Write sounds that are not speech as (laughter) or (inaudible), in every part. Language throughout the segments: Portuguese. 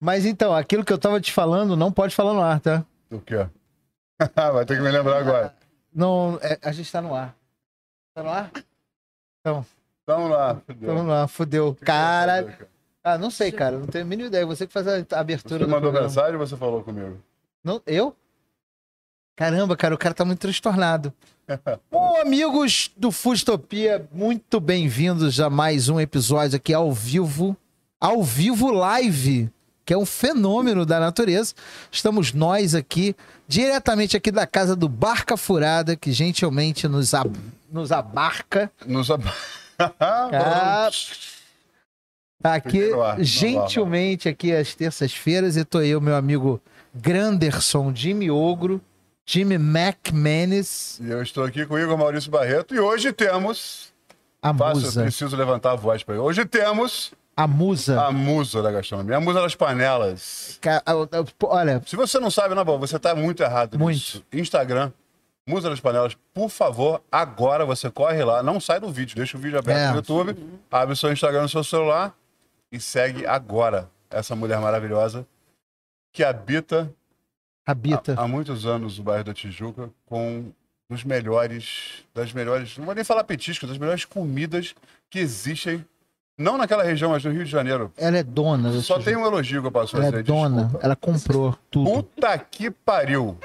Mas então, aquilo que eu tava te falando, não pode falar no ar, tá? O quê? (laughs) Ah, Vai ter que me lembrar agora. Não, é- a gente tá no ar. Tá no ar? Vamos lá. Tamo no ar, fudeu. é, Cara. Ah, não sei, cara. Não tenho a mínima ideia. Você que faz a abertura Você do mandou programa. mensagem ou você falou comigo? Não, eu? Caramba, cara, o cara tá muito transtornado. Bom, amigos do Fustopia, muito bem-vindos a mais um episódio aqui ao vivo, ao vivo live, que é um fenômeno da natureza. Estamos nós aqui, diretamente aqui da casa do Barca Furada, que gentilmente nos, ab- nos abarca. Não (laughs) sabia. Tá aqui, Fiquei no ar, gentilmente, aqui às terças-feiras, e tô eu, meu amigo Granderson, Jimmy Ogro, Jimmy McManus, E eu estou aqui com o Igor Maurício Barreto e hoje temos. a Faço, eu musa. preciso levantar a voz para ele. Hoje temos A musa. a musa da gastronomia, a musa das panelas. Ca- a- a- pô, Olha, Se você não sabe, na boa, você tá muito errado nisso. Instagram, musa das panelas, por favor, agora você corre lá, não sai do vídeo, deixa o vídeo aberto É. no YouTube, abre o seu Instagram no seu celular e segue agora essa mulher maravilhosa que habita habita. Há, há muitos anos o bairro da Tijuca com os melhores, das melhores, não vou nem falar petiscos, das melhores comidas que existem, não naquela região, mas no Rio de Janeiro. Ela é dona. da Só Tijuca. tem um elogio que eu passo a Ela fazer, é dona. desculpa. Ela comprou tudo. Puta que pariu.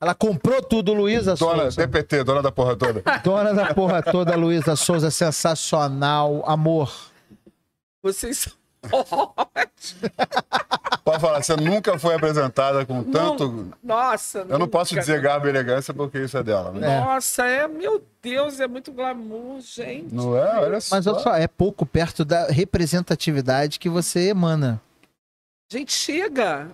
Ela comprou tudo, Luísa Dona Souza. DPT, dona da porra toda. Dona da porra toda, Luísa Souza, sensacional. Amor. Vocês são. (laughs) Pode falar, você nunca foi apresentada com tanto... Nossa. Eu não posso nunca. dizer garbo e elegância porque isso é dela. né? É. Nossa, é. Meu Deus, é muito glamour, gente. Não é? Olha só. Mas olha só, é pouco perto da representatividade que você emana. Gente, chega.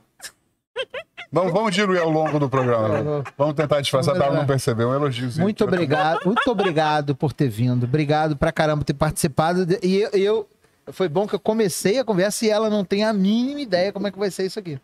Vamos, vamos diluir ao longo do programa. né? Vamos tentar disfarçar Vamos para lá. não perceber. Um elogiozinho. Muito obrigado, muito obrigado por ter vindo. Obrigado pra caramba por ter participado. E eu, eu- foi bom que eu comecei a conversa e ela não tem a mínima ideia como é que vai ser isso aqui.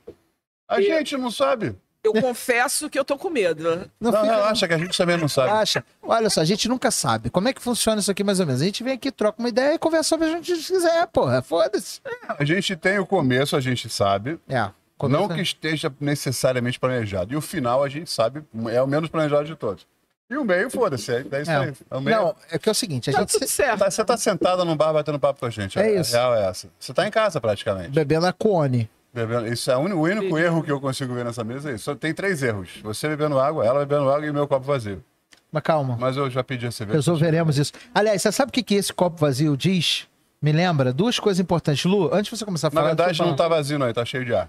A gente não sabe. Eu confesso que eu tô com medo. Não, Não, fica Ah. relaxa, que a gente também não sabe. acha. Olha só, a gente nunca sabe como é que funciona isso aqui mais ou menos. A gente vem aqui, troca uma ideia e conversa sobre o que a gente quiser, porra. Foda-se. A gente tem o começo, a gente sabe. É. Não que esteja necessariamente planejado. E o final, a gente sabe, é o menos planejado de todos. E o meio, foda-se. É, é isso É. aí. É o meio. Não, é que é o seguinte, a Tá gente tudo se... certo. Tá- você tá sentada num bar batendo papo com a gente. É a- isso. A real é essa. Você tá em casa, praticamente. bebendo a Cone. Bebendo- Isso é o único, o único erro que eu consigo ver nessa mesa. É isso. Só tem três erros. Você bebendo água, ela bebendo água e meu copo vazio. Mas calma, Mas eu já pedi a cerveja. resolveremos isso. Aliás, você sabe o que, que esse copo vazio diz? Me lembra? Duas coisas importantes. Lu, antes de você começar a Na falar... deixa eu verdade, falar. não tá vazio, não. Ele tá cheio de ar.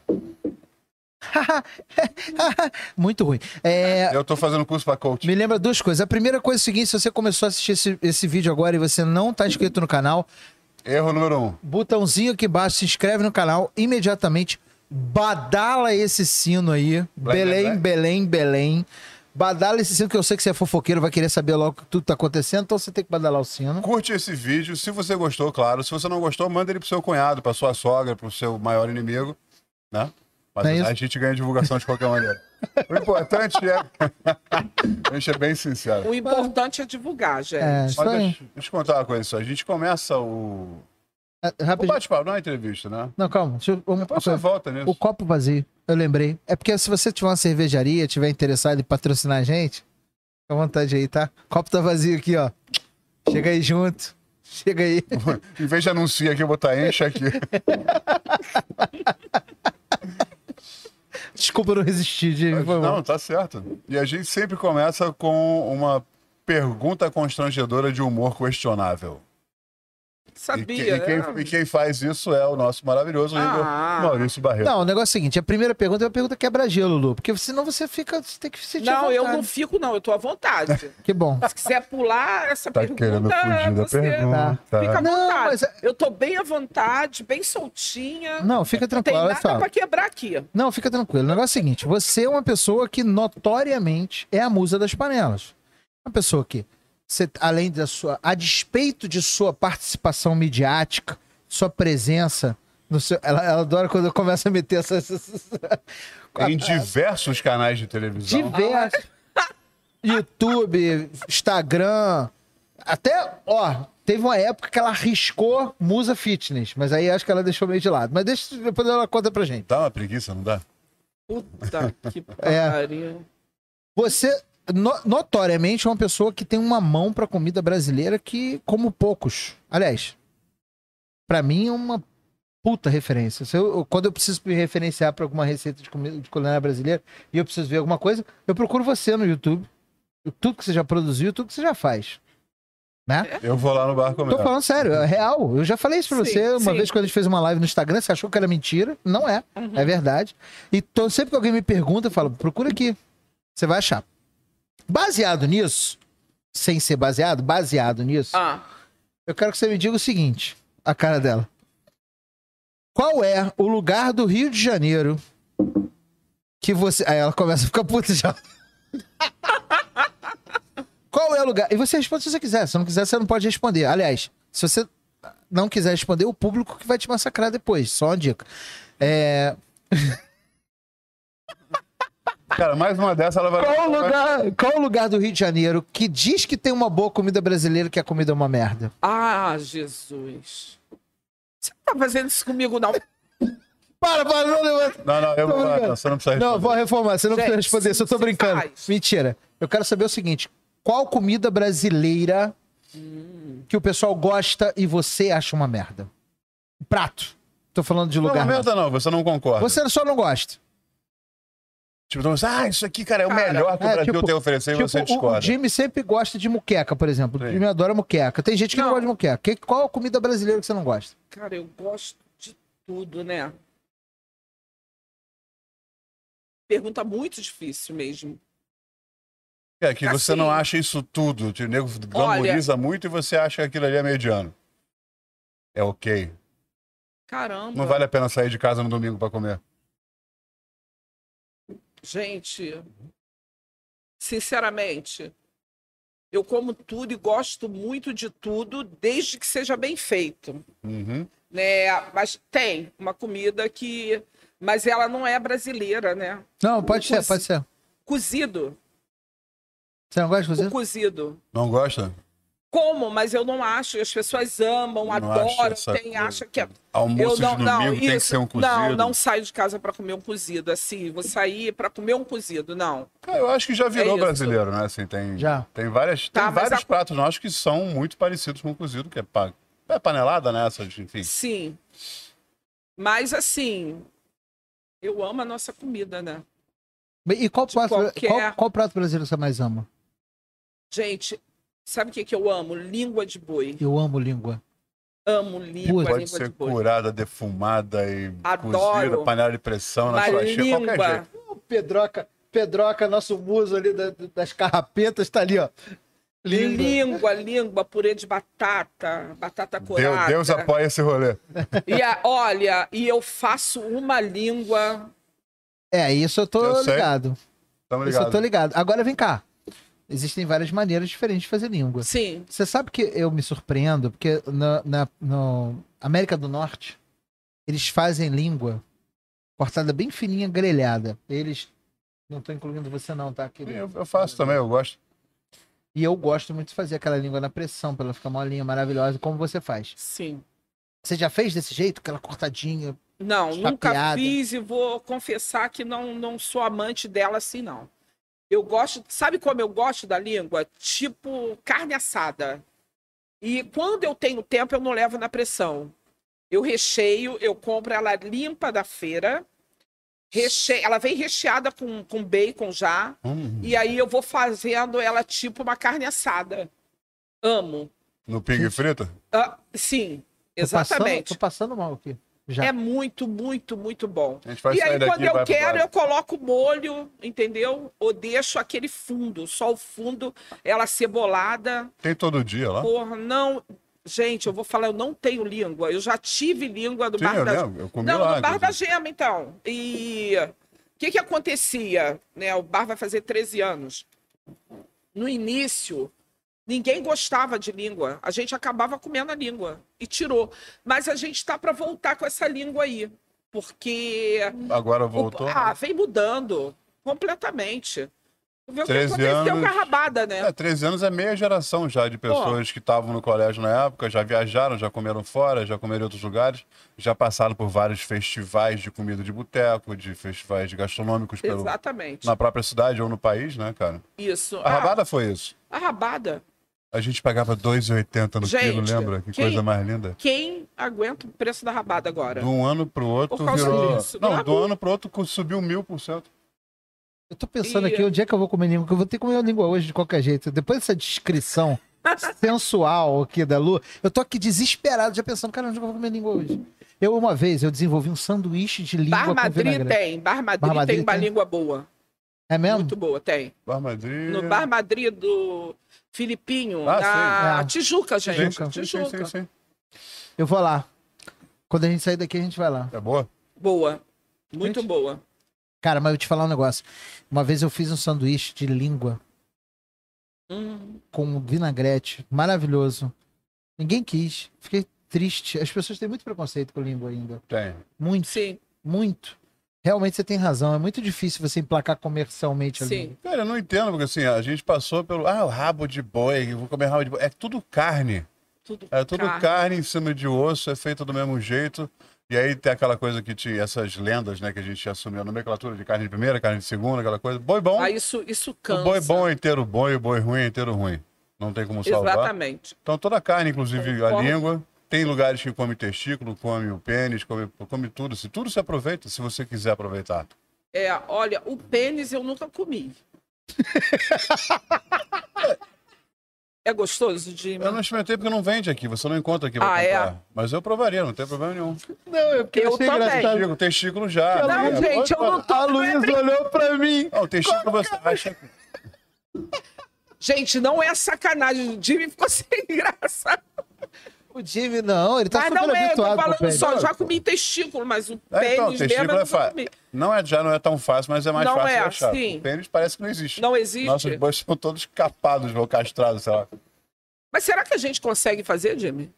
(laughs) Muito ruim. É, Eu tô fazendo curso pra coach. me lembra duas coisas. A primeira coisa é o seguinte: se você começou a assistir esse, esse vídeo agora e você não tá inscrito no canal, Erro número um. botãozinho aqui embaixo, se inscreve no canal imediatamente. Badala esse sino aí. Blé, Belém, blé, blé. Belém, Belém. Badala esse sino, que eu sei que você é fofoqueiro, vai querer saber logo tudo que tá acontecendo, então você tem que badalar o sino. Curte esse vídeo, se você gostou, claro. Se você não gostou, manda ele pro seu cunhado, pra sua sogra, pro seu maior inimigo, né? Mas Não é isso? a gente ganha divulgação de qualquer maneira. o importante é. (laughs) a gente é bem sincero. O importante é divulgar, É, gente. isso Mas aí. deixa, deixa eu contar uma coisa só. A gente começa o. É, O Rapidinho. bate-papo, não é entrevista, né? Não, calma. Deixa eu, uma Depois você coisa. volta O nisso. copo vazio, eu lembrei. É porque se você tiver uma cervejaria, tiver interessado em patrocinar a gente, fica à vontade aí, tá? Copo tá vazio aqui, ó. Chega aí junto. Chega aí. Em vez de anunciar aqui, eu botar (laughs) encha aqui. Desculpa não resistir, Jimmy. Foi mal. Não, tá certo. E a gente sempre começa com uma pergunta constrangedora de humor questionável. E, que- Sabia. e quem, né? e quem faz isso é o nosso maravilhoso Igor Ah. Maurício Barreto. Não, o negócio é o seguinte: a primeira pergunta é uma pergunta quebra-gelo, Lu. Porque senão você fica. Você tem que se sentir à Não, eu não vontade. fico, não. Eu tô à vontade. Que bom. Se quiser pular essa (laughs) Tá querendo pergunta, fugir da tá você pergunta. fica à Não, vontade. mas é- Eu tô bem à vontade, bem soltinha. Não, Não, fica tem tranquilo. Olha nada só. pra quebrar aqui. Não, fica tranquilo. O negócio é o seguinte: você é uma pessoa que notoriamente é a musa das panelas. Uma pessoa que, você, além da sua. A despeito de sua participação midiática, sua presença. No seu, ela, ela adora quando eu começo a meter essas. essas- Em diversos canais de (laughs) televisão. Diversos. YouTube, Instagram. Até, ó, Teve uma época que ela arriscou Musa Fitness, mas aí acho que ela deixou meio de lado. Mas deixa, depois ela conta pra gente. Dá uma preguiça, não dá? (laughs) Puta que É. pariu. Você, no- notoriamente, é uma pessoa que tem uma mão pra comida brasileira que, como poucos. Aliás, pra mim é uma puta referência. Se eu- eu- quando eu preciso me referenciar pra alguma receita de comida de culinária brasileira e eu preciso ver alguma coisa, eu procuro você no YouTube. Tudo que você já produziu, tudo que você já faz. Eu vou lá no bar comer. Tô falando sério, é real. Eu já falei isso pra Sim, você uma sim. vez quando a gente fez uma live no Instagram, você achou que era mentira. Não é, Uhum. é verdade. E tô- sempre que alguém me pergunta, eu falo, procura aqui. Você vai achar. Baseado nisso, sem ser baseado, baseado nisso, Ah, eu quero que você me diga o seguinte, a cara dela. Qual é o lugar do Rio de Janeiro que você... Aí ela começa a ficar puta já. (laughs) Qual é o lugar? E você responde se você quiser. Se não quiser, você não pode responder. Aliás, se você não quiser responder, o público que vai te massacrar depois. Só uma dica. É... Cara, mais uma dessa ela vai. Qual, o lugar, qual o lugar do Rio de Janeiro que diz que tem uma boa comida brasileira que a comida é uma merda? ah, Jesus. Você não tá fazendo isso comigo, não. Para, para, não levanta. Não, não, eu Tô vou lá, brincando. não, você não precisa Não, responder. vou reformar. Você não Gente, precisa responder, só tô se brincando. faz. Mentira. Eu quero saber o seguinte: qual comida brasileira Hum, que o pessoal gosta e você acha uma merda? Prato. Tô falando de Não, lugar. não, não. merda não, você não concorda. Você só não gosta. Tipo, todo mundo diz, ah, isso aqui, cara, é o Cara, melhor que o é, Brasil tipo- tem a oferecer e Tipo, você o- discorda. O Jimmy sempre gosta de muqueca, por exemplo. O Sim. Jimmy adora muqueca. Tem gente que não, Não. gosta de muqueca. Que- qual a comida brasileira que você não gosta? Cara, eu gosto de tudo, né? Pergunta muito difícil mesmo. É que você não Assim. acha isso tudo. O nego glamoriza muito e você acha que aquilo ali é mediano. É ok. Caramba. Não vale a pena sair de casa no domingo pra comer. Gente, sinceramente, eu como tudo e gosto muito de tudo, desde que seja bem feito, Uhum. né? Mas tem uma comida que, mas ela não é brasileira, né? Não, pode O ser, cozi- pode ser. Cozido, Você não gosta de o cozido? cozido. Não gosta? Como, mas eu não acho, as pessoas amam, Não acha adoram, essa tem, coisa. acha que é Almoço eu não, de domingo não, tem que isso, ser um cozido. Não, não saio de casa para comer um cozido, assim, vou sair para comer um cozido, não. Cara, eu acho que já virou É isso. brasileiro, né? Assim, tem, Já. tem, várias, Tá, tem mas vários a- pratos nossos que são muito parecidos com o cozido, que é, pa... é panelada, né? Essas, enfim. Sim. Mas assim, eu amo a nossa comida, né? E qual prato, Tipo, qualquer- qual, qual prato brasileiro você mais ama? Gente, sabe o que, que eu amo? Língua de boi. Eu amo língua. Amo língua, Putz. Pode língua ser de boi. curada, defumada e Adoro. cozida, panela de pressão na Mas sua cheia, qualquer jeito. língua. O Pedroca, Pedroca, nosso muso ali da- das carrapetas, tá ali, ó. Língua. Língua, língua, purê de batata, batata Deus, corada. Deus apoia esse rolê. Tá E a- olha, e eu faço uma língua. É, isso eu tô Eu sei. ligado. Tamo Isso eu ligado. tô ligado. Agora vem cá. Existem várias maneiras diferentes de fazer língua. Sim. Você sabe que eu me surpreendo, porque na, na no América do Norte, eles fazem língua cortada bem fininha, grelhada. Eles. Não tô incluindo você, não, tá? querido? Eu, eu faço também, eu gosto. E eu gosto muito de fazer aquela língua na pressão, pra ela ficar molinha, maravilhosa, como você faz. Sim. Você já fez desse jeito? Aquela cortadinha? Não, nunca Chapeada. fiz e vou confessar que não, não sou amante dela assim, não. Eu gosto, sabe como eu gosto da língua? Tipo carne assada. E quando eu tenho tempo, eu não levo na pressão. Eu recheio, eu compro ela limpa da feira. Reche... Ela vem recheada com, com bacon já. Hum, E aí eu vou fazendo ela tipo uma carne assada. Amo. no pingue frito? Ah, sim, Tô passando- exatamente. Tô passando, mal aqui. Já. É muito, muito, muito bom. A gente vai e sair aí, daqui quando e vai eu pro quero, bar. eu coloco molho, entendeu? Ou deixo aquele fundo, só o fundo, ela cebolada. Tem todo dia lá. Porra, não. Gente, eu vou falar, eu não tenho língua. Eu já tive língua do Sim, Bar eu da lembro. Eu comi Não, lá. no Bar da inclusive. Gema, então. E o que, que acontecia? Né? O bar vai fazer 13 anos. No início, ninguém gostava de língua. A gente acabava comendo a língua e tirou. Mas a gente está para voltar com essa língua aí. Porque Agora o- voltou. Ah, vem mudando completamente. Vê o que 13 aconteceu com anos. a rabada, né? É, 13 anos é meia geração já de pessoas que estavam no colégio na época, já viajaram, já comeram fora, já comeram em outros lugares, já passaram por vários festivais de comida de boteco, de festivais gastronômicos pelo, Exatamente. na própria cidade ou no país, né, cara? Isso. A rabada foi isso. Ah, a rabada. A gente pagava 2,80 no Gente, quilo, lembra? Que que- coisa mais linda. Quem aguenta o preço da rabada agora? De um ano pro outro Por causa virou. disso, Não, pelo do amor. ano pro outro cu- subiu mil por cento. Eu tô pensando E- aqui onde é que eu vou comer língua, que eu vou ter que comer a língua hoje de qualquer jeito. Depois dessa descrição (laughs) sensual aqui da Lu, eu tô aqui desesperado, já pensando, cara, onde é que eu vou comer língua hoje? Eu, uma vez, eu desenvolvi um sanduíche de língua Bar com Madrid vinagre. tem. Bar Madrid, Bar Madrid tem uma tem? língua boa. É mesmo? Muito boa, tem. Bar Madrid. No Bar Madrid do Filipinho, É. Ah, na sei. É. Tijuca, Sim, gente. Tijuca. sim, sim, sim, Tijuca. sim. Eu vou lá. Quando a gente sair daqui, a gente vai lá. É boa? Boa. Muito Gente. boa. Cara, mas eu te falar um negócio. Uma vez eu fiz um sanduíche de língua Hum. com vinagrete, maravilhoso. Ninguém quis. Fiquei triste. As pessoas têm muito preconceito com língua ainda. Tem. Muito, Sim, muito. Realmente você tem razão. É muito difícil você emplacar comercialmente a língua. sim. Cara, eu não entendo, porque assim, a gente passou pelo. Ah, o rabo de boi, eu vou comer rabo de boi. É tudo carne. Tudo É tudo Carne. carne, em cima de osso, é feito do mesmo jeito. E aí tem aquela coisa que tinha, essas lendas, né, que a gente assumiu a nomenclatura de carne de primeira, carne de segunda, aquela coisa. Boi bom, Ah, isso, isso o cansa. boi bom é inteiro boi, o boi ruim é inteiro ruim. Não tem como salvar. Exatamente. Então toda a carne, inclusive a Concordo. língua. Tem lugares que come testículo, come o pênis, come, come tudo. Se tudo se aproveita, se você quiser aproveitar. É, olha, o pênis eu nunca comi. (laughs) é gostoso de Eu não experimentei porque não vende aqui, você não encontra aqui pra Ah, é? comprar. Mas eu provaria, não tem problema nenhum. Não, eu, Eu achei também. Tá. engraçado. Testículo, testículo já. Não, É, gente, pode eu falar. não tô. A não é Luísa olhou pra mim. Ah, o testículo você acha. Gente, não é sacanagem. O Jimmy ficou sem (laughs) graça. O Jimmy, não, ele tá mas super não é, eu habituado tô com o falando pênis. só, já comi testículo, mas o É, pênis então, mesmo eu testículo é nunca fácil. comi. Não é, já não é tão fácil, mas é mais Não fácil de é, achar. sim. O pênis parece que não existe. Não existe. Nossos bois são todos capados, ou castrados, sei lá. Mas será que a gente consegue fazer, Jimmy?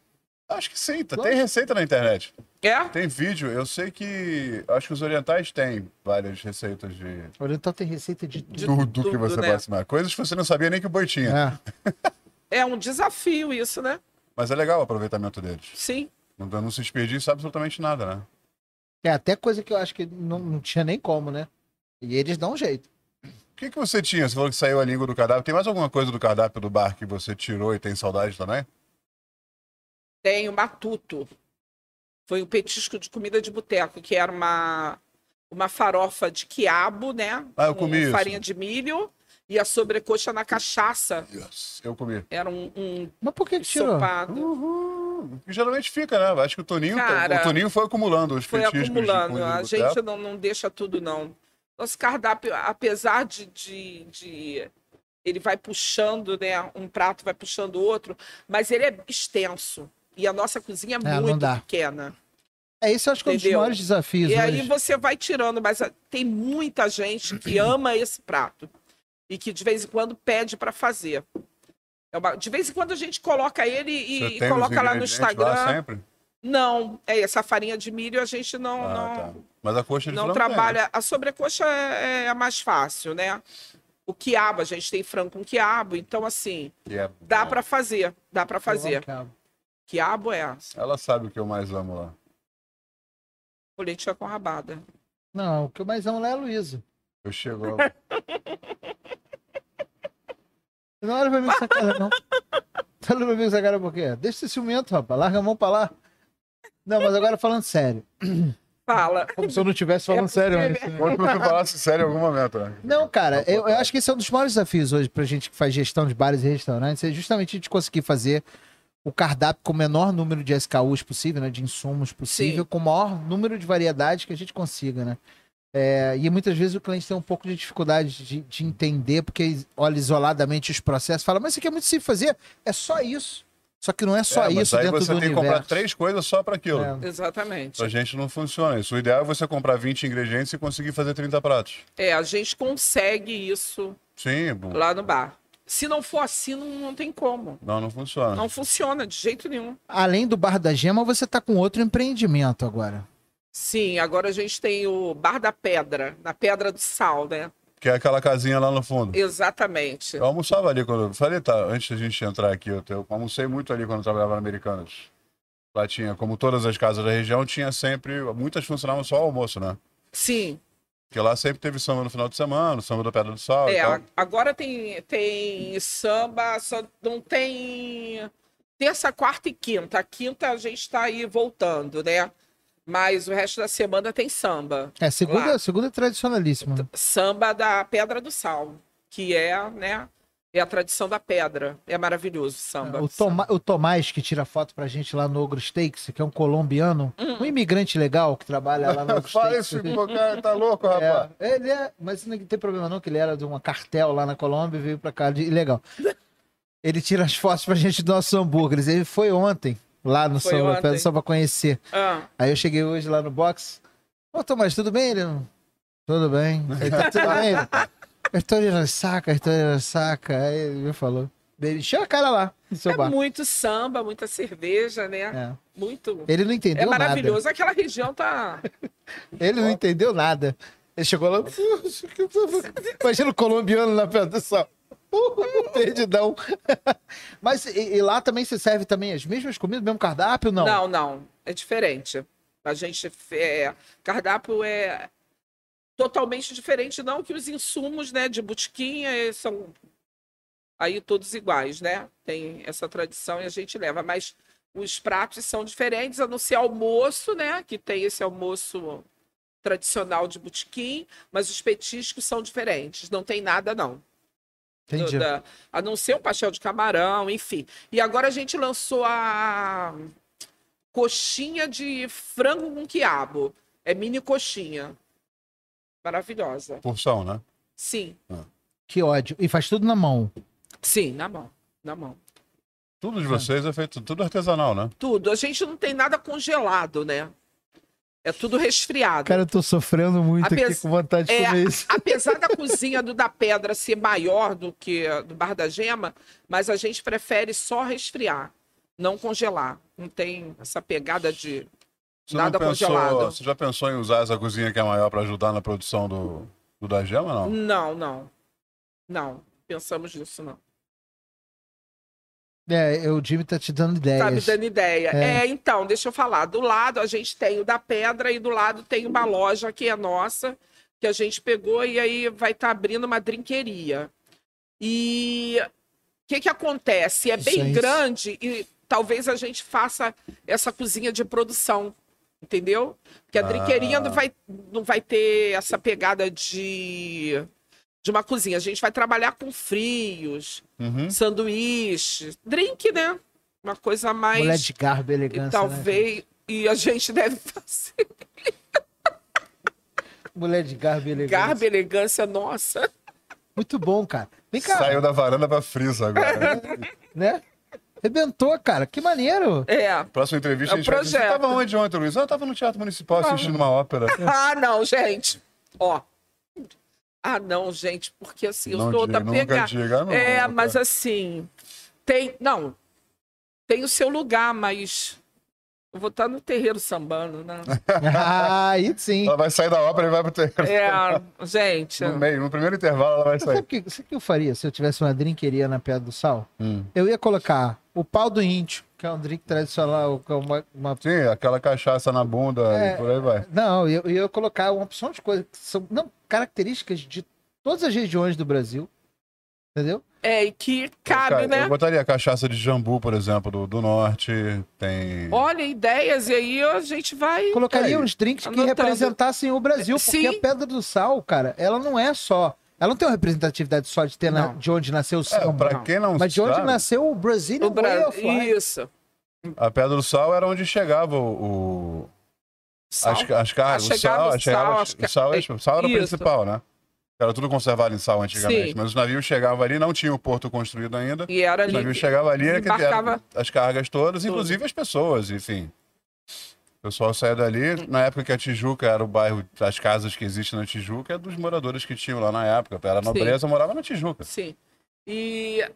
Acho que sim, tá- Claro. tem receita na internet. É? Tem vídeo, eu sei que. Acho que os orientais têm várias receitas de. Oriental tem receita de tudo. De tudo, tudo, que você né? vai assinar. Coisas que você não sabia nem que o boi tinha. É. É um desafio isso, né? Mas é legal o aproveitamento deles. Sim. Não, não se desperdiça absolutamente nada, né? É até coisa que eu acho que não, não tinha nem como, né? E eles dão um jeito. O que, que você tinha? Você falou que saiu a língua do cardápio. Tem mais alguma coisa do cardápio do bar que você tirou e tem saudade também? Tem o matuto. Foi um petisco de comida de boteco, que era uma, uma farofa de quiabo, né? Ah, eu Com comi isso. farinha de milho e a sobrecoxa na cachaça. Yes. Eu comi. Era um, um Mas por que que tirou? ensopado. Uhul. Que geralmente fica, né? Acho que o Toninho, Cara, o Toninho foi acumulando os foi petiscos de né? acumulando. comida A do gente boteco. não, não deixa tudo, não. Nosso cardápio, apesar de, de, de- Ele vai puxando, né? Um prato vai puxando o outro, mas ele é extenso. E a nossa cozinha é, não muito dá. pequena. É, esse eu acho que é um dos Entendeu? maiores desafios E hoje. aí você vai tirando, mas ah, tem muita (clears throat) gente que ama esse prato. E que de vez em quando pede para fazer. É uma- De vez em quando a gente coloca ele e, Você e tem os coloca lá no ingredientes lá Instagram. sempre? não, é essa farinha de milho a gente não. Ah, não... tá. Mas a coxa de não frango tem, né? trabalha. A sobrecoxa é, é a mais fácil, né? O quiabo, a gente tem frango com quiabo, então assim, Que é dá bom. pra fazer, dá pra fazer. Quiabo é Ela sabe o que eu mais amo lá. política com rabada. Não, o que eu mais amo lá é a Luísa. Eu chego lá. (laughs) Não olha pra mim com essa cara, não. Não olha pra mim com essa cara por quê? Deixa esse ciumento, rapaz. Larga a mão pra lá. Não, mas agora falando sério. Fala. (laughs) Como se eu não estivesse falando É sério porque- antes. né? Quando você falasse sério em algum momento, né? Não, cara, eu, eu acho que esse é um dos maiores desafios hoje pra gente que faz gestão de bares e restaurantes, é justamente a gente conseguir fazer o cardápio com o menor número de SKUs possível, né? De insumos possível, com o maior número de variedades que a gente consiga, né? É, e muitas vezes o cliente tem um pouco de dificuldade de, de entender, porque olha isoladamente os processos, fala, mas isso aqui é muito simples fazer, é só isso. Só que não é só É, mas isso aí dentro do você tem que universo. comprar três coisas só pra aquilo. É. Exatamente. Pra gente não funciona isso. O ideal é você comprar 20 ingredientes e conseguir fazer 30 pratos. É, a gente consegue isso Sim, bom. lá no bar. Se não for assim, não, não tem como. Não, não funciona. Não funciona de jeito nenhum. Além do Bar da Gema, você tá com outro empreendimento agora. Sim, agora a gente tem o Bar da Pedra, na Pedra do Sal, né? que é aquela casinha lá no fundo. Exatamente. Eu almoçava ali quando. Falei, tá, antes da gente entrar aqui, eu, eu almocei muito ali quando eu trabalhava na Americanas. Lá tinha, como todas as casas da região, tinha sempre. Muitas funcionavam só ao almoço, né? Sim. Porque lá sempre teve samba no final de semana, samba da Pedra do Sal. É, Então e tal. a- agora tem, tem samba, só não tem terça, quarta e quinta. A quinta a gente está aí voltando, né? Mas o resto da semana tem samba. É, segunda, Lá. segunda é tradicionalíssima. né? Samba da Pedra do Sal, que é, né? É a tradição da pedra. É maravilhoso o samba. O, Toma- o Tomás, que tira foto pra gente lá no Ogro Steaks, que é um colombiano, um imigrante legal que trabalha lá no (laughs) Ogro (laughs) Fala Steaks. isso, pô, cara, tá louco, rapaz. É, ele é, mas não tem problema não, que ele era de uma cartel lá na Colômbia e veio pra cá de ilegal. Ele tira as fotos pra gente do nosso hambúrgueres. Ele foi ontem lá no Foi São ontem. Pedro só pra conhecer. Ah, Aí eu cheguei hoje lá no box. Ô, Tomás, tudo bem? Ele, tudo bem. Ele, tá tudo (laughs) bem? Ele, Arthur Saca, Arthur Saca. Aí ele me falou. Ele encheu a cara lá no seu é bar. muito samba, muita cerveja, né? É. Muito. Ele não É entendeu nada. maravilhoso. Aquela região tá. Ele não entendeu nada. Ele chegou (laughs) lá. Imagina o colombiano na pedra do (laughs) sal. Uh, Perdidão. (laughs) Mas e, e lá também se serve também as mesmas comidas, mesmo cardápio? Não. Não. não, É diferente. A gente. É, cardápio é totalmente diferente, não que os insumos, né, de botiquinha eh, são aí todos iguais, né? Tem essa tradição e a gente leva, mas os pratos são diferentes, a não ser almoço, né, que tem esse almoço tradicional de botiquim, mas os petiscos são diferentes, não tem nada não. Entendi. Do- da- a não ser o pastel de camarão, enfim. E agora a gente lançou a coxinha de frango com quiabo. É mini coxinha. Maravilhosa. Porção, né? Sim, Que ódio. E faz tudo na mão. sim, na mão. Na mão. Tudo de vocês é feito tudo artesanal, né? Tudo. A gente não tem nada congelado, né? É tudo resfriado. Cara, eu tô sofrendo muito Apes- aqui com vontade de É, comer isso. apesar da cozinha do da pedra ser maior do que a do Bar da Gema, mas a gente prefere só resfriar, não congelar. Não tem essa pegada de Você não nada pensou- congelado. Você já pensou em usar essa cozinha que é maior pra ajudar na produção do, do da gema, não? Não, não. Não, pensamos nisso, não. É, eu- o Jimmy tá te dando ideias. Tá me dando ideia. É. É. então, deixa eu falar. Do lado a gente tem o da pedra e do lado tem uma loja que é nossa, que a gente pegou e aí vai estar abrindo uma drinqueria. E o que que acontece? É bem Gente. grande e talvez a gente faça essa cozinha de produção, entendeu? Porque a Ah. drinqueria não vai, não vai ter essa pegada de, de uma cozinha. A gente vai trabalhar com frios, Uhum. sanduíche, drink, né? Uma coisa mais. Mulher de garbo e elegância. e né? talvez. E a gente (laughs) deve fazer Mulher de garbo e elegância. garbo, elegância nossa. Muito bom, cara. Vem cá. Saiu da varanda pra frisa (laughs) agora. Né? Arrebentou, cara. Que (laughs) maneiro. É. Próxima entrevista É a o gente vai dizer, Você projeto. tava onde ontem, Luiz? Ah, eu tava no Teatro Municipal assistindo uma ópera. Ah, não, gente. Ó. Ah, não, gente, porque assim, eu Não sou outra diga, nunca pegada. diga, não, é, cara. mas assim. Tem. Não. Tem o seu lugar, mas. Eu vou estar no terreiro (laughs) sambando, né? Ah, Aí sim. assim- Ela vai sair da ópera e vai pro terreiro. É, gente. No meio, no primeiro intervalo ela vai (laughs) Sabe o sair. que, sabe o que eu faria se eu tivesse uma drinqueria na Pedra do Sal? Hum. Eu ia colocar o pau do índio, que é um drink tradicional, que é uma. uma- Sim, aquela cachaça na bunda É. e por aí vai. Não, eu, eu ia colocar uma opção de coisas que são não, características de todas as regiões do Brasil. Entendeu? É, e que cabe, Cara, né? Eu botaria cachaça de jambu, por exemplo, do, do norte. Tem. Olha, ideias, e aí a gente vai. Colocaria Aí. uns drinks que Anotando. representassem o Brasil, porque É, Sim. a Pedra do Sal, cara, ela não é só. Ela não tem uma representatividade só de ter na- Não. de onde nasceu o É, samba. pra quem não mas de sabe, onde nasceu o Brazilian O Bra- Way of Life. Isso. a Pedra do Sal era onde chegava o, o- Sal. as, as cargas, Ah, o chegava sal, é, o chegava- sal, as o sal, é, ca- o sal era o Isso. principal, né? Era tudo conservado em sal antigamente, Sim. mas os navios chegavam ali, não tinha o porto construído ainda. E era Os ali. navios chegavam ali, era que Embarcava- era as cargas todas, Tudo. inclusive as pessoas, enfim. O pessoal saía dali, na época que a Tijuca era o bairro, as casas que existem na Tijuca, é dos moradores que tinham lá na época. Era nobreza, morava na Tijuca. Sim. E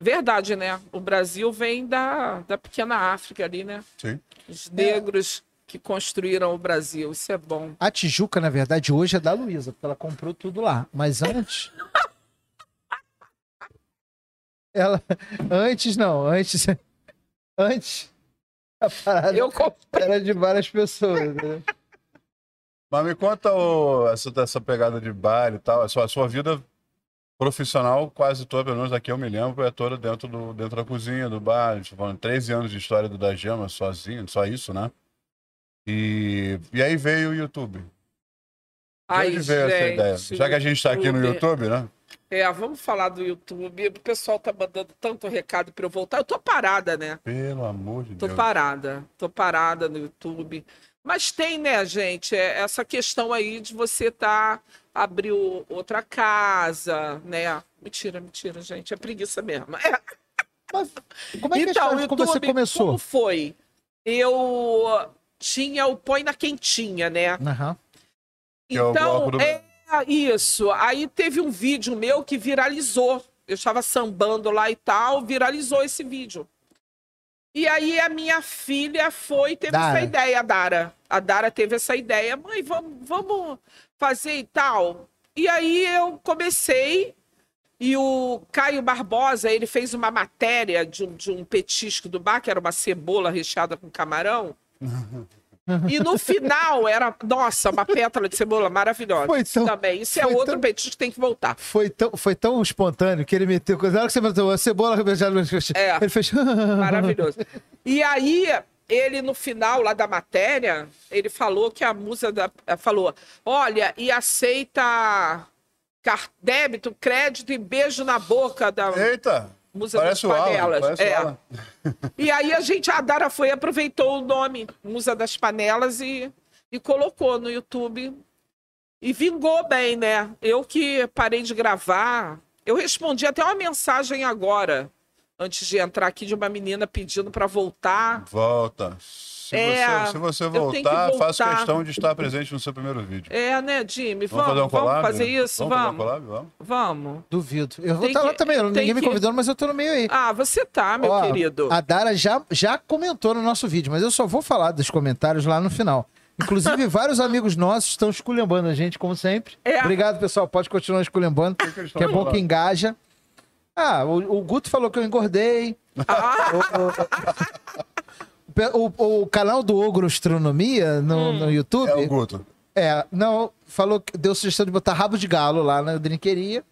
verdade, né? O Brasil vem da, da pequena África ali, né? Sim. Os negros que que construíram o Brasil. Isso é bom. A Tijuca, na verdade, hoje é da Luísa, porque ela comprou tudo lá. Mas antes. ela. Antes não, antes. Antes. A parada Eu comprei. era de várias pessoas. Né? Mas me conta ô, essa, dessa pegada de bar e tal. A sua, a sua vida profissional, quase toda, pelo menos aqui eu me lembro, é toda dentro, do, dentro da cozinha, do bar. A gente tá falando 13 anos de história do Da Gema, sozinho, só isso, né? E, e aí veio o YouTube. De Ai, onde veio essa ideia? gente, Já que a gente tá aqui no YouTube. YouTube, né? É, vamos falar do YouTube. O pessoal tá mandando tanto recado pra eu voltar. Eu tô parada, né? Pelo amor de Tô Deus. parada, tô parada no YouTube. Mas tem, né, gente, é- essa questão aí de você tá abriu outra casa, né? Mentira, mentira, gente, é preguiça mesmo. É, Mas como é que a então, história de como você YouTube, começou? Como foi? Eu tinha o põe na quentinha, né? Aham. Que é o Então, bloco do- é isso. Aí teve um vídeo meu que viralizou. Eu estava sambando lá e tal, viralizou esse vídeo. E aí a minha filha foi e teve Dara. essa ideia, a Dara. A Dara teve essa ideia, mãe, vamos, vamos fazer e tal. E aí eu comecei e o Caio Barbosa, ele fez uma matéria de um, de um petisco do bar, que era uma cebola recheada (laughs) com camarão. E no final era, nossa, uma pétala de cebola maravilhosa. Foi tão- Também. Isso é foi outro tão- petisco que tem que voltar. Foi tão, foi tão espontâneo que ele meteu coisa. Na hora que você meteu a cebola rebeijada no É. ele fez. (laughs) Maravilhoso. E aí, ele no final lá da matéria, ele falou que a musa da, eh, falou: olha, e aceita car- débito, crédito e beijo na boca da Eita! musa das Parece o Alan. panelas. Parece É. o Alan. E aí a gente, a Dara foi, e aproveitou o nome Musa das Panelas e, e colocou no YouTube. E vingou bem, né? Eu que parei de gravar. Eu respondi até uma mensagem agora, antes de entrar aqui, de uma menina pedindo para voltar. Volta. Se, É, você, se você eu tenho que voltar, faço voltar. questão de estar presente no seu primeiro vídeo. É, né, Jimmy? Vamos, Vamos, fazer um vamos fazer, collab? isso? Vamos. fazer um Vamos. collab? Vamos. Vamos. Duvido. Eu vou Tem estar lá que- também. eu- tem Ninguém me que- convidou, mas eu tô no meio aí. Ah, você tá, meu Ó, querido. A Dara já, já comentou no nosso vídeo, mas eu só vou falar dos comentários lá no final. (laughs) Inclusive, vários amigos nossos estão esculhambando a gente, como sempre. É. Obrigado, pessoal. Pode continuar esculhambando, que eles que, estão é bom falando? que engaja. Ah, o, o Guto falou que eu engordei. Ah, (laughs) O, o- o canal do Ogro Astronomia no, Hum. no YouTube. É o Guto. É, não, falou que deu sugestão de botar rabo de galo lá na drinqueria.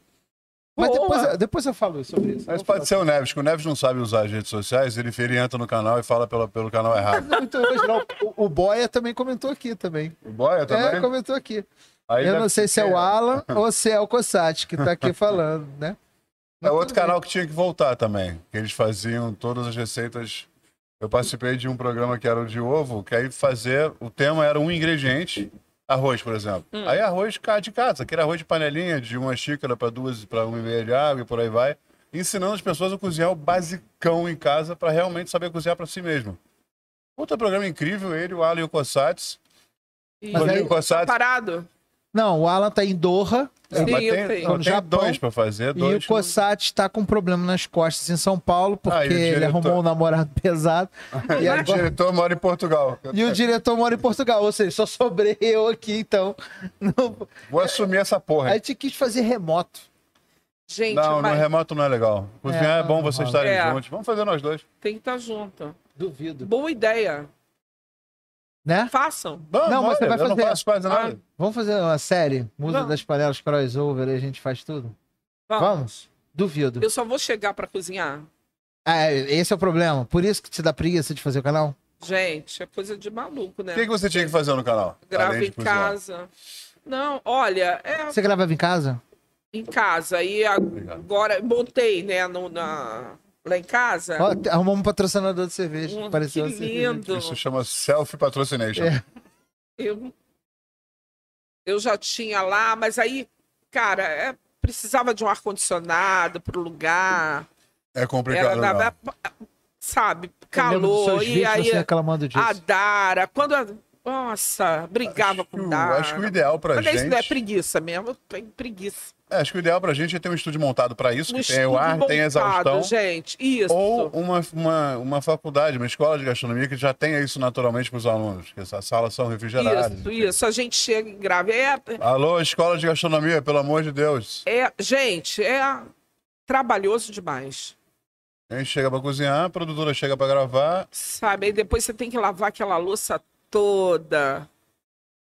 Mas Boa. depois, depois eu falo sobre isso. Mas Eu vou pode ser o Neves, que o Neves não sabe usar as redes sociais, ele, ele entra no canal e fala pelo, pelo canal (laughs) errado. falar. Muito original. O, o Boia também comentou aqui também. O Boia também? É, comentou aqui. Aí eu deve não sei se é ser- o Alan (laughs) ou se é o Cossati que tá aqui falando, né? É outro canal que tinha que voltar também. Que eles faziam todas as receitas. Eu participei de um programa que era o de ovo, que aí fazer. O tema era um ingrediente, arroz, por exemplo. Hum. Aí arroz ca- de casa, aquele arroz de panelinha, de uma xícara para duas, para uma e meia de água e por aí vai. Ensinando as pessoas a cozinhar o basicão em casa para realmente saber cozinhar para si mesmo. Outro programa incrível, ele, o Alan e o Cossates. (laughs) e- Mas aí- Toninho Cossates. parado? Não, o Alan tá em Doha É, Sim, mas eu tem, sei. não, No tem Japão, dois para fazer, e dois. o Cossati tá com um problema nas costas em São Paulo, porque Ah, e o ele diretor- arrumou um namorado (laughs) pesado. (laughs) E e, o agora- diretor mora em Portugal. e o diretor mora em Portugal, ou seja, só sobrei (laughs) eu aqui, então. Não... Vou assumir essa porra. A gente quis fazer remoto. Gente, Não, mas no remoto não é legal. Cozinhar é, É, bom não rola. vocês estarem É. juntos. Vamos fazer nós dois. tem que estar junto. Duvido. Boa ideia. Né? Façam. Vamos, Não, mas você vai eu não fazer. faço quase nada. Ah, Vamos fazer uma série? Musa Não. das panelas crossover, aí a gente faz tudo? Vamos. Vamos? Duvido. Eu só vou chegar pra cozinhar. Ah, esse é o problema. Por isso que te dá preguiça de fazer o canal? Gente, é coisa de maluco, né? O que, que você tinha que fazer no canal? Grava Além de em cozinhar. casa. Não, olha, é Você gravava em casa? em casa. E agora montei, né, no- na, lá em casa. Ó, te- arrumamos um patrocinador de cerveja. É. Hum, que Pareceu uma cerveja. lindo. Isso chama selfie patrocination. É. Eu, eu já tinha lá, mas aí, cara, é- precisava de um ar-condicionado pro lugar. É, complicado. Era, não. dava, sabe, Eu lembro dos calor. seus E vídeos, aí, é Você reclamando disso. a Dara, quando. a- nossa, brigava Acho que com o- Dara. Acho que o ideal pra Mas é isso gente não é preguiça mesmo, eu tenho preguiça. É, acho que o ideal pra gente é ter um estúdio montado pra isso, Um que tem o ar, estudo tem a montado, exaustão. Gente, isso. Ou uma, uma, uma faculdade, uma escola de gastronomia que já tenha isso naturalmente para os alunos, que essas salas são refrigeradas. isso, isso. A gente chega e grava. É, Alô, escola de gastronomia, pelo amor de Deus. é, gente, é trabalhoso demais. A gente chega para cozinhar, a produtora chega para gravar. Sabe? Aí depois você tem que lavar aquela louça toda.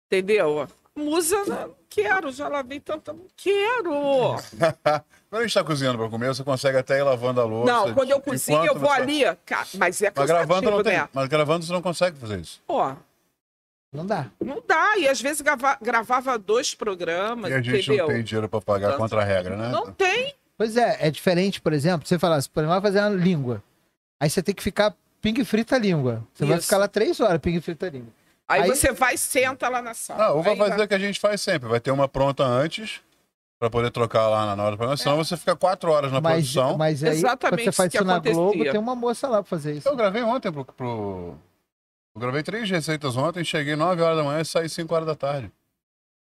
Entendeu? Musa, não quero, já lavei tanta. Não quero! Quando a gente está cozinhando para comer, você consegue até ir lavando a louça. Não, quando eu enquanto cozinho, eu vou você- ali. ca- Mas é Mas gravando, cansativo, não tem, né? mas gravando você não consegue fazer isso. Ó, Não dá. não dá. E às vezes grava- gravava dois E programas, a gente entendeu? não tem dinheiro para pagar Nossa. contra a regra, né? Não tem. Pois é, é diferente, por exemplo, você falar, você pode lá fazer uma língua. Aí você tem que ficar pingue frita a língua. Você vai Isso. ficar lá três horas pingue frita a língua. Aí, Aí- você vai e senta lá na sala. Ah, ou vai Aí fazer o que a gente faz sempre. Vai ter uma pronta antes para poder trocar lá na hora da programação. É. Senão você fica quatro horas na mas, produção. mas aí, Exatamente quando você faz isso que isso na acontecia. Globo, tem uma moça lá pra fazer isso. Eu gravei ontem pro, pro- Eu gravei três receitas ontem, cheguei 9 horas da manhã e saí 5 horas da tarde.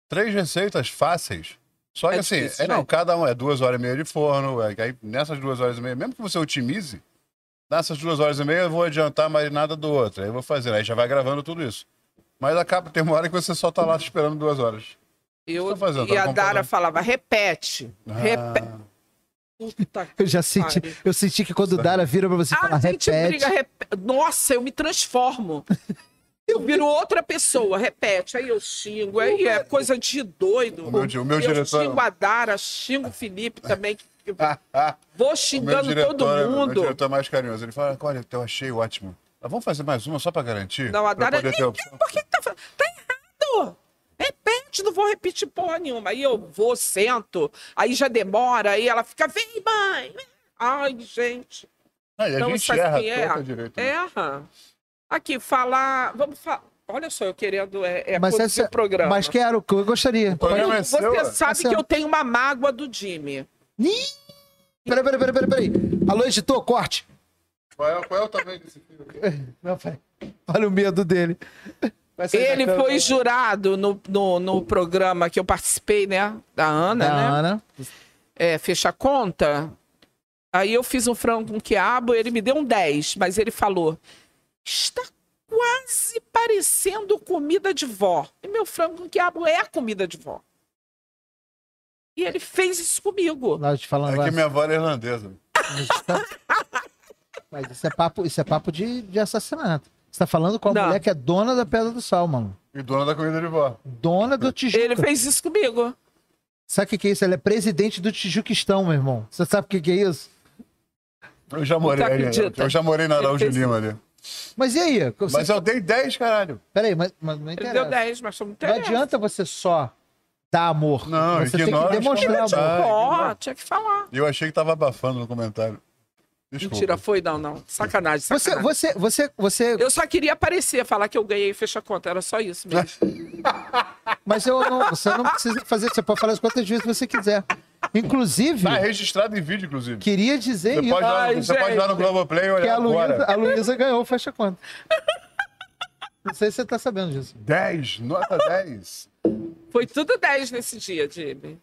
Três receitas fáceis. Só que É assim, difícil, é, não, né? cada um é duas horas e meia de forno. É, que aí nessas duas horas e meia, mesmo que você otimize, nessas duas horas e meia eu vou adiantar a marinada do outro. Aí eu vou fazer, aí já vai gravando tudo isso. Mas acaba, tem uma hora que você só tá lá esperando duas horas. Eu, tá fazendo? e Tá a no Dara computador? falava, repete. Repete. Ah, Puta que Eu já senti, pariu. eu senti que quando o Dara vira pra você e Ah, fala, a gente repete. briga, repete. Nossa, eu (laughs) me transformo. Eu viro outra pessoa, repete. Aí eu xingo, aí é coisa de doido. O meu di- o meu eu diretor- Ah, xingo a Dara, xingo o Felipe (laughs) também. que- que- Vou (laughs) O meu xingando diretor, todo é- o meu mundo. diretor é mais carinhoso. Ele fala, olha, eu achei ótimo. Mas vamos fazer mais uma só pra garantir? Não, a Pra Dara. poder ter "Ih, opção." Por que que tá falando? Tá errado! Repete, não vou repetir porra nenhuma. Aí eu vou, sento, aí já demora, aí ela fica, vem, mãe! Ai, gente. Ah, e a Então, gente isso erra aqui é- tanto direito. né? Erra. Aqui, falar. Vamos falar. Olha só, eu querendo é, é Mas, conduzir essa- o programa. mas quero, que eu gostaria. Pode- Pode- programa é Você seu, é? sabe Essa- que eu tenho uma mágoa do Jimmy. Peraí, peraí, peraí, peraí, peraí. Alô, editor, corte. Qual, é, qual é o tamanho desse filme? Não, peraí. Olha o medo dele. Vai sair é da Ele câmera. É foi jurado no, no, no programa que eu participei, né? Da Ana, Da né? Ana. é, fecha a conta. Aí eu fiz um frango com quiabo, ele me deu um 10, mas ele falou: está quase parecendo comida de vó. E meu frango com quiabo é a comida de vó. E ele fez isso comigo. Lá te um falando É que lá. minha avó era irlandesa. Mas isso é papo, isso é papo de, de assassinato. Você tá falando com a Não. mulher que é dona da Pedra do Sal, mano. E dona da comida de vó. Dona do Tijuca. Ele fez isso comigo. Sabe o que, que é isso? Ela é presidente do Tijuquistão, meu irmão. Você sabe o que, que é isso? Eu já morei Não ali. acredita. Eu já morei na Araújo Ele fez- Lima ali. Mas e aí? Você... Mas eu dei 10, caralho. Peraí, mas, mas não Ele deu interessa. 10, mas não Não interessa. adianta você só dar amor. Não, você tem que ignora, demonstrar ignora. amor. Ah, Ó, tinha que falar. E eu achei que tava abafando no comentário. Desculpa. Mentira, foi não, não. Sacanagem, Você, sacanagem. você, você, você. Eu só queria aparecer, falar que eu ganhei e fecha a conta. Era só isso mesmo. Mas eu não, você não precisa fazer. Você pode falar as quantas vezes você quiser. Inclusive, Tá registrado em vídeo, inclusive. queria dizer Você isso, pode, ir lá, Ai, no- você pode ir lá no gente. Globoplay e que olhar a Luísa, agora. a Luísa ganhou, fecha a conta. Não sei se você tá sabendo disso. 10, nota 10. Foi tudo 10 nesse dia, Jimmy.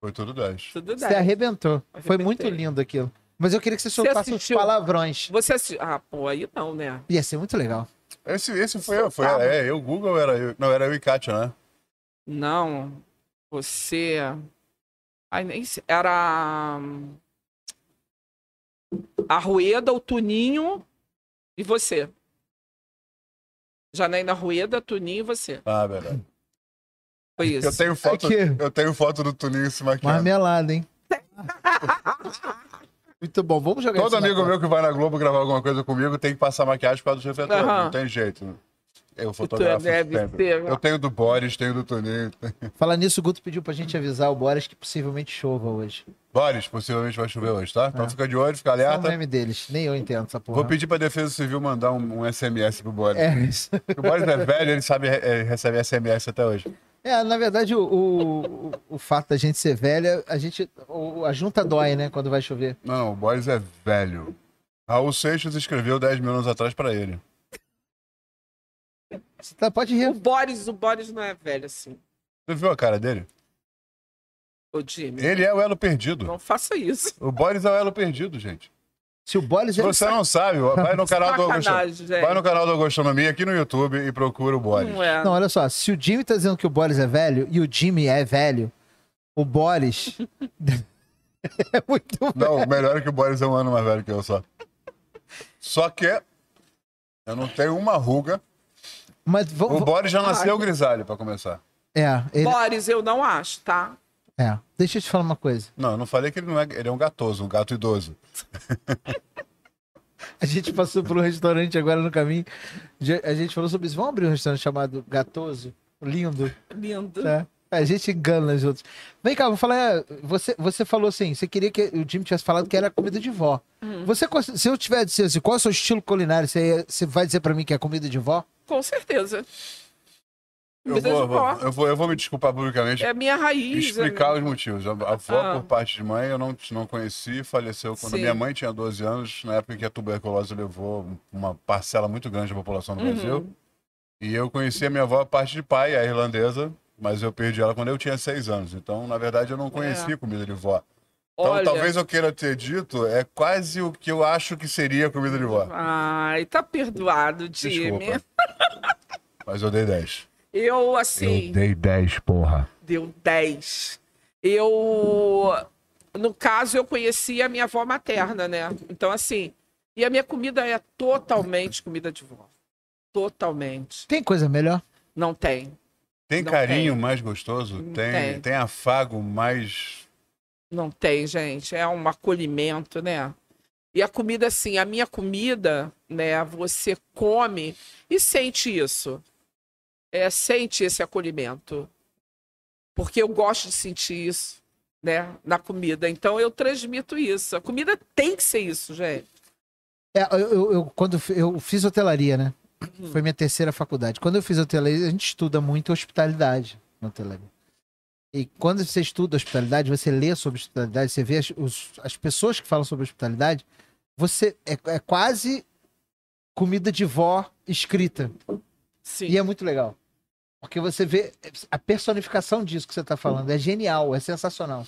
Foi tudo 10. Tudo Você 10. arrebentou. Foi Arrebentei. muito lindo aquilo. Mas eu queria que você soltasse uns assistiu? palavrões. Você assi- Ah, pô, aí não, né? Ia ser muito legal. Esse, esse foi eu, foi ela. É, eu, Google, era eu. Não, era eu e Kátia, né? Não. Você. Ai, nem sei. Era. hum, Arrueda, o Tuninho e você. Janaína Arrueda, Tuninho e você. Ah, verdade. Foi isso. Eu É tenho foto, Aqui. eu tenho foto do Tuninho se maquiando. Marmelada, hein? Muito bom. Vamos jogar Todo isso na amigo tela. meu que vai na Globo gravar alguma coisa comigo tem que passar maquiagem por causa dos refletores. Aham. Não tem jeito. Eu fotografo deve sempre. ser, né? Eu tenho do Boris, tenho do Toninho. Falar nisso, o Guto pediu pra gente avisar o Boris que possivelmente chova hoje. Boris, possivelmente vai chover hoje, tá? Então fica de olho, fica É o alerta. meme deles. Nem eu entendo essa porra. Vou pedir pra Defesa Civil mandar um, um SMS pro Boris. É isso. Porque O Boris é velho, ele sabe é, recebe SMS até hoje. É, na verdade, o, o, o- o fato da gente ser velha, a gente. o- a junta dói, né? Quando vai chover. Não, o Boris é velho. Raul Seixas escreveu 10 mil anos atrás pra ele. Você tá- pode O rir. Boris, o Boris não é velho assim. Você viu a cara dele? Ô, Jimmy, Ele é o elo perdido. não faça isso. O Boris é o elo perdido, gente. Se o Boris Se é. você não sabe, vai no canal do Agosto- Sacanagem, velho. Vai no canal do Agostonomia aqui no YouTube e procura o Boris. Não é. Não, olha só. Se o Jimmy tá dizendo que o Boris é velho e o Jimmy é velho, o Boris. (laughs) é muito. Não, o melhor é que o Boris é um ano mais velho que eu só. Só que eu não tenho uma ruga. Mas vamos. O Boris já nasceu grisalho, pra começar. É, ele... Boris, eu não acho, tá? é. Deixa eu te falar uma coisa. Não, eu não falei que ele não é. Ele é um gatoso, um gato idoso. A gente passou por um restaurante agora no caminho. Já- A gente falou sobre isso. Vamos abrir um restaurante chamado Gatoso? Lindo, Lindo. né? A gente engana os outros. Vem cá, vou falar. é, Você, você falou assim: você queria que o Jimmy tivesse falado que era comida de vó. Você, cons- se eu tiver dizendo assim, qual é o seu estilo culinário, você, você vai dizer pra mim que é comida de vó? Com certeza. Eu Comida vou, de vó. vou- eu, vou, eu vou me desculpar publicamente É a minha e raiz. explicar os motivos. A a avó, Ah. por parte de mãe, eu não, não conheci, faleceu quando Sim. minha mãe tinha 12 anos, na época que a tuberculose levou uma parcela muito grande da população do Uhum. Brasil. E eu conheci a minha avó, a parte de pai, a irlandesa, mas eu perdi ela quando eu tinha 6 anos. Então, na verdade, eu não conheci comida de vó. Então, É. Olha. talvez eu queira ter dito, é quase o que eu acho que seria comida de vó. Ai, tá perdoado, Jimmy. Desculpa. Mas eu dei 10. Eu, assim. dei 10, porra. Deu 10. Eu. No caso, eu conheci a minha avó materna, né? Então, assim. E a minha comida é totalmente comida de vó. Totalmente. Tem coisa melhor? Não tem. Tem Não carinho tem. mais gostoso? Não Tem, tem. tem. afago mais. Não tem, gente. É um acolhimento, né? E a comida, assim, a minha comida, né? Você come e sente isso. É, sente esse acolhimento. Porque eu gosto de sentir isso, né? Na comida. Então eu transmito isso. A comida tem que ser isso, gente. É, eu, eu- eu- quando fi- eu fiz hotelaria, né? Foi minha terceira faculdade. Quando eu fiz hotelaria, a gente estuda muito hospitalidade na hotelaria. E quando você estuda hospitalidade, você lê sobre hospitalidade, você vê as, os- as pessoas que falam sobre hospitalidade, você é, é quase comida de vó escrita. Sim. E é muito legal. Porque você vê a personificação disso que você está falando. É genial, é sensacional.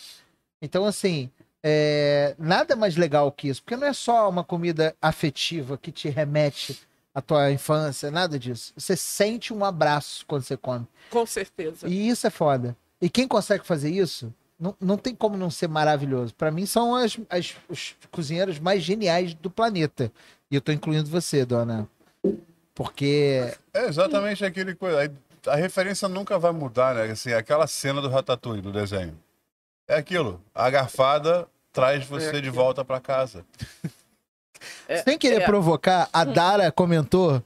Então, assim, é, nada mais legal que isso. Porque não é só uma comida afetiva que te remete à tua infância, nada disso. Você sente um abraço quando você come. Com certeza. E isso é foda. E quem consegue fazer isso, não, não tem como não ser maravilhoso. Pra mim, são as, as- os cozinheiros mais geniais do planeta. E eu tô incluindo você, dona. Porque. É exatamente Hum. aquele coisa. aí A referência nunca vai mudar, né? Assim, aquela cena do Ratatouille, do desenho. É aquilo. A garfada traz você de É aquilo. volta pra casa. Tá É, Sem querer é. provocar, a Dara comentou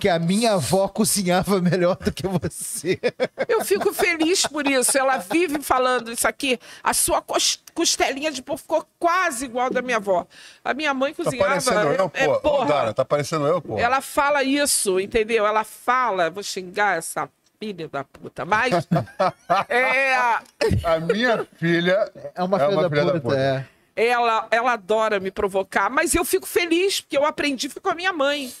que a minha avó cozinhava (laughs) melhor do que você. Eu fico feliz por isso. Ela vive falando isso aqui. A sua cos- costelinha de porco ficou quase igual da minha avó. A minha mãe Tá cozinhava. parecendo eu, é, porra. Ô, Dara, tá parecendo eu, porra. Ela fala isso, entendeu? Ela fala, vou xingar essa filha da (laughs) puta, mas é, A minha filha. É uma filha da puta. é. ela, ela adora me provocar, mas eu fico feliz porque eu aprendi foi com a minha mãe.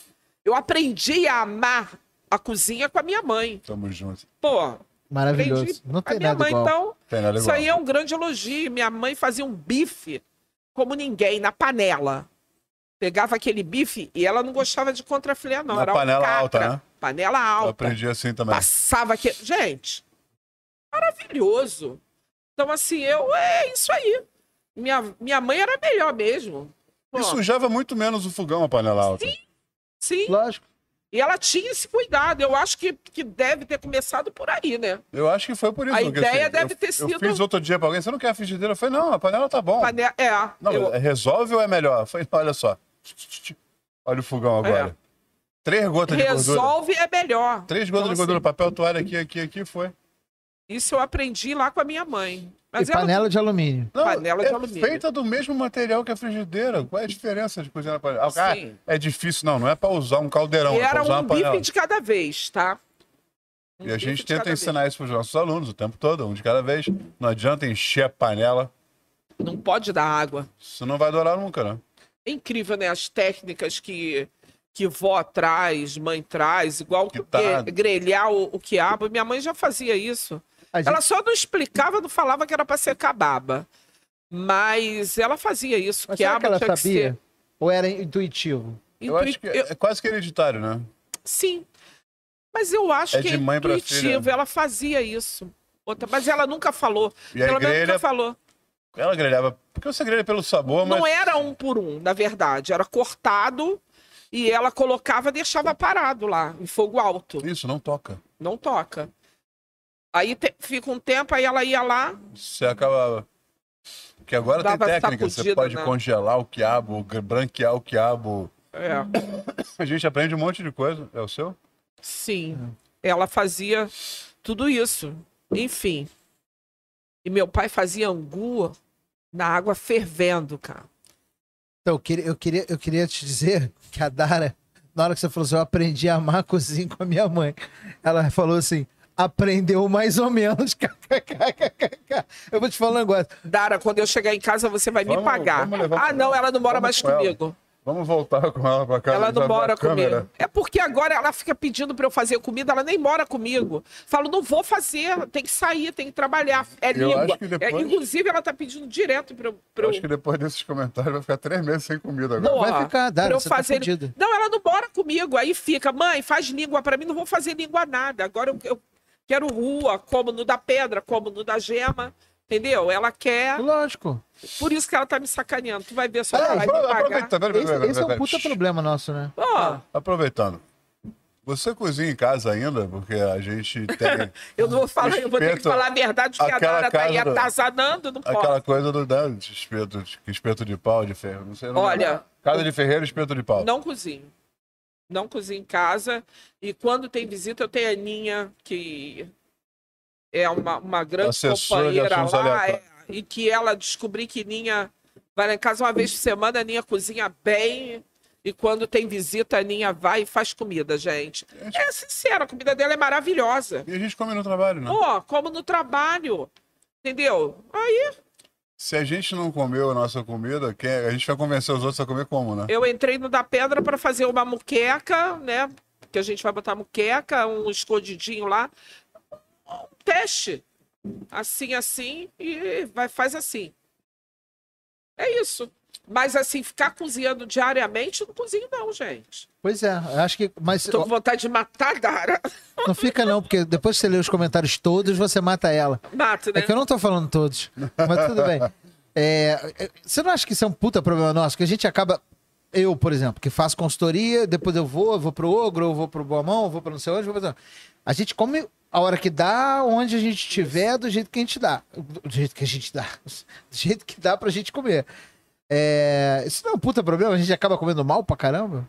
Eu aprendi a amar a cozinha com a minha mãe. Tamo junto. Pô, Maravilhoso. aprendi. Não a tem minha nada mãe, igual. então, Tem nada isso igual. aí é um grande elogio. Minha mãe fazia um bife como ninguém, na panela. Pegava aquele bife e ela não gostava de contrafilé, não. Na era panela alcatra, alta, né? Panela Eu alta. aprendi assim também. Passava aqui. Gente, maravilhoso. Então, assim, eu. É isso aí. Minha, minha mãe era melhor mesmo. Pô, E sujava muito menos o fogão a panela alta. Sim. Lógico. E ela tinha esse cuidado. Eu acho que, que deve ter começado por aí, né? Eu acho que foi por isso. A porque, assim, ideia eu- deve ter Eu sido- fiz outro dia pra alguém, você não quer a frigideira? Eu falei, não, a panela tá bom. Pane- É. Não, eu- resolve ou é melhor? Eu falei, olha só. Olha o fogão agora. É. Três gotas de gordura. Resolve é melhor. Três gotas Então, de gordura, assim, papel toalha aqui, aqui, aqui, foi. Isso eu aprendi lá com a minha mãe. Mas e ela- panela de alumínio. Não, Panela de é alumínio. feita do mesmo material que a frigideira. Qual é a diferença de cozinhar na panela? Ah, Sim. é difícil, não. Não é pra usar um caldeirão, e é assim, era pra usar um uma panela. bife de cada vez, tá? Um E a bife gente de tenta cada ensinar isso pros nossos alunos o tempo todo, um de cada vez. Não adianta encher a panela. vez. Não pode dar água. Isso não vai durar nunca, né? É incrível, né? As técnicas que, que vó traz, mãe traz, igual Que que tá- grelhar o, o quiabo. Minha mãe já fazia isso. A gente- Ela só não explicava, não falava que era pra ser cababa. Mas ela fazia isso, Mas que a será que aba ela tinha que sabia? ser. Ou era intuitivo? Eu acho que intui- eu- é quase que hereditário, né? Sim. Mas eu acho É que é de mãe pra intuitivo. filha. Ela fazia isso. Outra- Mas ela nunca falou. E a Ela nunca grelha, falou. ela grelhava. Porque você grelha pelo sabor, mas. Não era um por um, na verdade. Era cortado e ela colocava deixava parado lá, em fogo alto. Isso, não toca. Não toca. Aí te- fica um tempo, aí ela ia lá. Você acaba. Porque agora Dava tem técnica, sacudida, você pode né? congelar o quiabo, gr- branquear o quiabo. É, Uhum. A gente aprende um monte de coisa. É o seu? sim. É. Ela fazia tudo isso. Enfim. E meu pai fazia angu na água fervendo, cara. Então, eu queria, eu, queria, eu queria te dizer que a Dara, na hora que você falou assim, eu aprendi a amar a cozinha com a minha mãe, ela falou assim, aprendeu mais ou menos. (laughs) kkkk. eu vou te falar um negócio. Dara, quando eu chegar em casa, você vai Vamos- me pagar. vamos levar Ah, pra não, ela. ela não mora Vamos mais com ela. comigo. Vamos voltar com ela pra casa. Ela não já vai mora a câmera. comigo. É porque agora ela fica pedindo pra eu fazer comida, ela nem mora comigo. Falo, não vou fazer, tem que sair, tem que trabalhar. É Eu língua. acho que depois- É, inclusive, ela tá pedindo direto pra eu. Eu pra eu- acho que depois desses comentários vai ficar três meses sem comida agora. Não, Vai ó, ficar, Dara, pra eu você tá fazer- fudida. Não, ela não mora comigo. Aí fica, mãe, faz língua pra mim, não vou fazer língua nada. Agora eu, eu quero rua, como no da pedra, como no da gema. Entendeu? Ela quer. Lógico. Por isso que ela tá me sacaneando. Tu vai ver só Ah, ela vai me apro- pagar. aproveitando, peraí, peraí, Esse, peraí, esse é um peraí. puta Shhh. problema nosso, né? Ó, Aproveitando. Você cozinha em casa ainda? Porque a (laughs) gente tem eu não vou falar, eu vou ter que Espeto. falar a verdade, porque a Aquela Dara tá aí casa do- atazanando, não pode. aquela coisa do né, de espeto, de, espeto de pau, de ferro. Não sei o nome. Olha, Casa de ferreiro, espeto de pau. Não cozinho. Não cozinho em casa. E quando tem visita, eu tenho a Aninha, que é uma, uma grande Assessora de companheira assuntos lá. aleatórios. é, e que ela descobri que Ninha vai lá em casa uma vez por semana, a Ninha cozinha bem. E quando tem visita, a Ninha vai e faz comida, gente. É sincera, a comida dela é maravilhosa. E a gente come no trabalho, né? Pô, como no trabalho. Entendeu? Aí Se a gente não comeu a nossa comida, quem- a gente vai convencer os outros a comer como, né? eu entrei no da pedra para fazer uma muqueca, né? Que a gente vai botar muqueca, um escondidinho lá. Um teste. Assim, assim, e vai, faz assim. É isso. Mas assim, ficar cozinhando diariamente, eu não cozinho, não, gente. Pois é, eu acho que. Mas Tô com vontade de matar a Dara. (laughs) ó, não fica, não, porque depois que você lê os comentários todos, você mata ela. Mato, É né? que eu não tô falando todos, mas tudo bem. É, é, você não acha que isso é um puta problema nosso? Que a gente acaba. Eu, por exemplo, que faço consultoria, depois eu vou, eu vou pro Ogro, eu vou pro Boa Mão, eu vou pro não sei onde, eu vou pra... A gente come a hora que dá, onde a gente tiver, do jeito que a gente dá. Do jeito que a gente dá. (laughs) Do jeito que dá pra gente comer. É, isso não é um puta problema? A gente acaba comendo mal pra caramba?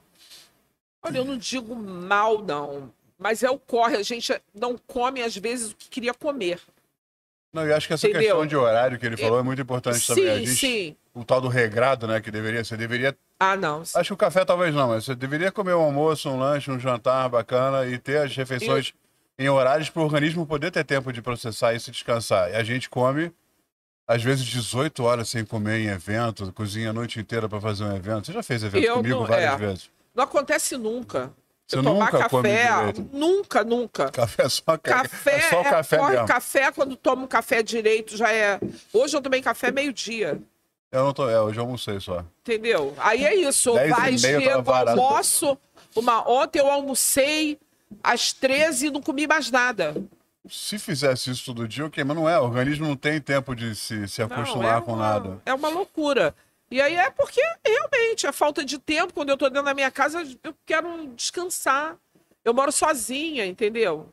Olha, eu não digo mal, não. Mas é ocorre, a gente não come, às vezes, o que queria comer. Não, eu acho que essa Entendeu? questão de horário que ele falou é muito importante também. A Sim, gente, sim. O tal do regrado, né? Que deveria, você deveria Ah, não. Acho que o café talvez não, mas você deveria comer um almoço, um lanche, um jantar bacana e ter as refeições em horários para o organismo poder ter tempo de processar isso e descansar. E a gente come, às vezes, 18 horas sem comer em evento, cozinha a noite inteira para fazer um evento. Você já fez evento Eu comigo não- várias é. vezes. Não acontece nunca. Você eu tomar nunca come café, direito. nunca, nunca. Café é só, ca- Café, é só o é- café corre mesmo. café, quando tomo café direito já é. Hoje eu tomei café meio-dia, Eu não tô, é, hoje eu almocei só. entendeu? Aí é isso, Dez e vai, meia eu tava chego, varado. almoço. Uma, ontem eu almocei às 13 e não comi mais nada. Se fizesse isso todo dia, ok, mas não é. O organismo não tem tempo de se, se Não, acostumar é com uma- nada. É uma loucura. E aí é porque realmente a falta de tempo, quando eu tô dentro da minha casa, eu quero descansar. Eu moro sozinha, entendeu?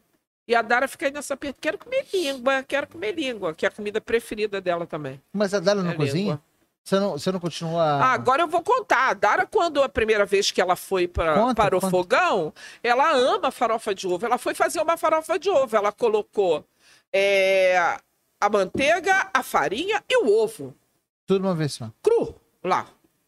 E a Dara fica aí nessa pergunta, quero comer língua, quero comer língua, que é a comida preferida dela também. Mas a Dália não É cozinha? língua. Você não, você não continua. Ah, agora eu vou contar. A Dara, quando a primeira vez que ela foi pra, Conta, para o conta. fogão, ela ama farofa de ovo. Ela foi fazer uma farofa de ovo. Ela colocou é, a manteiga, a farinha e o ovo. Tudo de uma vez só. cru lá.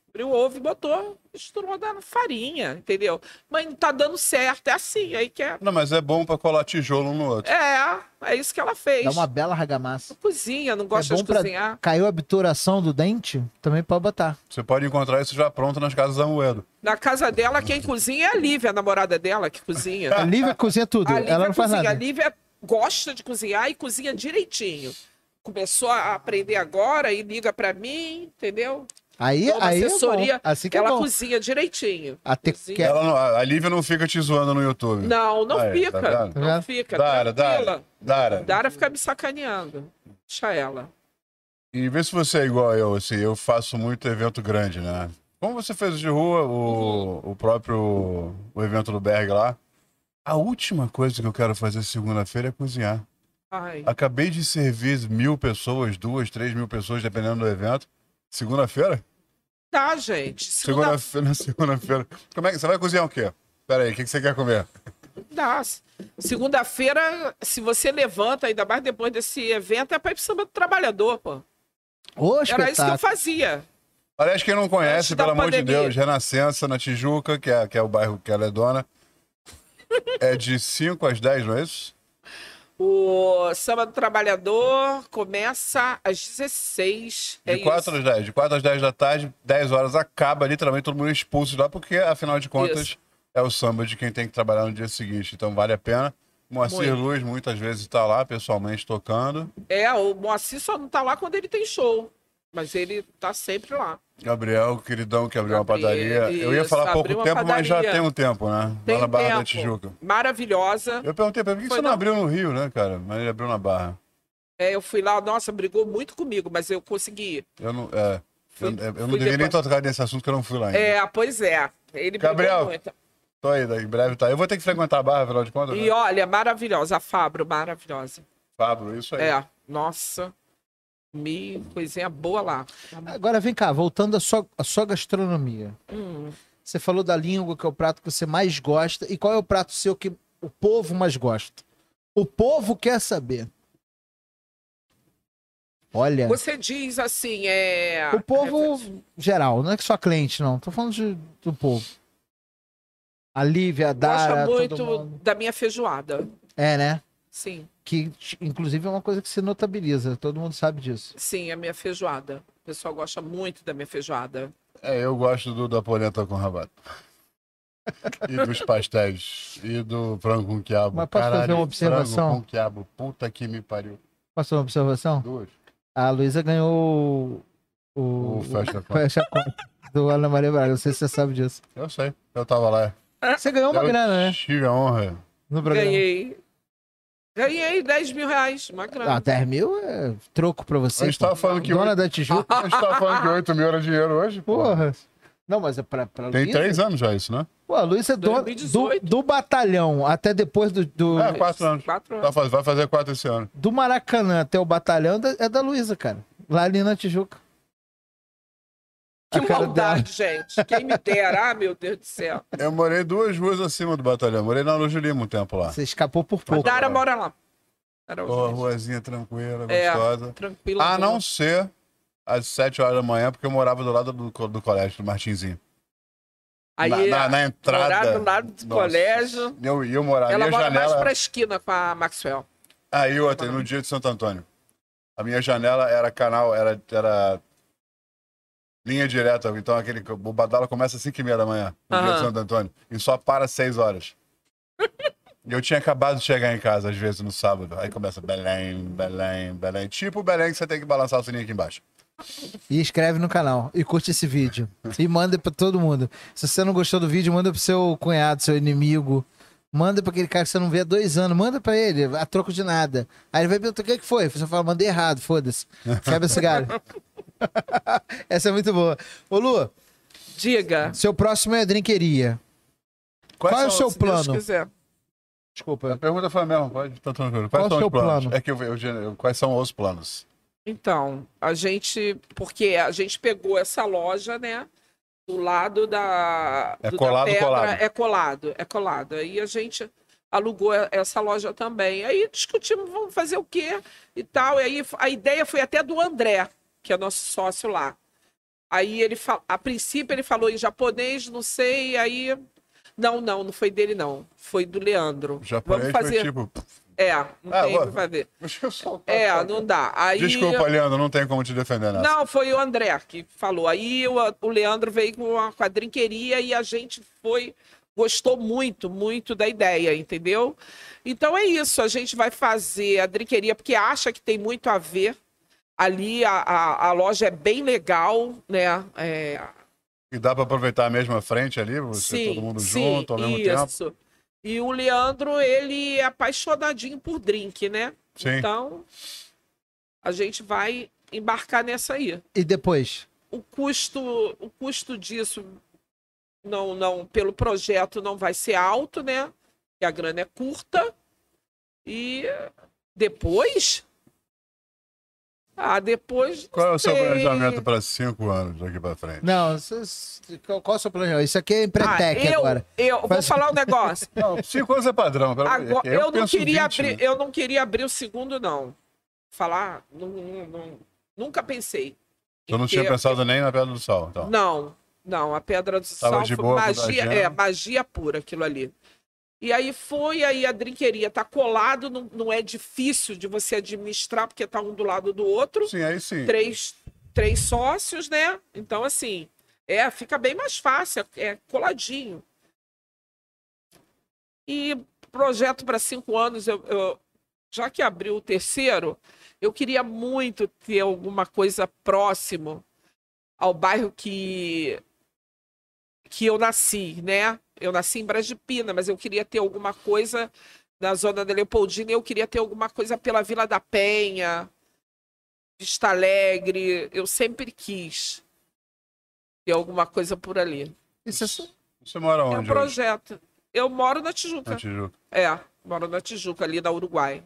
Abriu o ovo e botou, misturou na farinha, entendeu? Mas não tá dando certo, é assim, aí que é. Não, mas é bom para colar tijolo um no outro. É, é isso que ela fez. Dá uma bela argamassa. Não cozinha, não gosta é bom de pra... cozinhar. Caiu a obturação do dente? Também pode botar. Você pode encontrar isso já pronto nas casas da Moedo. Na casa dela, quem cozinha é a Lívia, a namorada dela, que cozinha. A Lívia cozinha tudo. A Lívia ela não faz cozinha, a nada. Lívia gosta de cozinhar e cozinha direitinho. Começou a aprender agora e liga para mim, entendeu? Aí, Toma aí é assessoria, bom. Assim que ela é bom. cozinha direitinho. Até cozinha. que- é- Ela não- a Lívia não fica te zoando no YouTube. Não, não Aí, fica. Hum, tá vendo? Tá não vendo? fica. Dara, tranquila. Dara, Dara. Dara fica me sacaneando. Deixa ela. E vê se você é igual eu, assim, eu faço muito evento grande, né? Como você fez o de rua, o, Uhum. o próprio o evento do Berg lá. A última coisa que eu quero fazer segunda-feira é cozinhar. Ai. Acabei de servir mil pessoas, duas, três mil pessoas, dependendo do evento. Segunda-feira? Tá, gente. (laughs) Segunda Segunda-feira, segunda-feira. Como é que você vai cozinhar o quê? Pera aí, o que que você quer comer? dá. Segunda-feira, se você levanta, ainda mais depois desse evento, é pra ir pro samba do trabalhador, pô. Ô, Era isso que eu espetáculo. fazia. Aliás, quem não Antes conhece, da pelo amor de pandemia. Deus, Renascença, na Tijuca, que é, que é o bairro que ela é dona. É de 5 às 10, não é isso? O samba do trabalhador começa às 16. De é 4 isso. às 10. De 4 às 10 da tarde, 10 horas acaba, literalmente todo mundo é expulso de lá, porque afinal de contas Isso. é o samba de quem tem que trabalhar no dia seguinte. Então vale a pena. Moacir Muito. Luz muitas vezes está lá pessoalmente tocando. É, o Moacir só não tá lá quando ele tem show. Mas ele tá sempre lá. Gabriel, queridão que abriu uma Gabriel, padaria. Eu ia isso, falar há pouco abriu uma tempo, mas já padaria. tem um tempo, né? Tem lá na Barra da tempo. Tijuca. Maravilhosa. Eu perguntei pra ele, por que Foi você não não. abriu no Rio, né, cara? Mas ele abriu na Barra. É, eu fui lá, nossa, brigou muito comigo, mas eu consegui. Eu não, é, Fui- eu, eu não fui devia nem depois- tocar nesse assunto que eu não fui lá ainda. É, pois é. Ele Gabriel. brigou muito. Tô aí, daí, em breve tá. Eu vou ter que frequentar a Barra, afinal de contas. E Né? olha, maravilhosa, a Fabro, maravilhosa. Fábio, isso aí. É, nossa. Me coisinha boa lá. Agora vem cá, voltando à sua, à sua gastronomia. Hum, Você falou da língua, que é o prato que você mais gosta. E qual é o prato seu que o povo mais gosta? O povo quer saber. Olha, Você diz assim, é. É. o povo geral, não é que só cliente, não. Tô falando de- do povo. A Lívia, a Dara, Gosta todo muito mundo. da minha feijoada. É, né? Sim, Que, t- inclusive, é uma coisa que se notabiliza. Todo mundo sabe disso. sim, a minha feijoada. O pessoal gosta muito da minha feijoada. É, eu gosto do da polenta com (laughs) rabato. E dos pastéis. E do frango com quiabo. Mas posso fazer Caralho, uma observação? Frango com quiabo. Puta que me pariu. Posso fazer uma observação? Duas. A Luísa ganhou o... O O, festa com... fecha a conta do Ana Maria Braga. Não sei se você sabe disso. Eu sei. Eu tava lá. Você ganhou uma eu grana, né? Tive a honra. No programa. Ganhei. Ganhei 10 mil reais, uma grana. Ah, 10 mil é troco pra você. A gente tava pô. falando que Dona oito- da Tijuca. A gente tava falando que 8 mil era dinheiro hoje, porra. Porra. Não, mas é pra, pra Tem Luísa? três anos já isso, né? Pô, a Luísa é dona do, 2018. do batalhão até depois do, do, Ah. É, quatro anos. Quatro Tá anos. faz- Vai fazer quatro esse ano. do Maracanã até o batalhão da- é da Luísa, cara. Lá ali na Tijuca. Que a cara maldade, gente. Quem me dera, ah, meu Deus do céu. Eu morei duas ruas acima do batalhão. Morei na Luz Lima um tempo lá. Você escapou por pouco. né? Dara mora lá. Dara Uma hoje. ruazinha tranquila, É. gostosa. Tranquilo. A não ser às 7 horas da manhã, porque eu morava do lado do, co- do colégio, do Martinzinho. Aí, na, na- na entrada. morar do lado do Nossa. colégio. Eu, eu morava. ela minha mora mais janela. pra esquina com a Maxwell. Aí eu até no dia de Santo Antônio. A minha janela era canal, era. era linha direta. Então aquele. O Badala começa às 5 e meia da manhã, no dia de Aham. Santo Antônio. E só para às 6 horas. E eu tinha acabado de chegar em casa, às vezes, no sábado. Aí começa Belém, Belém, Belém. Tipo o Belém que você tem que balançar o sininho aqui embaixo. E escreve no canal. E curte esse vídeo. E manda pra todo mundo. Se você não gostou do vídeo, manda pro seu cunhado, seu inimigo. Manda pra aquele cara que você não vê há dois anos. Manda pra ele, a troco de nada. Aí ele vai perguntar o que, que foi. Você fala, mandei errado, foda-se. Quebra o cigarro. (laughs) Essa é muito boa. Ô Lu, Diga. seu próximo é a drinqueria. Qual é o são- seu se Deus plano? quiser. A Desculpa. pergunta foi a mesma, pode? Tá tranquilo. Qual Quais o são seu os planos? plano? É que eu, eu, eu- quais são os planos? Então, a gente. Porque a gente pegou essa loja, né? Do lado da. É do- da colado, colado. É colado, é colado. Aí a gente alugou e- essa loja também. Aí discutimos, vamos fazer o quê e tal. E aí f- a ideia foi até do André, que é nosso sócio lá. Aí ele, fa- a princípio, ele falou em japonês, não sei. Aí. Não, não, não foi dele, não. Foi do Leandro. O japonês vamos fazer. foi tipo. É, não Ah, tem o bora. que fazer. Deixa eu soltar. É, não dá. Aí... Desculpa, Leandro, não tem como te defender nessa. Não, foi o André que falou. Aí o, o Leandro veio com a, com a drinqueria e a gente foi gostou muito, muito da ideia, entendeu? Então é isso, a gente vai fazer a driqueria porque acha que tem muito a ver. Ali a, a, a loja é bem legal, né? É, E dá pra aproveitar a mesma frente ali, você todo mundo junto ao mesmo tempo. isso. E o Leandro, ele é apaixonadinho por drink, né? Sim. Então, a gente vai embarcar nessa aí. E depois? O custo, o custo disso não, não, pelo projeto não vai ser alto, né? Que a grana é curta. E depois Ah, depois não Qual é o seu sei. planejamento para cinco anos daqui pra frente? Não, isso- isso- qual, qual é o seu planejamento? Isso aqui é Ah, empretec eu, agora. eu vou Faz- falar um negócio. (laughs) Não, cinco anos é padrão. pera- Agora, é, eu, não penso queria 20, abrir, né? eu não queria abrir o segundo não. Falar, não, não- não- nunca pensei. Eu não em tinha ter- pensado nem na Pedra do Sol. Então. É, Não, não, a pedra do Tava sal de foi boa com a magia, Diana. é, magia pura aquilo ali. E aí foi, aí a drinqueria tá colado, não, não é difícil de você administrar, porque tá um do lado do outro, Sim, aí sim. três, três sócios, né? Então, assim, é, fica bem mais fácil, é coladinho. E projeto para cinco anos, eu, eu- já que abriu o terceiro, eu queria muito ter alguma coisa próximo ao bairro que que eu nasci, né? Eu nasci em Bras de Pina, mas eu queria ter alguma coisa na zona da Leopoldina, eu queria ter alguma coisa pela Vila da Penha, Vista Alegre, eu sempre quis ter alguma coisa por ali. Isso é só- Você mora É um onde? hoje? projeto. Eu moro na Na Tijuca. Tijuca. É, moro na Tijuca, ali na Uruguai.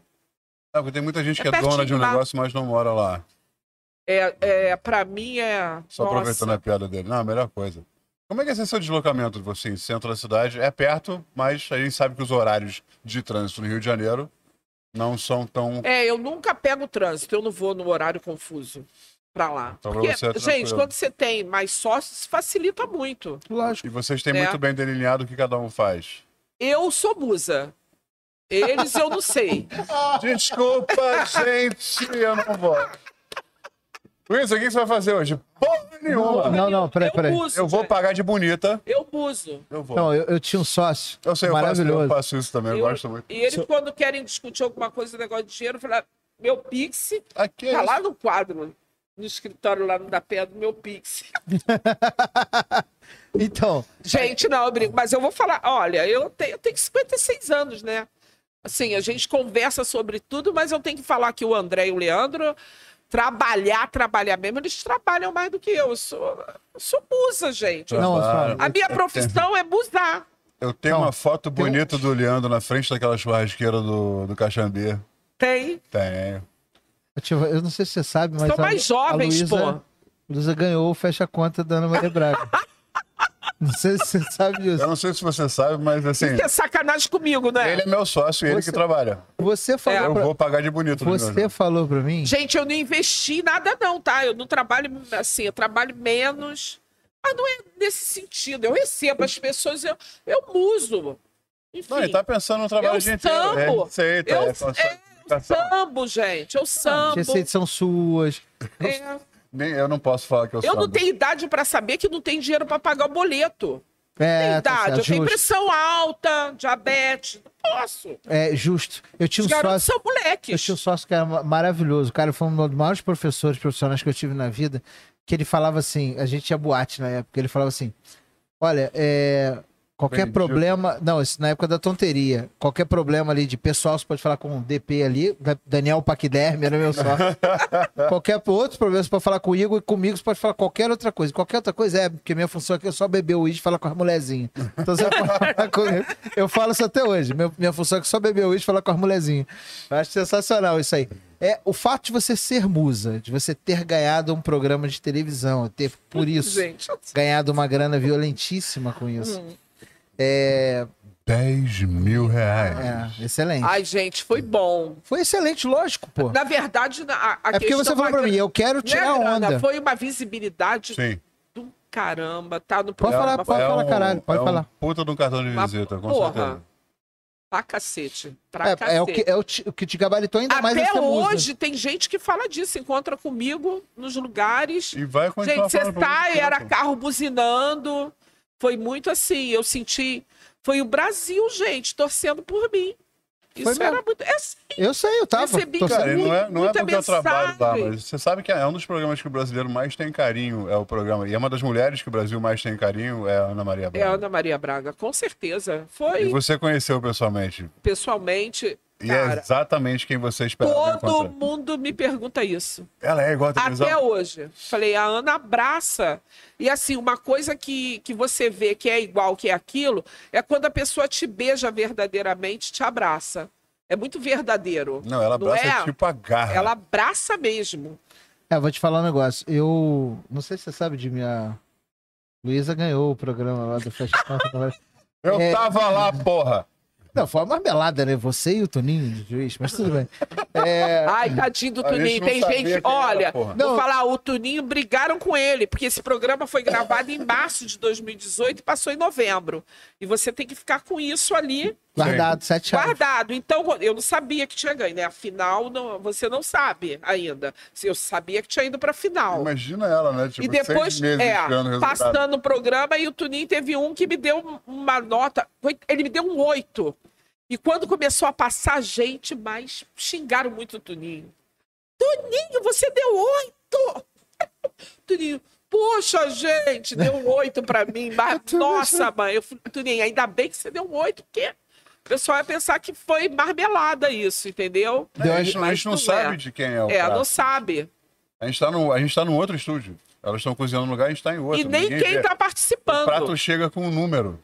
É, porque tem muita gente É que é, dona pertinho de um lá. negócio, mas não mora lá. É, é, pra mim é. Só Nossa, aproveitando a piada dele. Não, a melhor coisa. Como é que é esse seu deslocamento de você? Centro da cidade é perto, mas a gente sabe que os horários de trânsito no Rio de Janeiro não são tão. É, eu nunca pego trânsito, eu não vou no horário confuso pra lá. Então pra Porque, você é gente, tranquilo. quando você tem mais sócios, facilita muito. Lógico. E vocês têm É. muito bem delineado o que cada um faz. Eu sou musa. Eles eu não sei. Desculpa, gente, eu não vou. Luiz, o que você vai fazer hoje? Porra nenhuma! Não, não, peraí, eu peraí. buzo, Eu vou gente. pagar de bonita. Eu buzo. Eu vou. Não, eu, eu tinha um sócio. eu sei, eu faço, maravilhoso. eu faço isso também, eu, Eu- gosto muito. E eles, quando querem discutir alguma coisa, negócio de dinheiro, falam, meu Pix Aqui é tá isso. lá no quadro, no escritório lá no da pedra, meu Pix. (laughs) (laughs) Então, Gente, não, eu brinco, mas eu vou falar, olha, eu tenho, eu tenho 56 anos, né? Assim, a gente conversa sobre tudo, mas eu tenho que falar que o André e o Leandro trabalhar, trabalhar mesmo, eles trabalham mais do que eu. Eu sou, eu sou musa, gente. Não, Trabalho. só- A minha profissão é musar. Eu Tá. tenho Não, uma foto tem um- bonita do Leandro na frente daquela churrasqueira do, do Caxambê. Tem. Tenho. eu, te- eu não sei se você sabe, mas. São mais jovens, Luísa- pô. a Luísa ganhou o fecha conta da Ana Maria (laughs) Braga. não sei se você sabe disso. Eu não sei se você sabe, mas assim, Isso que é sacanagem comigo, né? ele é meu sócio, ele Você- que trabalha. Você É. falou, Eu pra, vou pagar de bonito. você Leandro. falou pra mim. Gente, eu não investi em nada, não, tá? Eu não trabalho assim, eu trabalho menos. Mas não é nesse sentido. Eu recebo as pessoas, eu, eu uso. Enfim, Não, ele tá pensando no trabalho Eu de gente. É, sambo. sei, tá, Eu- é só- é, sambo, gente. Eu sambo. Porque Essas são suas. É. Nem, eu não posso falar que eu, Eu sambo. não tenho idade pra saber que não tem dinheiro pra pagar o boleto. Tem É, tá idade, eu certo, tenho justo. pressão alta, diabetes. Não posso. É, justo. Eu tinha um Os garotos sócio. são Eu moleques. tinha um sócio que era ma- maravilhoso. O cara foi um dos maiores professores profissionais que eu tive na vida. Que ele falava assim: a gente ia boate na época. Ele falava assim: olha, é, qualquer Bendito. problema. Não, isso na época da tonteria. Qualquer problema ali de pessoal, você pode falar com o DP ali. Da- Daniel Paquiderme era meu sócio. qualquer outro problema, você pode falar com o Igor e comigo, você pode falar qualquer outra coisa. Qualquer outra coisa é, porque minha função aqui é só beber uísque e falar com as mulherzinhas. Então você pode falar (laughs) comigo. Eu falo isso até hoje. Meu- minha função é que só beber uísque e falar com as mulherzinhas. Eu acho sensacional isso aí. É o fato de você ser musa, de você ter ganhado um programa de televisão, ter (laughs) por isso Gente, Hum. eu- ganhado uma grana violentíssima com isso. É, 10 mil reais. é, excelente. Ai, gente, foi bom. Foi excelente, lógico, pô. Na verdade, na- a, a É porque questão você falou pra da- mim, eu quero Né, tirar Grana? onda. Foi uma visibilidade É. Sim. do caramba, tá? No Pode programa, falar, pode é falar, um- caralho, pode é um falar. puta de um cartão de Uma visita, com porra. certeza. Pra cacete. Pra É, cacete. é o que, é o ti- o que te gabaritou ainda mais Até essa musa. hoje tem gente que fala disso, encontra comigo nos lugares. E vai continuar Gente, você falando por muito sai, tempo. era carro buzinando. Foi muito assim, eu senti. Foi o Brasil, gente, torcendo por mim. Isso mesmo? era muito. É assim, Eu sei, eu tava. Recebi, Tô Cara, sabendo. e não é, não é Muita porque eu trabalho lá, mensagem. mas você sabe que é um dos programas que o brasileiro mais tem carinho, é o programa. E é uma das mulheres que o Brasil mais tem carinho, é a Ana Maria é a Braga. Ana Maria Braga, com certeza. E Foi você conheceu pessoalmente. pessoalmente. E é Cara, exatamente quem você esperava todo encontrar. mundo me pergunta isso. Ela é igual a Até televisão. hoje. Falei, a Ana abraça. E assim, uma coisa que, que você vê que é igual, que é aquilo, é quando a pessoa te beija verdadeiramente, te abraça. É muito verdadeiro. Não, ela abraça é? tipo a garra. Ela abraça mesmo. É, vou te falar um negócio. Eu. Não sei se você sabe de minha. Luísa ganhou o programa lá do Fast Conta. (laughs) Eu É. tava lá, porra! Não, foi uma marmelada, né? Você e o Toninho de juiz, mas tudo bem. É, Ai, tadinho do A gente Tuninho. não Tem sabia gente. quem era, Olha, porra. Não. vou falar, o Tuninho brigaram com ele, porque esse programa foi gravado em março de 2018 e passou em novembro. E você tem que ficar com isso ali guardado, sete anos. guardado. Então, eu não sabia que tinha ganho, né? Afinal, não- você não sabe ainda. Se Eu sabia que tinha ido pra final. Imagina ela, né? Tipo, e depois, seis meses é, esperando o resultado. passando o programa, e o Tuninho teve um que me deu uma nota. foi- Ele me deu um oito. E quando começou a passar, gente, mas xingaram muito o Tuninho. Tuninho, você deu oito! (laughs) Tuninho, poxa, gente, deu um oito pra mim. (laughs) Mas, nossa, mãe, eu falei, Tuninho, ainda bem que você deu um oito, porque o pessoal ia pensar que foi marmelada isso, entendeu? É, a gente, não- a Mas gente não não sabe é. de quem é o É, prato. não sabe. A gente tá no, a gente tá num outro estúdio. Elas estão cozinhando num lugar, a gente tá em outro. E nem Ninguém quem vê. tá O participando. prato chega com um número.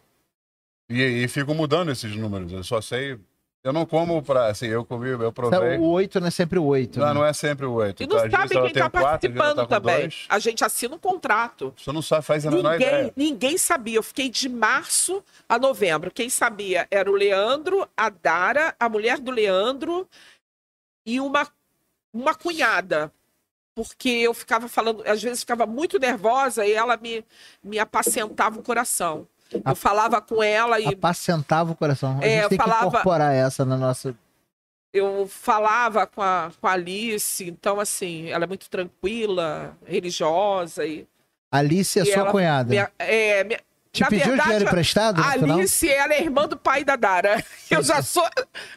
E, e fico mudando esses números. Eu só sei. Eu não como pra. Assim, eu comi, eu provei. Então, O oito não é sempre o oito. Não, né? não é sempre o oito. E não Tá? Às sabe vezes ela quem tem está quatro, às vezes ela participando tá com também. dois. A gente assina um contrato. Você não sabe, faz a menor Ninguém, ideia. ninguém sabia. Eu fiquei de março a novembro. Quem sabia era o Leandro, a Dara, a mulher do Leandro e uma, uma cunhada. Porque eu ficava falando, às vezes ficava muito nervosa e ela me, me apacentava o coração. A- Eu falava com ela e Apacentava o coração. A É, gente tem que falava- incorporar essa na nossa. eu falava com a, com a Alice. Então, assim, ela é muito tranquila, religiosa e Alice é E sua ela- cunhada. Minha- é, minha- Te na pediu verdade, dinheiro emprestado no a final? é. Alice, ela é irmã do pai da Dara. Eu já sou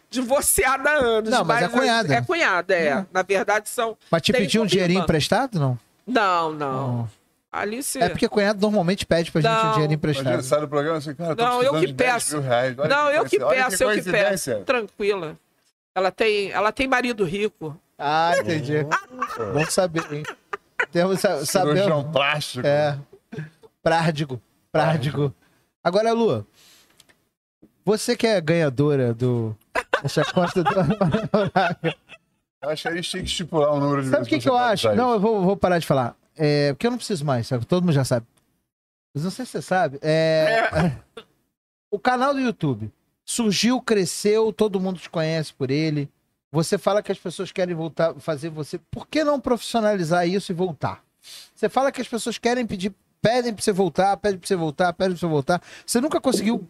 divorciada há anos. Não, mas é cunhada. É cunhada, é. Na verdade, são. Mas te tem pediu um uma dinheirinho irmã. emprestado, não? Não, não. Não. Alice. É porque cunhado normalmente pede pra gente um Não. dinheiro Imagina, emprestado. sai do programa assim, cara, tô Não, eu precisando que de 10 peço. mil reais. Olha Não, eu que coincidência. Olha peço, eu que peço. coincidência. Tranquila. Ela tem, ela tem marido rico. Ah, entendi. Bom saber, hein? Temos sa- saber. Cirurgião plástico. É. Prárdigo. Prárdigo. Agora, Lu, você que é ganhadora do. Essa costa do... Acho que a gente tem que estipular um número de Sabe o vezes que, que você eu pode acho? usar Não, isso. eu vou, vou parar de falar. É, porque eu não preciso mais, sabe? Todo mundo já sabe. Mas não sei se você sabe. É... o canal do YouTube surgiu, cresceu, todo mundo te conhece por ele. Você fala que as pessoas querem voltar, fazer você. Por que não profissionalizar isso e voltar? Você fala que as pessoas querem pedir, pedem pra você voltar, pedem pra você voltar, pedem pra você voltar. Você nunca conseguiu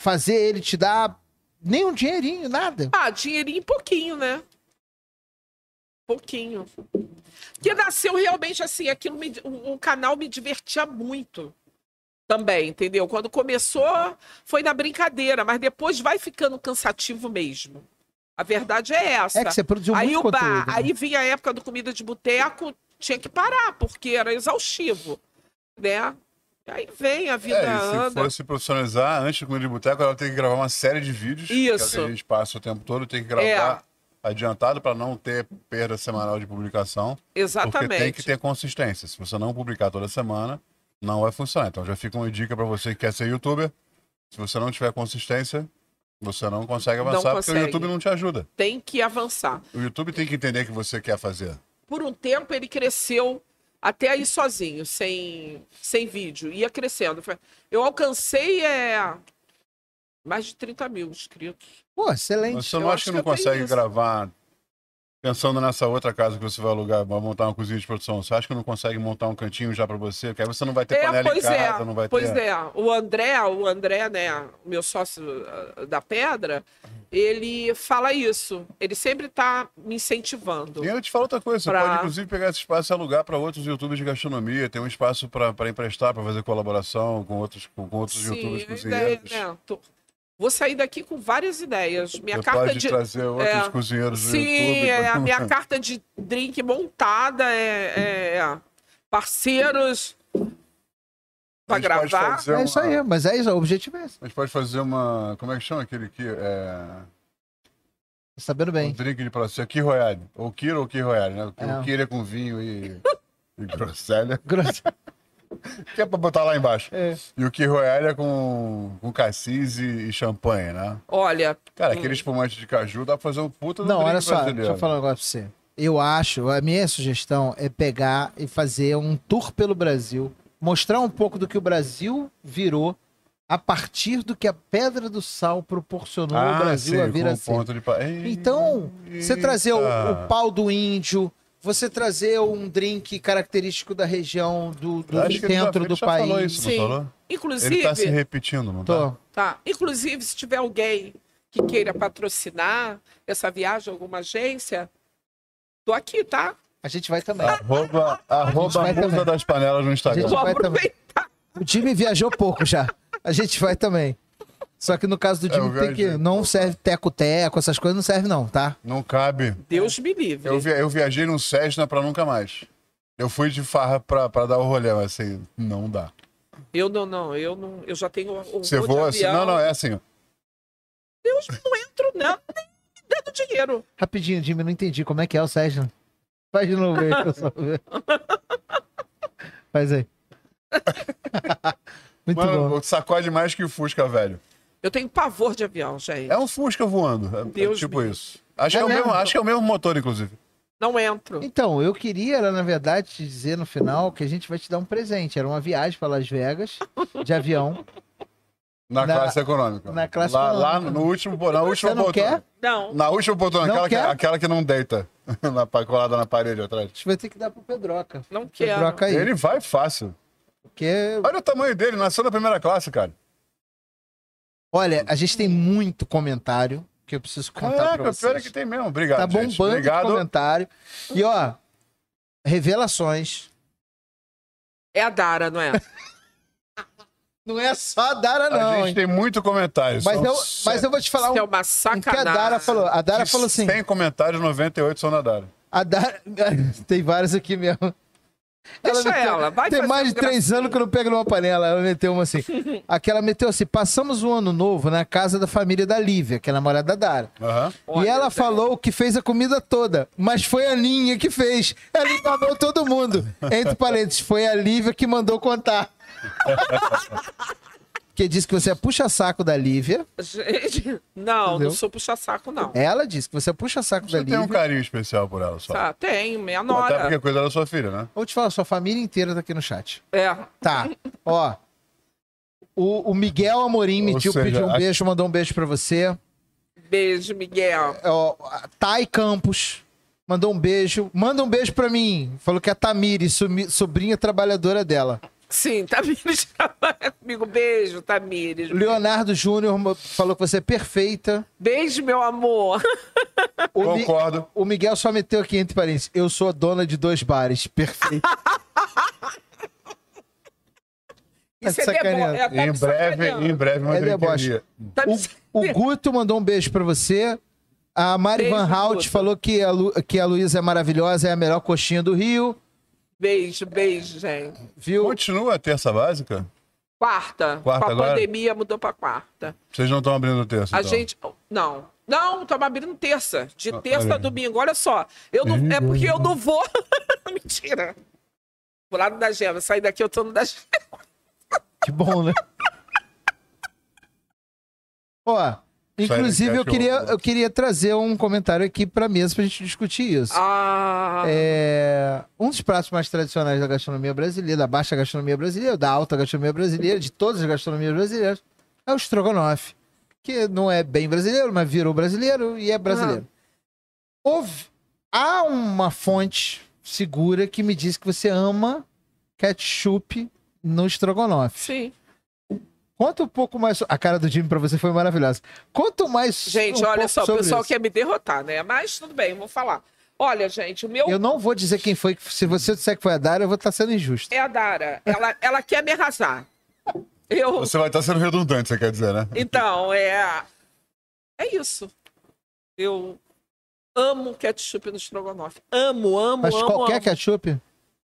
fazer ele te dar nem um dinheirinho, nada. Ah, dinheirinho pouquinho, né? Pouquinho. Porque nasceu realmente assim, aquilo me- o, o canal me divertia muito também, entendeu? Quando começou, foi na brincadeira, mas depois vai ficando cansativo mesmo. A verdade é essa. É que você produziu aí muito o bar, conteúdo. né? aí vinha a época do comida de boteco, tinha que parar, porque era exaustivo, né? Aí vem a vida É, e se anda. fosse profissionalizar, antes de comida de boteco, ela tem que gravar uma série de vídeos. Isso. Que a gente passa o tempo todo, tem que É. gravar adiantado para não ter perda semanal de publicação. Porque tem que Exatamente. ter consistência. Se você não publicar toda semana, não vai funcionar. Então já fica uma dica para você que quer ser youtuber. Se você não tiver consistência, você não consegue Não avançar, porque o consegue. YouTube não te ajuda. Tem que avançar. O YouTube tem que entender que você quer fazer. por um tempo ele cresceu até aí sozinho, sem, sem vídeo. Ia crescendo. Foi- Eu alcancei é, mais de 30 mil inscritos. Pô, excelente. Você não eu acha acho que que não eu tenho consegue isso. gravar Pensando nessa outra casa que você vai alugar, vai montar uma cozinha de produção, você acha que não consegue montar um cantinho já pra você? Porque aí você não vai ter É, panela em pois casa, é. não vai pois ter... é. O André, o André, né, o meu sócio ah, da pedra, ele fala isso. Ele sempre tá me incentivando. E eu te falo outra coisa, você Pra- pode inclusive pegar esse espaço e alugar para outros youtubers de gastronomia, tem um espaço para emprestar, para fazer colaboração com outros, com, com outros youtubers a ideia, cozinheiros. né, tô- Vou sair daqui com várias ideias. Minha Você carta pode de trazer outros é. cozinheiros do Sim, YouTube. então. é, a pra- (laughs) minha carta de drink montada é, é parceiros A para gente pode gravar. fazer É isso uma- aí, mas é isso, o objetivo é esse. A gente pode fazer uma. Como é que chama aquele que. É, Tá Sabendo um bem. drink de processo. Aqui Royale. Ou Kira ou Ki Royale, né? É. O Kira é com vinho e. e groselha. Grosso. Que é pra botar lá embaixo. É. E o Ki Royale é com, com cassis e, e champanhe, né? Olha, Cara, aquele espumante de caju dá pra fazer um puta do Hum. Não, drink olha só, brasileiro. deixa eu falar um negócio pra você. Eu acho, a minha sugestão é pegar e fazer um tour pelo Brasil, mostrar um pouco do que o Brasil virou a partir do que a Pedra do Sal proporcionou Ah, ao Brasil sim, a vir com a um ser. ponto de... pa- Ei, Então, você trazer o, o pau do índio, você trazer um drink característico da região do, do Acho que ele já- centro ele do já país. Falou isso, Sim. Não falou? inclusive, Ele tá se repetindo, não Tô. tá? tá, inclusive se tiver alguém que queira patrocinar essa viagem, alguma agência, tô aqui, tá? A gente vai também. Arroba, A arroba gente vai musa também. das panelas no Instagram. A gente Vou vai também. aproveitar. O Jimmy viajou pouco já. A gente vai também. Só que no caso do É, eu Jimmy tem viajei que. Não pouco. serve teco-teco, essas coisas não serve, não, tá? Não cabe. Deus me livre. É. Eu, via- eu viajei num Cessna pra nunca mais. Eu fui de farra pra, pra dar o rolê, mas assim, não dá. Eu não, não, eu não, eu já tenho o Você voo de voa assim, não, avião. não, é assim. ó. Deus não entro não, nem dando dinheiro. Rapidinho, Jimmy, não entendi como é que é o Sérgio. Faz de novo aí, pra eu só ver. Faz aí. (laughs) Muito bom. Mano, sacode mais que o Fusca, velho. Eu tenho pavor de avião, gente. É um Fusca voando. é- é Deus tipo me- isso. Acho, É que é o mesmo, mesmo? acho que é o mesmo motor, inclusive. Não entro. Então, eu queria, era, na verdade, te dizer no final que a gente vai te dar um presente. Era uma viagem para Las Vegas, de avião. Na, Na- classe econômica. na classe lá, econômica. lá no último botão. Na última Você não poltrona. quer? Não. Na última poltrona, Não aquela que, quer? aquela que não deita. (laughs) na, pa- colada na parede atrás. A gente vai ter que dar pro Pedroca. Não quero. Pedroca aí. Ele vai fácil. Porque Olha o tamanho dele, nasceu na primeira classe, cara. Olha, a gente tem muito comentário que eu preciso contar pra Caraca, vocês. pior é que tem mesmo. Obrigado, tá gente. bombando de Obrigado. comentário. E ó, revelações. É a Dara, não é? Não é só a Dara a não, gente hein? tem muito comentário. Mas são eu, sete- mas eu vou te falar Isso é um, uma o que a sacanagem. Dara falou. A Dara de falou assim, 100 comentários, 98 são da Dara. a Dara... (laughs) tem vários aqui mesmo. Deixa meteu- ela, vai Tem fazer um mais de gracinha. três anos que eu não pego numa panela. Ela meteu uma assim. Aquela meteu assim, passamos um ano novo na casa da família da Lívia, que é a namorada da Dara. Aham. Olha, e ela Dara. falou que fez a comida toda, mas foi a Aninha que fez. Ela enganou todo mundo. Entre parênteses, foi a Lívia que mandou contar. Porque disse que você é puxa-saco da Lívia. Gente, não, Entendeu? não sou puxa-saco, não. Ela disse que você é puxa-saco da Você tem Lívia. um carinho especial por ela, só. Tá, tem, meia Até nora. porque é coisa da sua filha, né? Vou te falar, sua família inteira tá aqui no chat. É. Tá, ó. O, o Miguel Amorim me Ou pediu, seja, pediu um a- beijo, mandou um beijo pra você. Beijo, Miguel. Ó, a Thay Campos mandou um beijo. Manda um beijo pra mim. Falou que é a Tamiri, sumi- sobrinha trabalhadora dela. Sim, Tamires trabalha comigo. Beijo, Tamires. Leonardo Júnior mo- falou que você é perfeita. Beijo, meu amor. O, Mi- Concordo. o Miguel só meteu aqui entre parênteses. Eu sou a dona de dois bares. (laughs) Perfeito. Isso é, sacaneando. debo- é tá me em breve, sacaneando. em breve, uma É deboche. drinqueria. Tá me O, o sacaneando. Guto mandou um beijo pra você. A Mari Beijo, Van Hout Guto. falou que a, Lu, que a Luísa é maravilhosa, é a melhor coxinha do Rio. Beijo, beijo, gente. Viu? Continua a terça básica? Quarta. Quarta com a agora? pandemia mudou pra quarta. Vocês não estão abrindo terça, A então. gente. Não. Não, estamos abrindo terça. De Ah, terça olha a aí. domingo. Olha só. Eu não, é porque eu não vou. (laughs) Mentira. Vou lá no da Gema. Sair daqui, eu tô no da Gema. Que bom, (laughs) né? Ó, inclusive eu né? cachorro. queria, eu queria trazer um comentário aqui pra mesa pra gente discutir isso. Ah, É, um dos pratos mais tradicionais da gastronomia brasileira, da baixa gastronomia brasileira, da alta gastronomia brasileira, de todas as gastronomias brasileiras, é o estrogonofe, que não é bem brasileiro, mas virou brasileiro e é brasileiro. Houve Há uma fonte segura que me diz que você ama ketchup no estrogonofe. Sim. Conta um pouco mais. so- A cara do Jimmy pra você foi maravilhosa. Conta mais. Gente, um olha pouco só, o sobre pessoal isso. quer me derrotar, né? Mas tudo bem, eu vou falar. Olha, gente, é o meu Eu não vou dizer quem foi. Se você disser que foi a Dara, eu vou estar sendo injusto. é a Dara. Ela, ela quer me arrasar. Eu, Você vai estar sendo redundante, você quer dizer, né? então, é. É isso. Eu amo ketchup no estrogonofe. Amo, amo, Mas amo. qualquer amo. ketchup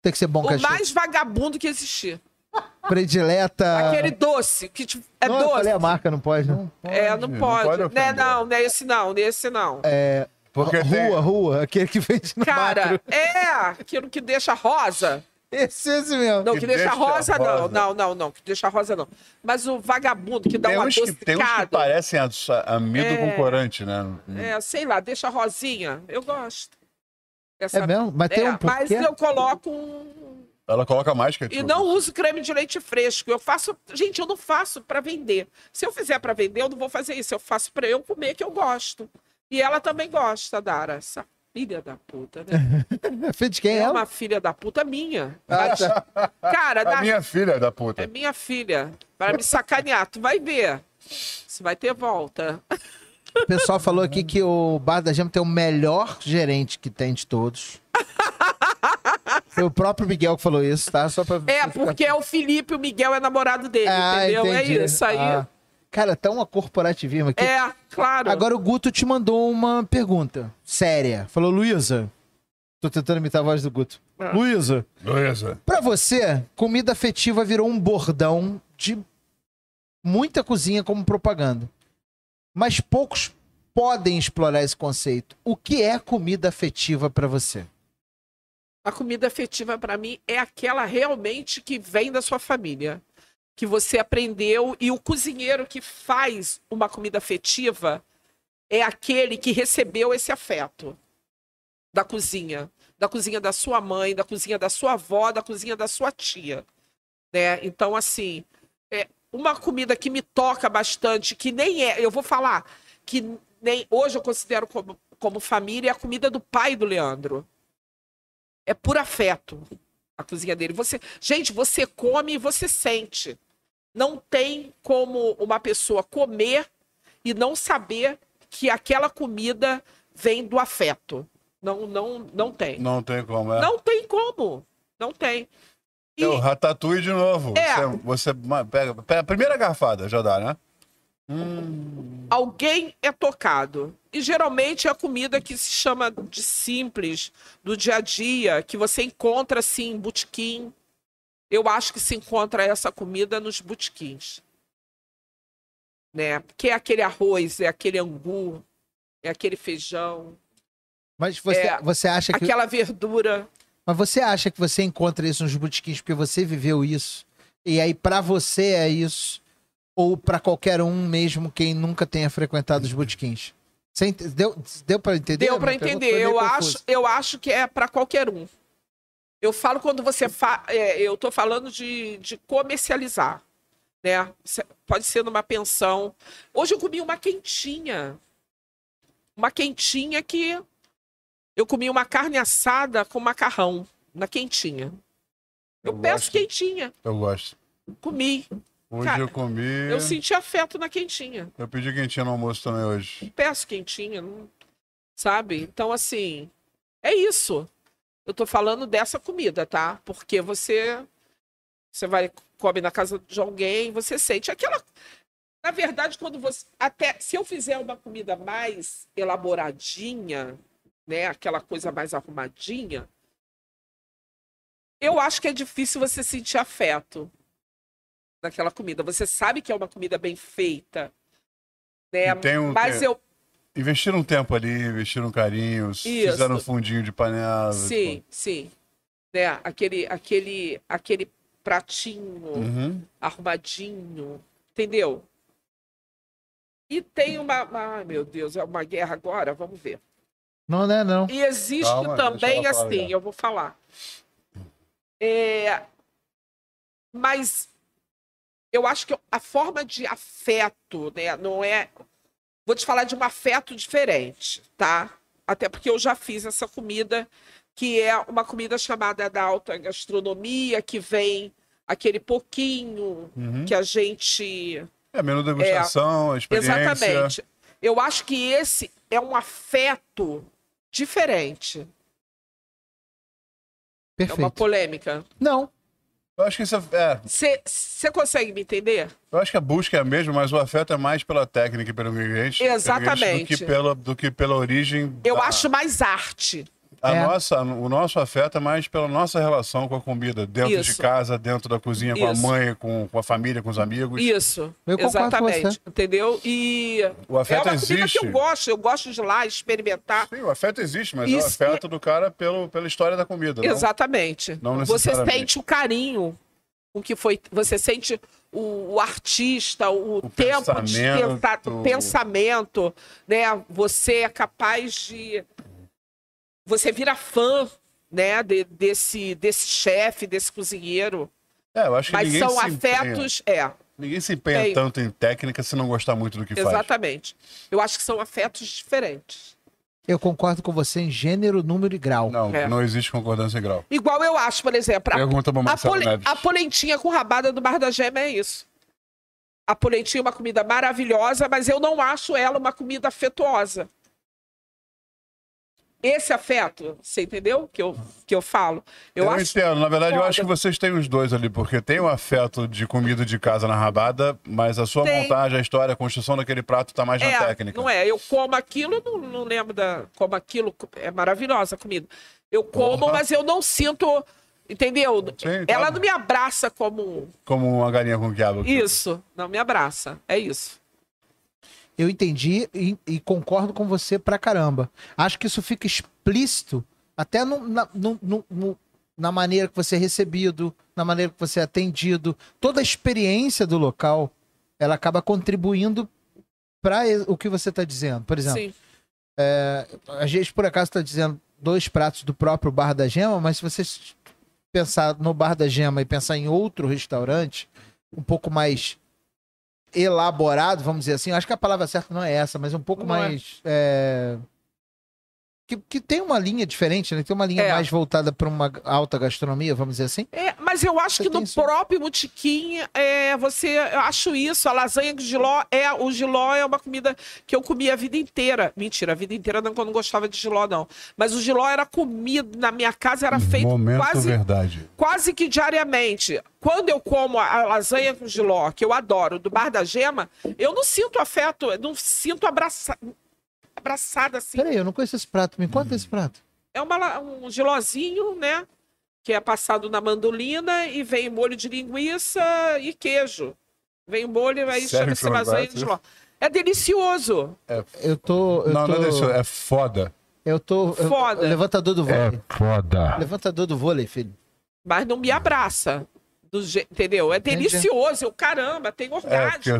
tem Ah. que ser bom O ketchup. mais vagabundo que existir. Predileta. Aquele doce, que tipo, é não, eu doce. falei a marca, não pode, não. É, não pode. Não, ofender. né, não, não é esse não, não é esse não. Porque rua, tem- rua, aquele que vende no Cara, macro. é aquilo que deixa rosa. Esse, esse mesmo. Não, Que que, deixa, deixa rosa, rosa. não. Não, não, não, que deixa rosa não. Mas o vagabundo que dá Tem uma uns, que, tem uns que adocicada. parecem aç- amido com corante, né? É, sei lá, deixa rosinha. Eu gosto. Essa- É mesmo? Mas tem É, um mas porquê? eu coloco um. Ela coloca mais que E não uso creme de leite fresco. Eu faço. Gente, eu não faço pra vender. Se eu fizer pra vender, eu não vou fazer isso. Eu faço pra eu comer que eu gosto. E ela também gosta, Dara. Essa filha da puta, Uhum. né? (laughs) Filho de quem É é? uma filha da puta minha. Ah, (laughs) tá. Cara, A da... minha filha da puta. é minha filha. Pra me sacanear. Tu vai ver. Se vai ter volta. O pessoal falou aqui que o Bar da Gema tem o melhor gerente que tem de (laughs) todos. Foi o próprio Miguel que falou isso, tá? Só pra. É, porque é o Felipe, o Miguel é namorado dele, Ah, entendeu? entendi. É isso aí. Ah. Cara, tá uma corporativismo aqui. É, claro. Agora o Guto te mandou uma pergunta séria. Falou, Luísa. Tô tentando imitar a voz do Guto. Ah. Luísa, Beleza. pra você, comida afetiva virou um bordão de muita cozinha como propaganda. Mas poucos podem explorar esse conceito. O que é comida afetiva pra você? A comida afetiva para mim é aquela realmente que vem da sua família, que você aprendeu e o cozinheiro que faz uma comida afetiva é aquele que recebeu esse afeto da cozinha, da cozinha da sua mãe, da cozinha da sua avó, da cozinha da sua tia, né? Então assim, é uma comida que me toca bastante, que nem é, eu vou falar que nem hoje eu considero como como família é a comida do pai do Leandro é por afeto a cozinha dele. Você, gente, você come e você sente. Não tem como uma pessoa comer e não saber que aquela comida vem do afeto. Não, não, não tem. Não tem como, é. Não tem como. Não tem. E É o Ratatouille de novo. É. Você, você ma- pega, pega a primeira garfada, já dá, né? Hum, alguém é tocado. E geralmente é a comida que se chama de simples, do dia a dia, que você encontra assim em botequim. Eu acho que se encontra essa comida nos botequins. Né? Porque é aquele arroz, é aquele angu, é aquele feijão, Mas você, É, você acha que. aquela verdura. Mas você acha que você encontra isso nos botequins porque você viveu isso? E aí pra você é isso? Ou pra qualquer um mesmo quem nunca tenha frequentado os botequins? Você ent- Deu, deu para entender? Deu para Minha pergunta entender. foi meio Eu confusa. acho, eu acho que é para qualquer um. Eu falo quando você fa... é, eu tô falando de, de comercializar, né? Cê- Pode ser numa pensão. Hoje eu comi uma quentinha. Uma quentinha que eu comi uma carne assada com macarrão na quentinha. Eu, Eu peço gosto. quentinha, eu gosto. comi. Hoje Cara, eu comi. Eu, Eu senti afeto na quentinha. pedi quentinha no almoço também hoje. um peço quentinha, não- sabe? Então, assim, é isso. Eu tô falando dessa comida, tá? Porque você você vai come na casa de alguém, você sente aquela na verdade, quando você até se eu fizer uma comida mais elaboradinha, né, aquela coisa mais arrumadinha, eu acho que é difícil você sentir afeto naquela comida. Você sabe que é uma comida bem feita, né? E tem um- Mas tem- eu Investiram um tempo ali, investiram um carinho, fizeram um fundinho de panela. tipo. Sim, sim. Né? Aquele, aquele, aquele pratinho tipo. Uhum. arrumadinho, entendeu? E tem uma, uma- ai meu Deus, é uma guerra agora, vamos ver. Não, não é não. E existe Calma, também deixa ela falar assim, já. eu vou falar. É, mas eu acho que a forma de afeto, né, não é. Vou te falar de um afeto diferente, tá? Até porque eu já fiz essa comida, que é uma comida chamada da alta gastronomia, que vem aquele pouquinho Uhum. que a gente. É menu degustação, experiência. É, Exatamente. Eu acho que esse é um afeto diferente. É uma Perfeito. polêmica. Não. Eu acho que isso é- é, Você consegue me entender? Eu acho que a busca é a mesma, mas o afeto é mais pela técnica e pelo ingrediente. Exatamente. Do que pela, do que pela origem. Eu da- acho mais arte. A É. nossa, o nosso afeto é mais pela nossa relação com a comida. Dentro de Isso. casa, dentro da cozinha, com a Isso. mãe, com, com a família, com os amigos. Isso. Eu concordo com exatamente. você. Entendeu? E O afeto é uma comida existe. Tá que eu gosto. Eu gosto de ir lá experimentar. Sim, o afeto existe, mas é o Isso. afeto do cara pelo, pela história da comida. não? Exatamente. não você necessariamente. sente o carinho com que foi. Você sente o, o artista, o, O tempo de pensamento. pensar, o pensamento, né? Você é capaz de. Você vira fã, né? de- desse desse chefe, desse cozinheiro. É, eu acho que Mas ninguém são se Empenha, afetos. É, ninguém se empenha Tem. tanto em técnica se não gostar muito do que faz. exatamente. Eu acho que são afetos diferentes. Eu concordo com você em gênero, número e grau. Não, É. não existe concordância em grau. Igual eu acho, por exemplo, a Pergunta pra A, Marcelo pole- Neves. a polentinha com rabada do Bar da Gema é isso. A polentinha é uma comida maravilhosa, mas eu não acho ela uma comida afetuosa. Esse afeto, você entendeu? Que eu, que eu falo. Eu, acho. entendo. Na verdade, eu acho que foda. vocês têm os dois ali, porque tem o afeto de comida de casa na rabada, mas a sua Tem. montagem, a história, a construção daquele prato tá mais na É, técnica. não é. Eu como aquilo, não, não lembro da. Como aquilo, é maravilhosa a comida. Eu como, Porra. mas eu não sinto. Entendeu? Sim, ela claro. não me abraça como. Como uma galinha com quiabo. Isso, não me abraça. É isso. Eu entendi e, e concordo com você pra caramba. Acho que isso fica explícito até no- na, no- no- no- na maneira que você é recebido, na maneira que você é atendido. Toda a experiência do local, ela acaba contribuindo para o que você está dizendo. Por exemplo, Sim. a gente por acaso está dizendo dois pratos do próprio Bar da Gema, mas se você s- pensar no Bar da Gema e pensar em outro restaurante um pouco mais elaborado, vamos dizer assim, acho que a palavra certa não é essa, mas um pouco Não é. mais é, que, que tem uma linha diferente, né? Tem uma linha É. mais voltada para uma alta gastronomia, vamos dizer assim. É, mas eu acho Você que tem no isso? próprio Mutiquim, é, você, eu acho isso, a lasanha de giló, é, o giló é uma comida que eu comia a vida inteira. Mentira, a vida inteira não, que eu não gostava de giló, não. Mas o giló era comido, na minha casa era tá feito Um Momento quase, verdade. quase que diariamente. Quando eu como a lasanha com giló, que eu adoro, do Bar da Gema, eu não sinto afeto, eu não sinto abraça, abraçada assim. Peraí, eu não conheço esse prato, me conta esse prato. É uma la- um gilozinho, né? Que é passado na mandolina e vem molho de linguiça e queijo. Vem molho, aí Sério que chama-se eu não lasanha gosto? de giló. É delicioso. Eu tô, eu É, Não, tô, não é desse, é foda. eu tô eu- Foda. levantador do É. vôlei, foda. levantador do vôlei, filho. Mas não me abraça. Do je... Entendeu? É Entendi. delicioso. Eu, caramba, tem É, porque, orgasmo.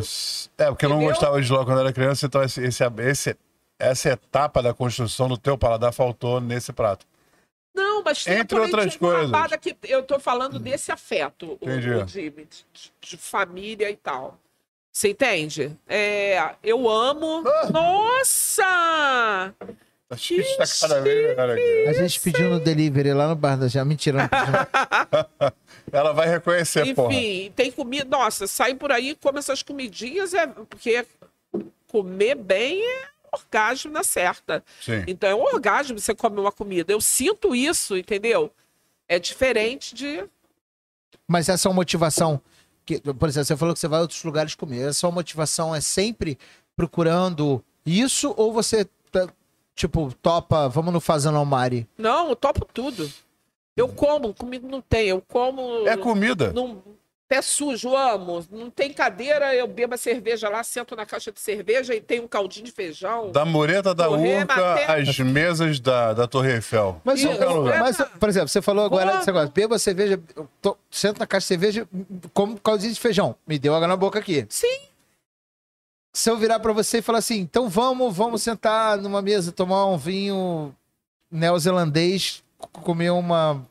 eu, é, porque eu não Entendeu? gostava de lá quando era criança, então esse, esse, esse- essa etapa da construção do teu paladar faltou nesse prato. Não, mas tem a Entre outras política coisas. Hum. enrabada que eu tô falando desse afeto, o, Entendi. o de, de- de família e tal. Você entende? É, eu amo. Ah. (laughs) Nossa! Acho que está cada vez melhor aqui. A gente pediu no delivery lá no bar da Gema, mentira, não pediu, (laughs) não. Ela vai reconhecer, porra. Enfim, tem comida. Nossa, sai por aí e come essas comidinhas, é porque comer bem é orgasmo na certa. Sim. Então é um orgasmo você comer uma comida. Eu sinto isso, entendeu? É diferente de. Mas essa é uma motivação que, por exemplo, você falou que você vai a outros lugares comer. Essa é uma motivação é sempre procurando isso ou você tá, tipo topa, vamos no Fazano Almari? Não, eu topo tudo. Eu como, comigo não tem. Eu como. É comida. num pé sujo, amo. Não tem cadeira, eu bebo a cerveja lá, sento na caixa de cerveja e tem um caldinho de feijão. Da mureta da Correr, Urca bater. às mesas da, da Torre Eiffel. Mas, Isso, eu- eu- é. mas, por exemplo, você falou agora, Porra. você gosta, bebo a cerveja, eu tô- sento na caixa de cerveja, como caldinho de feijão. Me deu água na boca aqui. Sim, Se eu virar pra você e falar assim, então vamos, vamos sentar numa mesa, tomar um vinho neozelandês, c- comer uma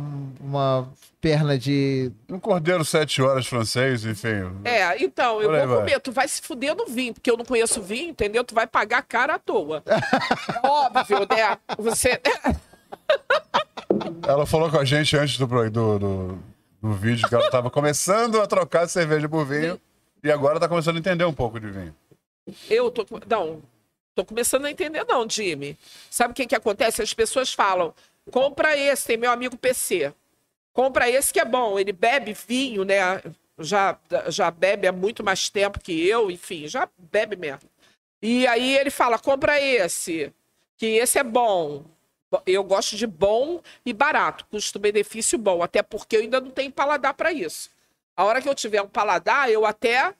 um- uma perna de. Um cordeiro sete horas francês, enfim. É, então, eu Por aí vou vai. comer. Tu vai se fuder no vinho, porque eu não conheço vinho, entendeu? Tu vai pagar caro à toa. (laughs) É Óbvio, né? Você. (laughs) Ela falou com a gente antes do, pro- do, do, do vídeo que ela tava começando a trocar de cerveja por vinho e agora tá começando a entender um pouco de vinho. Eu tô. com- Não, tô começando a entender, não, Jimmy. Sabe o que, que acontece? As pessoas falam: compra esse, tem meu amigo PC. Compra esse que é bom. Ele bebe vinho, né? Já, já bebe há muito mais tempo que eu, enfim, já bebe mesmo. E aí ele fala: compra esse, que esse é bom. Eu gosto de bom e barato, custo-benefício bom, até porque eu ainda não tenho paladar para isso. A hora que eu tiver um paladar, eu até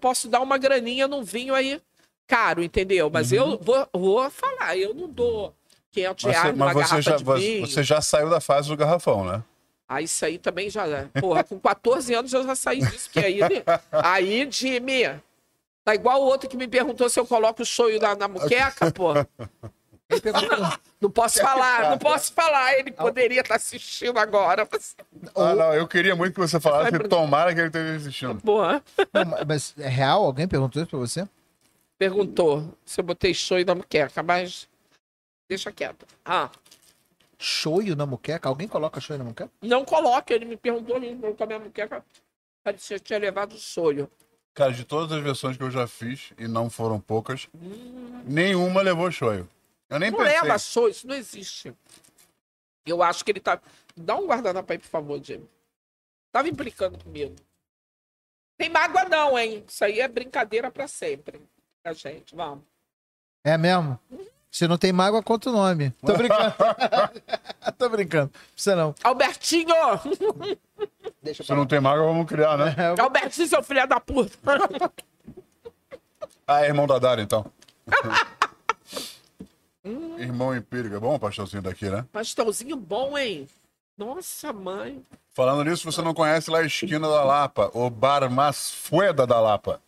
posso dar uma graninha num vinho aí caro, entendeu? Mas eu vou, vou falar, eu não dou 500 Uhum. Mas, você, reais numa mas garrafa você, já, de vinho. você já saiu da fase do garrafão, né? Ah, isso aí também já. né? Porra, com 14 anos eu já saí disso, porque aí. né? Aí, Jimmy. Tá igual o outro que me perguntou se eu coloco o shoyu na, na muqueca, pô. Não posso falar, não posso falar. Ele poderia estar assistindo agora. assim, mas- Ah, não, eu queria muito que você falasse Vai que pro- tomara que ele esteja assistindo. Porra. Não, ma- mas é real? Alguém perguntou isso pra você? Perguntou se eu botei shoyu na muqueca, mas. Deixa quieto. Ah, Shoyu na muqueca? Alguém coloca shoyu na muqueca? não coloque. Ele me perguntou mesmo com a minha muqueca. Parecia que tinha levado o shoyu. Cara, de todas as versões que eu já fiz, e não foram poucas, nenhuma levou shoyu. Eu nem Não pensei. leva show, isso não existe. Eu acho que ele tá. Dá um guardanapo aí, por favor, Jimmy. Tava implicando comigo. Tem mágoa, não, hein? Isso aí é brincadeira pra sempre. A gente, vamos. É mesmo? Se não tem mágoa, conta o nome. Tô brincando. (laughs) Tô brincando. Precisa não. Albertinho! Deixa Se não tem mágoa, vamos (laughs) criar, né? É, Albertinho, seu filho da puta! Ah, é irmão da Dara, (laughs) então. irmão empírico. É bom o pastelzinho daqui, né? Pastelzinho bom, hein? Nossa, mãe. Falando nisso, você não conhece lá a esquina da Lapa, o Bar Masfueda da Lapa.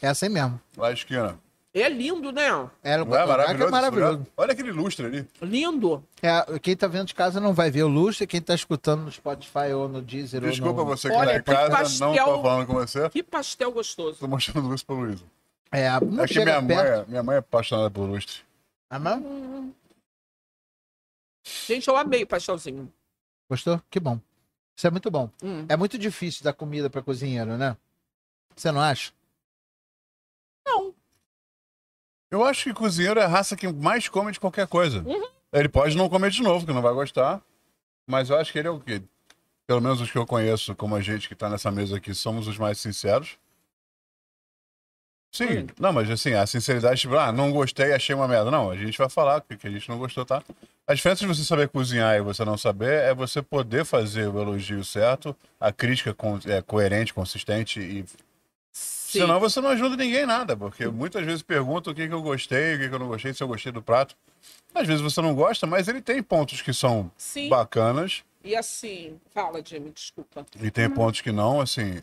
é assim mesmo. Lá a esquina. É lindo, né? É, Não é maravilhoso? É esse maravilhoso. lugar? Olha aquele lustre ali. Lindo. É, quem tá vendo de casa não vai ver o lustre, quem tá escutando no Spotify ou no Deezer Desculpa ou no... você que Olha, tá em tem casa, pastel. não tô falando com você. Que pastel gostoso. Tô mostrando luz pro Luiz. É, não É que chega minha mãe, perto. é- minha mãe é apaixonada por lustre. Ah, mas Gente, eu amei o pastelzinho. gostou? Que bom. Isso é muito bom. Hum. É muito difícil dar comida pra cozinheiro, né? Você não acha? Não. Eu acho que cozinheiro é a raça que mais come de qualquer coisa. Ele pode não comer de novo, que não vai gostar. Mas eu acho que ele é o que, pelo menos os que eu conheço, como a gente que tá nessa mesa aqui, somos os mais sinceros. Sim, Hum. não, mas assim, a sinceridade, tipo, ah, não gostei, achei uma merda. Não, a gente vai falar que que a gente não gostou, tá? A diferença de você saber cozinhar e você não saber é você poder fazer o elogio certo, a crítica con- é coerente, consistente e Sim. Senão você não ajuda ninguém em nada, porque muitas vezes perguntam o que, que eu gostei, o que, que eu não gostei, se eu gostei do prato. Às vezes você não gosta, mas ele tem pontos que são Sim. bacanas E assim, fala, Jimmy, desculpa. e tem pontos que não, assim.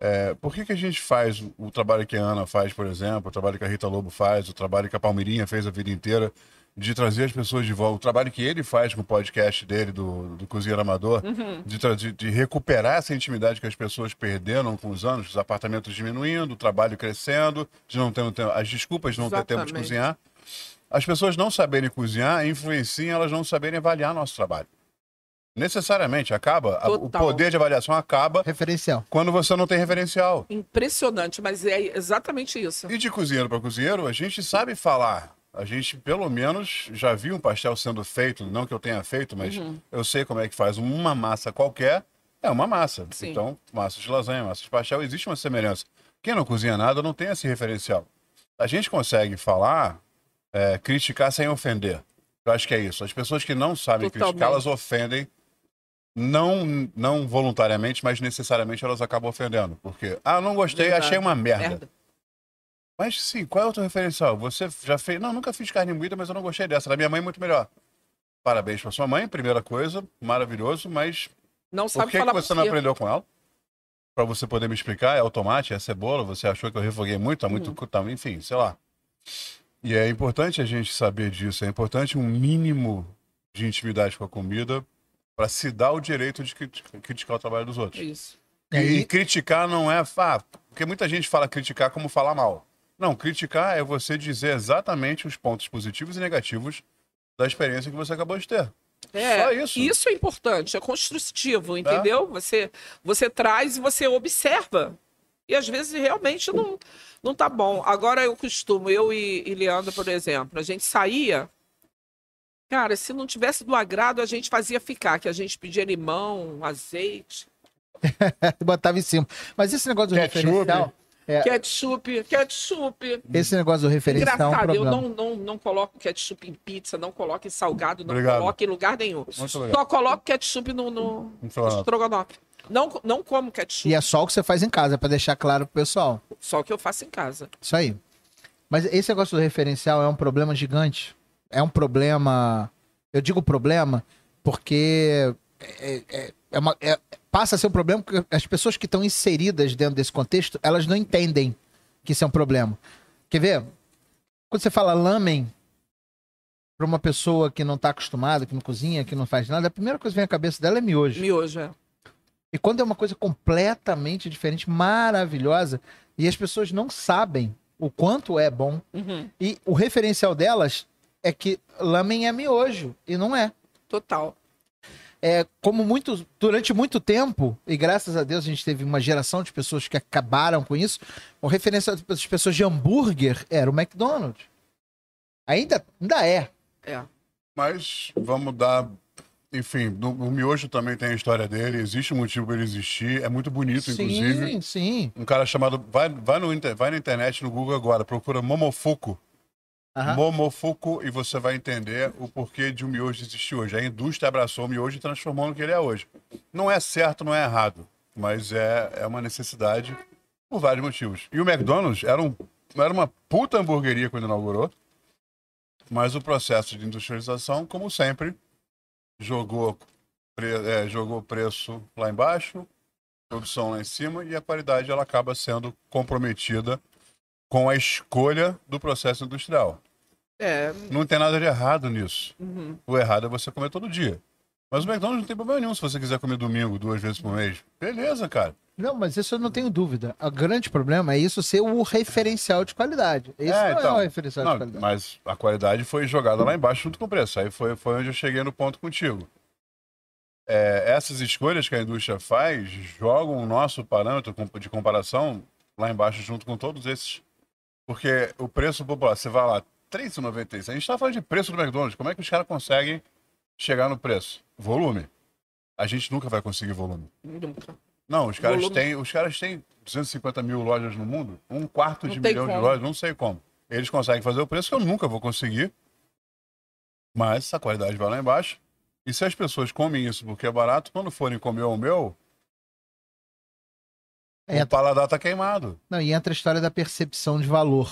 é, por que, que a gente faz o- o trabalho que a Ana faz, por exemplo, o trabalho que a Rita Lobo faz, o trabalho que a Palmeirinha fez a vida inteira, de trazer as pessoas de volta, o trabalho que ele faz com o podcast dele, do, do Cozinheiro Amador, de, tra- de- de recuperar essa intimidade que as pessoas perderam com os anos, os apartamentos diminuindo, o trabalho crescendo, de não ter um tempo, as desculpas de não ter tempo de Exatamente. cozinhar. As pessoas não saberem cozinhar influenciam elas não saberem avaliar nosso trabalho. Necessariamente, acaba. a- o Total. poder de avaliação acaba Referencial. quando você não tem referencial. Impressionante, mas é exatamente isso. E de cozinheiro para cozinheiro, a gente sabe falar. A gente, pelo menos, já viu um pastel sendo feito, não que eu tenha feito, mas Uhum. eu sei como é que faz uma massa qualquer. É uma massa. Sim. Então, massa de lasanha, massa de pastel, existe uma semelhança. Quem não cozinha nada não tem esse referencial. A gente consegue falar, é, criticar sem ofender. Eu acho que é isso. As pessoas que não sabem Totalmente. criticar, elas ofendem não, não voluntariamente, mas necessariamente elas acabam ofendendo. Porque, ah, não gostei, Verdade. achei uma merda. Merda. Mas sim, qual é o teu referencial? Você já fez. Não, nunca fiz carne moída, mas eu não gostei dessa. Da minha mãe, muito melhor. Parabéns pra sua mãe, primeira coisa, maravilhoso, mas Não por sabe que, que falar você por não quê? aprendeu com ela? Pra você poder me explicar, é o tomate, é a cebola, você achou que eu refoguei muito, tá Uhum. muito. cu- Tá, enfim, sei lá. E é importante a gente saber disso, é importante um mínimo de intimidade com a comida Pra se dar o direito de crit- criticar o trabalho dos outros. Isso. E, e criticar não é. Ah, porque muita gente fala criticar como falar mal. Não, criticar é você dizer exatamente os pontos positivos e negativos da experiência que você acabou de ter. É, Só isso. Né? é importante, é construtivo, entendeu? Você, você traz e você observa. E às vezes realmente não, não tá bom. Agora eu costumo, eu e, e Leandro, por exemplo, a gente saía. Cara, se não tivesse do agrado, a gente fazia ficar, que a gente pedia limão, azeite, (laughs) Botava em cima. Mas esse negócio do Ketchup. referencial. É. ketchup, ketchup. Esse negócio do referencial é um Engraçado, eu problema. não, não, não coloco ketchup em pizza, não coloco em salgado, não Obrigado. coloco em lugar nenhum. Muito legal. Só coloco ketchup no, no, Não no fala nada. estrogonofe. Não, não como ketchup, E é só o que você faz em casa, pra deixar claro pro pessoal. só que eu faço em casa. Isso aí. Mas esse negócio do referencial é um problema gigante. É um problema. Eu digo problema porque é- é- é uma- é- passa a ser um problema porque as pessoas que estão inseridas dentro desse contexto, elas não entendem que isso é um problema. Quer ver? Quando você fala lamen para uma pessoa que não está acostumada, que não cozinha, que não faz nada, a primeira coisa que vem à cabeça dela é miojo. Miojo, é. E quando é uma coisa completamente diferente, maravilhosa, e as pessoas não sabem o quanto é bom, Uhum, e o referencial delas é que lamen é miojo, e não é. total. É como muito, durante muito tempo, e graças a Deus a gente teve uma geração de pessoas que acabaram com isso, o referencial das pessoas de hambúrguer era o McDonald's. Ainda, ainda é. É. Mas vamos dar. Enfim, no, o Miojo também tem a história dele, existe um motivo para ele existir, é muito bonito, inclusive. sim, sim. Um cara chamado. Vai, vai, no inter- vai na internet, no Google agora, procura Momofuku. Aham. Momofuku e você vai entender o porquê de o miojo existir hoje. A indústria abraçou o miojo e transformou no que ele é hoje. Não é certo, não é errado, mas é, é uma necessidade por vários motivos. E o McDonald's era, um, era uma puta hamburgueria quando inaugurou, mas o processo de industrialização, como sempre, jogou, pre, é, jogou preço lá embaixo, produção lá em cima e a qualidade ela acaba sendo comprometida com a escolha do processo industrial. É, Não tem nada de errado nisso. uhum, O errado é você comer todo dia. Mas o McDonald's não tem problema nenhum se você quiser comer domingo duas vezes por mês. Beleza, cara. Não, mas isso eu não tenho dúvida. O grande problema é isso ser o referencial de qualidade. Isso É, não então. é o referencial de Não, qualidade. mas a qualidade foi jogada lá embaixo junto com o preço. Aí foi, foi onde eu cheguei no ponto contigo. É, essas escolhas que a indústria faz jogam o nosso parâmetro com- de comparação lá embaixo junto com todos esses. Porque o preço popular, você vai lá, R$3,96. A gente está falando de preço do McDonald's. Como é que os caras conseguem chegar no preço? Volume. A gente nunca vai conseguir volume. nunca. Não, os caras, Volume. têm, os caras têm 250 mil lojas no mundo, um quarto Não de tem milhão de como. lojas, não sei como. Eles conseguem fazer o preço que eu nunca vou conseguir, mas a qualidade vai lá embaixo. E se as pessoas comem isso porque é barato, quando forem comer o meu, É. o paladar tá queimado. Não, e entra a história da percepção de valor.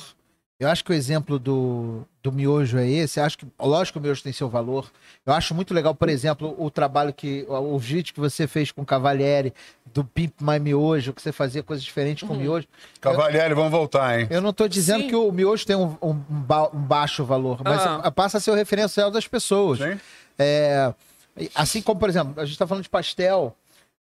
Eu acho que o exemplo do, do miojo é esse. Eu acho que, lógico, que o miojo tem seu valor. Eu acho muito legal, por exemplo, o trabalho que. O vídeo que você fez com o Cavalieri, do Pimp My Miojo, que você fazia coisas diferentes com o Uhum. miojo. Cavalieri, vamos voltar, hein? Eu não tô dizendo Sim. que o miojo tem um, um ba- um baixo valor, mas Ah. a- passa a ser o referencial das pessoas. Sim? É, assim como, por exemplo, a gente está falando de pastel.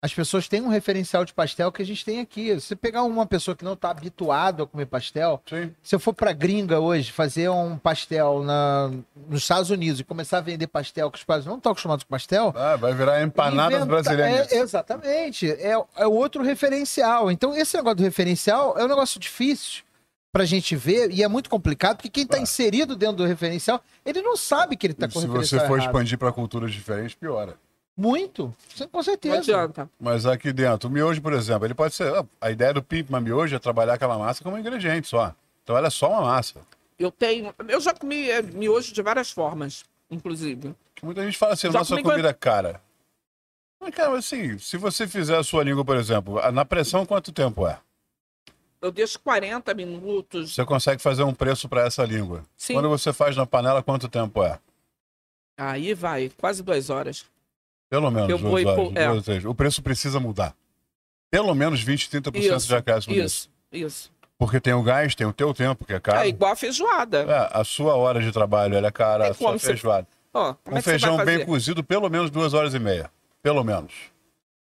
As pessoas têm um referencial de pastel que a gente tem aqui. Se você pegar uma pessoa que não está habituada a comer pastel, Sim. se eu for para gringa hoje fazer um pastel na, nos Estados Unidos e começar a vender pastel, que os pais não estão acostumados com pastel, Ah, vai virar empanadas Inventa- brasileiras. É, exatamente. É, é outro referencial. Então, esse negócio do referencial é um negócio difícil pra gente ver e é muito complicado, porque quem tá Claro. inserido dentro do referencial, ele não sabe que ele tá com o se você referencial for errado. expandir para culturas diferentes, piora. Muito. Sim, Com Não certeza. adianta. Mas aqui dentro, o miojo, por exemplo, ele pode ser. ah, A ideia do Pimp My Miojo é trabalhar aquela massa como ingrediente só. Então ela é só uma massa. Eu tenho. Eu já comi é, miojo de várias formas, inclusive. Que muita gente fala assim, Só nossa comigo comida é cara. Mas, cara, assim, se você fizer a sua língua, por exemplo, a- na pressão quanto tempo é? Eu deixo 40 minutos. Você consegue fazer um preço para essa língua. Sim. Quando você faz na panela, quanto tempo é? Aí vai, quase duas horas. Pelo menos Eu vou duas e horas, pô- é. duas ou três. O preço precisa mudar. Pelo menos 20, 30% Isso, de acréscimo nisso. Isso, isso. Porque tem o gás, tem o teu tempo, que é caro. É igual a feijoada. É, a sua hora de trabalho ela é cara, Tem a sua como você- feijoada. Ó, como um é que você vai feijão bem fazer? cozido, pelo menos duas horas e meia. Pelo menos.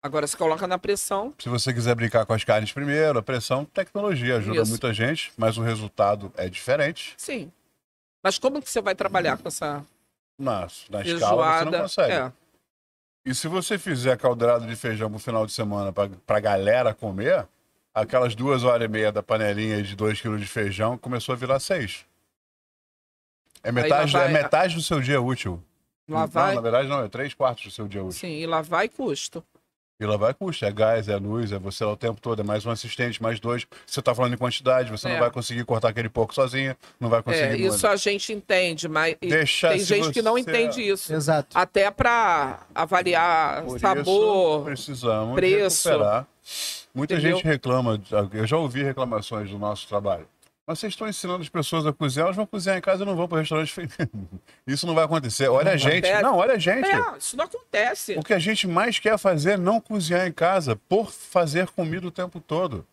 Agora se coloca na pressão. Se você quiser brincar com as carnes primeiro, a pressão, tecnologia ajuda Isso. muita gente, mas o resultado é diferente. Sim. Mas como que você vai trabalhar com essa Na, na escala você feijoada? não consegue. É. E se você fizer caldeirada de feijão pro final de semana pra, pra galera comer, aquelas duas horas e meia da panelinha de dois quilos de feijão começou a virar seis. É metade, lá vai- é metade do seu dia útil. Lá não, vai. na verdade não, é três quartos do seu dia útil. Sim, e lá vai custo. E lá vai custa, é gás, é luz, é você lá o tempo todo, é mais um assistente, mais dois. Você tá falando em quantidade, você É. não vai conseguir cortar aquele porco sozinha, não vai É, conseguir... isso a gente entende, mas e Deixa tem se gente que não você- é entende isso. Exato. Até para avaliar Por isso, é sabor. precisamos preço. recuperar. Muita Entendeu? gente reclama, eu já ouvi reclamações do nosso trabalho. Mas vocês estão ensinando as pessoas a cozinhar, elas vão cozinhar em casa e não vão para restaurante. (laughs) fe- Isso não vai acontecer. Olha a gente. acontece. Não, olha a gente. É, isso não acontece. O que a gente mais quer fazer é não cozinhar em casa, por fazer comida o tempo todo.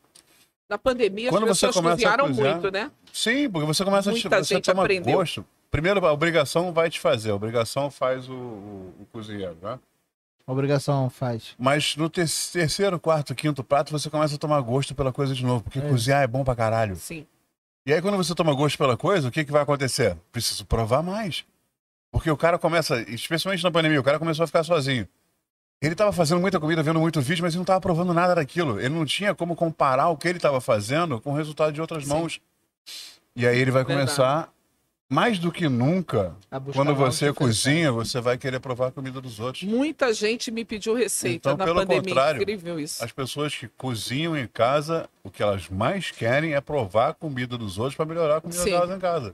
Na pandemia, Quando as você pessoas começa a cozinharam cozinhar- muito, né? Sim, porque você começa a Muita te- você gente toma aprendeu. gosto. Primeiro, a obrigação vai te fazer, a obrigação faz o, o- o cozinheiro, né? Obrigação faz. Mas no ter- terceiro, quarto, quinto prato, você começa a tomar gosto pela coisa de novo. Porque É. cozinhar é bom pra caralho. Sim. E aí, quando você toma gosto pela coisa, o que, que vai acontecer? Preciso provar mais. Porque o cara começa, especialmente na pandemia, o cara começou a ficar sozinho. Ele tava fazendo muita comida, vendo muito vídeo, mas ele não tava provando nada daquilo. Ele não tinha como comparar o que ele tava fazendo com o resultado de outras Sim. mãos. E aí ele vai Verdade. começar, mais do que nunca, A buscar quando novos você diferenciais. cozinha, você vai querer provar a comida dos outros. Muita gente me pediu receita Então, na pelo pandemia. contrário, Incrível isso. As pessoas que cozinham em casa, o que elas mais querem é provar a comida dos outros para melhorar a comida Sim. delas em casa.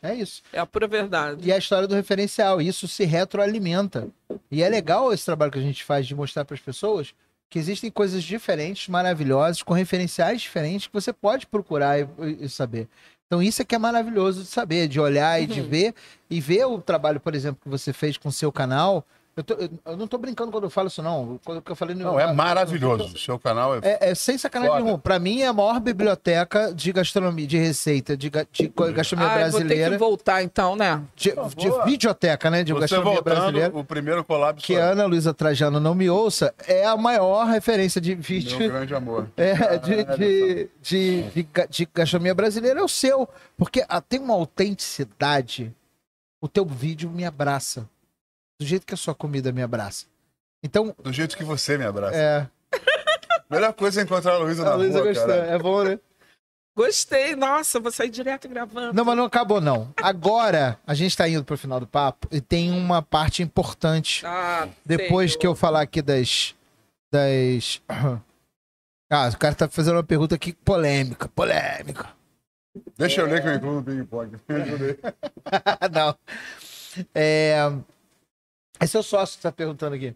É isso. É a pura verdade. E a história do referencial, isso se retroalimenta. E é legal esse trabalho que a gente faz de mostrar para as pessoas que existem coisas diferentes, maravilhosas, com referenciais diferentes que você pode procurar e, e saber. Então isso é que é maravilhoso de saber, de olhar e de Uhum. ver e ver o trabalho, por exemplo, que você fez com o seu canal. Eu, tô- eu- eu não tô brincando quando eu falo isso não, quando eu falei no- Não, é maravilhoso. O seu canal é, é, é sem sacanagem Foda. nenhuma. Pra mim é a maior biblioteca de gastronomia, de receita, de, ga- de co- gastronomia Ah, eu vou ter brasileira. que voltar então, né? De, Por de favor. videoteca, né? De você gastronomia voltando, brasileira. o primeiro colapso é Que a Ana Luísa Trajano não me ouça, é a maior referência de meu vídeo. grande amor. (laughs) É, de, Caralho, de, de, de, ga- de gastronomia brasileira é o seu. Porque ah, tem uma autenticidade. O teu vídeo me abraça. Do jeito que a sua comida me abraça. Então, Do jeito que você me abraça. é. Melhor coisa é encontrar a Luísa A Tá na Luísa rua, gostou. cara. É bom, né? Gostei. Nossa, vou sair direto gravando. Não, mas não acabou, não. Agora, a gente tá indo pro final do papo e tem uma parte importante Ah, Depois sei, que eu falar aqui das. Das. (clears throat) Ah, o cara tá fazendo uma pergunta aqui polêmica, polêmica. (laughs) Deixa eu ler É. que eu incluo no ping-pong. Me ajudei. Não. É. É seu sócio que tá perguntando aqui.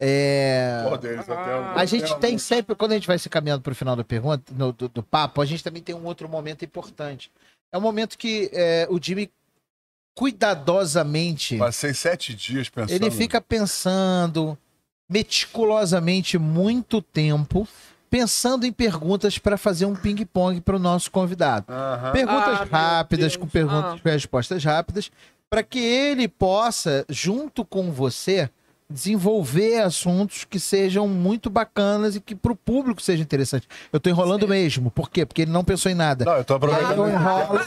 É. Qual deles? Até o- A gente até o- tem sempre, quando a gente vai se caminhando pro final da pergunta, no- do, do papo, a gente também tem um outro momento importante. É um momento que é, o Jimmy cuidadosamente. Passei sete dias pensando. Ele fica pensando meticulosamente muito tempo, pensando em perguntas para fazer um ping-pong para o nosso convidado. Aham. Perguntas Ah, meu rápidas, Deus. com perguntas Ah. com respostas rápidas, para que ele possa, junto com você, desenvolver assuntos que sejam muito bacanas e que para o público seja interessante. Eu tô enrolando mesmo. Por quê? Porque ele não pensou em nada. Não, eu tô Eu aproveitando. enrolo,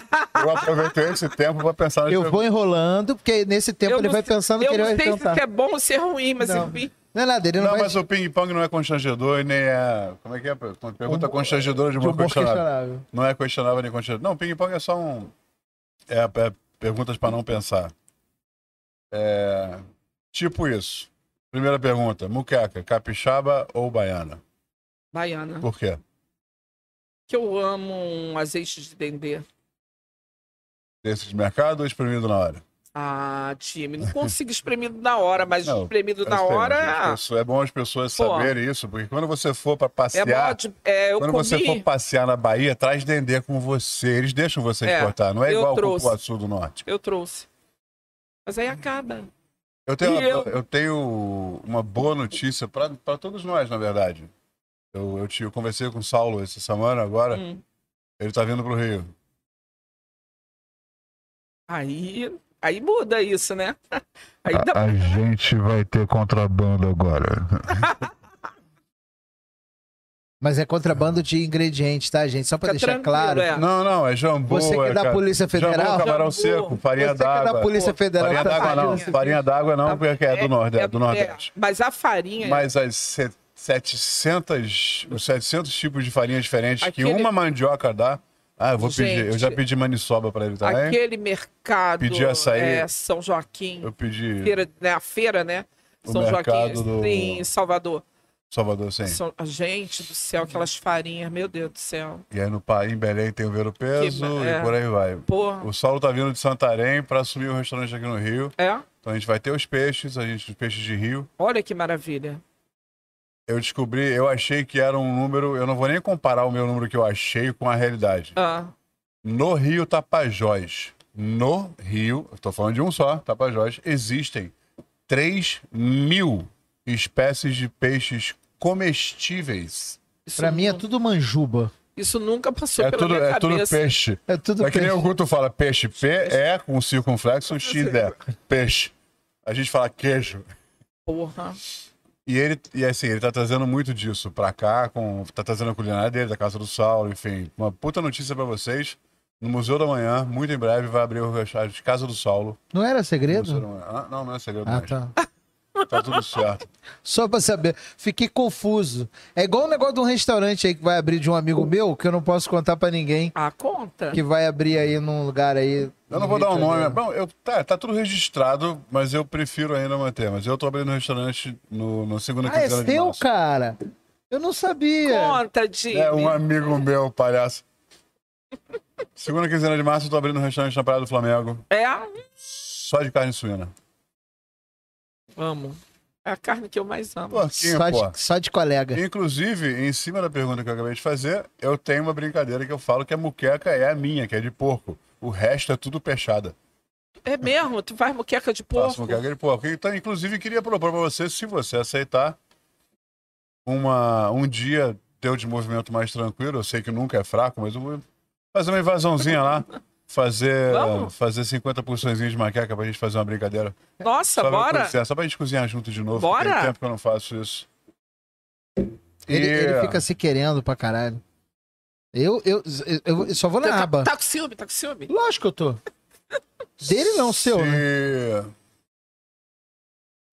Eu aproveitei esse tempo pra pensar nas Tá eu vou enrolando, porque nesse tempo Eu ele não vai sei- pensando que Eu ele não vai sei perguntar. se é bom ou se é ruim, mas Não. enfim. Não é nada, ele não, Não, vai mas o ping-pong não é constrangedor e nem é. Como é que é? Pergunta Humor- constrangedora de de um uma humor questionável. questionável. Não é questionável nem constrangedor. Não, ping-pong é só um. É, é perguntas para não pensar. É. Tipo isso. Primeira pergunta: muqueca, capixaba ou baiana? Baiana. Por quê? Que eu amo um azeite de dendê. Desse de mercado ou espremido na hora? Ah, time, não consigo espremido na hora, mas Não, espremido na Mas, hora. as pessoas- É bom as pessoas Pô. saberem isso, porque quando você for para É passear. bom. de- é, eu Quando comi. você for passear na Bahia, traz dendê com você. Eles deixam você É, exportar. Não é eu igual o trouxe. Cupuaçu do Norte. Eu trouxe. Mas aí acaba. Eu tenho, uma, E eu- eu... tenho uma boa notícia para todos nós, na verdade. Eu, eu, te, eu conversei com o Saulo essa semana agora. Hum. Ele tá vindo pro Rio. Aí, aí muda isso, né? (laughs) Ainda A gente vai ter contrabando agora. Mas é contrabando de ingredientes, tá, gente? Só pra Fica deixar tranquilo, claro. é. Não, não, é jambu. Você que é é da ca- Polícia Federal? Jambu, é camarão Jambu. seco, farinha Você que é d'água. da Polícia Federal. Farinha tá d'água não, saindo. farinha d'água não, porque é do, norte, é do Nordeste. mas a farinha. Mas as se- 700, os 700 tipos de farinha diferentes Aquele- que uma mandioca dá. Ah, eu vou pedir. Eu já Gente, pedi maniçoba pra ele também. aquele mercado. Pedi açaí. É, São Joaquim. Eu pedi Feira, né, a feira, né? O São Joaquim, mercado do- em Salvador. Salvador sem. São... ah, Gente do céu, aquelas farinhas, meu Deus do céu. E aí no país, em Belém tem o Vero Peso Que- e é. por aí vai. Porra. O Saulo tá vindo de Santarém pra assumir o restaurante aqui no Rio. É? Então a gente vai ter os peixes, a gente, os peixes de rio. Olha que maravilha. Eu descobri, eu achei que era um número. Eu não vou nem comparar o meu número que eu achei com a realidade. Ah, No Rio Tapajós, no Rio, estou falando de um só, Tapajós, existem 3 mil espécies de peixes comestíveis. isso, Pra mim é nu- tudo manjuba. isso nunca passou É pela tudo, minha é tudo cabeça. peixe. É tudo É que nem peixe. o Guto fala peixe, P é com circunflexo, X é peixe. A gente fala queijo. Porra. E ele, e assim, ele tá trazendo muito disso pra cá, com, tá trazendo a culinária dele, da Casa do Saulo, enfim. Uma puta notícia pra vocês. No Museu da Manhã, muito em breve, vai abrir o restaurante de Casa do Saulo. Não era Museu da segredo? Manhã. Ah, não, não é segredo. Ah, mais. tá. Tá tudo certo. (laughs) Só pra saber. Fiquei confuso. É igual o negócio de um restaurante aí que vai abrir de um amigo meu, que eu não posso contar pra ninguém, Ah, conta. que vai abrir aí num lugar aí. Eu no não vou dar Rio um de nome. Janeiro. Bom, eu, tá, tá tudo registrado, mas eu prefiro ainda manter. Mas eu tô abrindo um restaurante no, no segundo Ah, é quinzena de seu, março. cara? Eu não sabia. Conta, de. É um amigo meu, palhaço. Segunda quinzena de março, eu tô abrindo um restaurante na Praia do Flamengo, É? só de carne suína. Amo. É a carne que eu mais amo. Porquinho, Só pô. de, só de colega. Inclusive, em cima da pergunta que eu acabei de fazer, eu tenho uma brincadeira que eu falo que a muqueca é a minha, que é de porco. O resto é tudo peixada. É mesmo? Tu faz moqueca de Faço porco? muqueca de porco. Então, inclusive, queria propor pra você, se você aceitar, uma, um dia teu de movimento mais tranquilo. Eu sei que nunca é fraco, mas eu vou fazer uma invasãozinha lá. Fazer, Vamos? fazer 50 porçõezinhas de maqueca pra gente fazer uma brincadeira. Nossa, só, pra Tá, bora? cozinhar, só pra gente cozinhar junto de novo. Bora? porque Tem tempo que eu não faço isso. Ele, E- ele fica se querendo pra caralho. Eu, eu, eu, eu só vou na Tá- aba. Tá com ciúme, tá com ciúme? Lógico que eu tô. Dele não, seu. né? Se-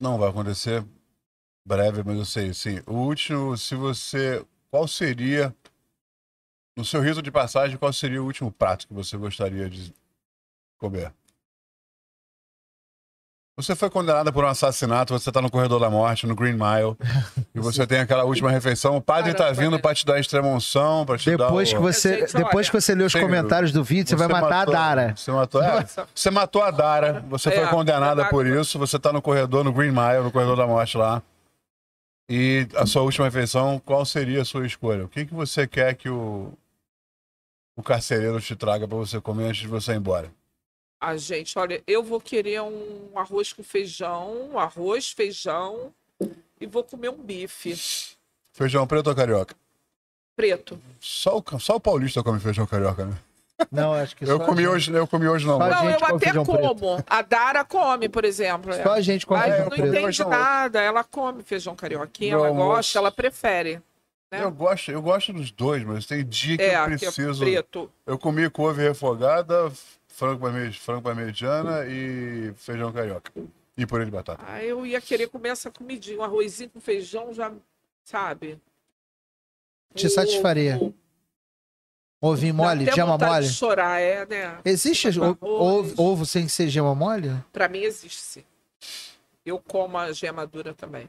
Não vai acontecer breve, mas eu sei, sim. O último, se você. Qual seria. No seu rito de passagem, qual seria o último prato que você gostaria de comer? Você foi condenada por um assassinato, você tá no corredor da morte, no Green (laughs) Mile, e você tem aquela última refeição. O padre tá Caramba, vindo velho. pra te dar extrema unção, pra te dar. Depois que o- você, Gente, depois olha, que você lê os tem- comentários do vídeo, você, vai matar matou- a Dara. Você matou, é, você matou a Dara. Você É, foi condenada é, por isso. Você tá no corredor, no Green Mile, no corredor da morte lá. E a sua última refeição, qual seria a sua escolha? O que, que você quer que o, o carcereiro te traga pra você comer antes de você ir embora? Ah, gente, olha, eu vou querer um arroz com feijão, um arroz, feijão, e vou comer um bife Feijão preto ou carioca? preto. Só o, ca- só o paulista come feijão carioca, né? Não, acho que Eu só a comi gente- hoje, eu comi hoje não. Só mas- a Não, gente eu come até feijão como. A Dara come, por exemplo. é. Só a gente come Mas eu feijão não comi preto. entende feijão. nada. Ela come feijão carioquinha, Meu ela almoço. gosta, ela prefere. né? Eu gosto, eu gosto dos dois, mas tem dia que É, eu aqui é preciso. preto. Eu comi couve refogada, frango parme- frango parmegiana e feijão carioca. E purê de batata. Ah, eu ia querer comer essa comidinha, um arrozinho com feijão, já, sabe? Te Um satisfaria. ovo. Ovinho Dá mole, até gema vontade mole. de chorar, é, né? Existe o- Arroz. ovo, ovo sem ser gema mole? Pra mim existe sim. Eu como a gema dura também.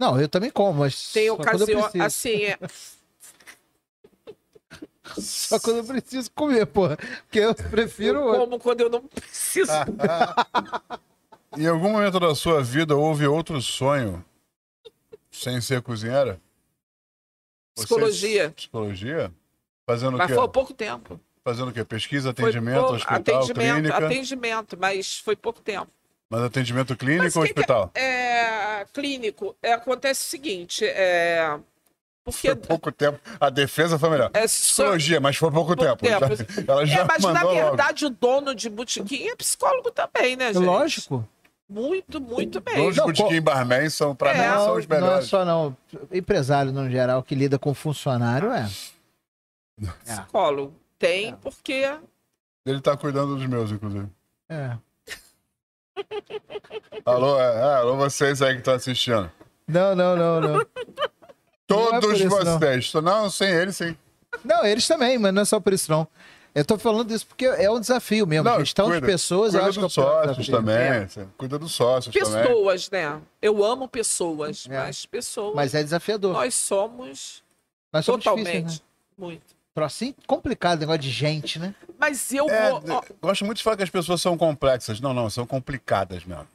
Não, eu também como, mas Tem só quando eu ocasião, preciso. (laughs) assim, é, Só quando eu preciso comer, porra. Porque eu prefiro... eu como quando eu não preciso. Ah, (laughs) Em algum momento da sua vida houve outro sonho sem ser cozinheira? Você- Psicologia. Psicologia? Fazendo o mas quê? foi pouco tempo. Fazendo o quê? Pesquisa, Foi atendimento, pouco- hospital, atendimento, clínica. atendimento, mas foi pouco tempo. Mas atendimento clínico Mas ou o que que hospital? É, clínico, é, acontece o seguinte, é, porque Foi pouco tempo. A defesa foi melhor. é só- Psicologia, mas foi pouco, Pouco tempo. Já- tempo. ela já É, mas na mandou logo. verdade o dono de botequim é psicólogo também, né, gente? Lógico. Muito, muito bem. Os Não, botequim barman são, pra É, mim, são os não é melhores. só não. Empresário, no geral, que lida com funcionário, é. É, Psicólogo. Tem, É. porque Ele tá cuidando dos meus, inclusive. é. Alô, é, é, alô, vocês aí que estão assistindo. Não, não, não, (laughs) não. Não é por Todos isso, não. vocês. Não. sem ele, sim. Não, eles também, mas não é só por isso, não. Eu tô falando isso porque é um desafio mesmo. Não, gestão cuida- de pessoas, eu Cuida acho que é o dos pior sócios desafio. também. É. assim, Cuida dos sócios também. pessoas, né? Eu amo pessoas, É. mas pessoas. Mas é desafiador. Nós somos Nós somos totalmente. difíceis, né? Muito. Pro assim, complicado o negócio de gente, né? Mas eu É, vou. ó, eu gosto muito de falar que as pessoas são complexas. Não, não, são complicadas mesmo.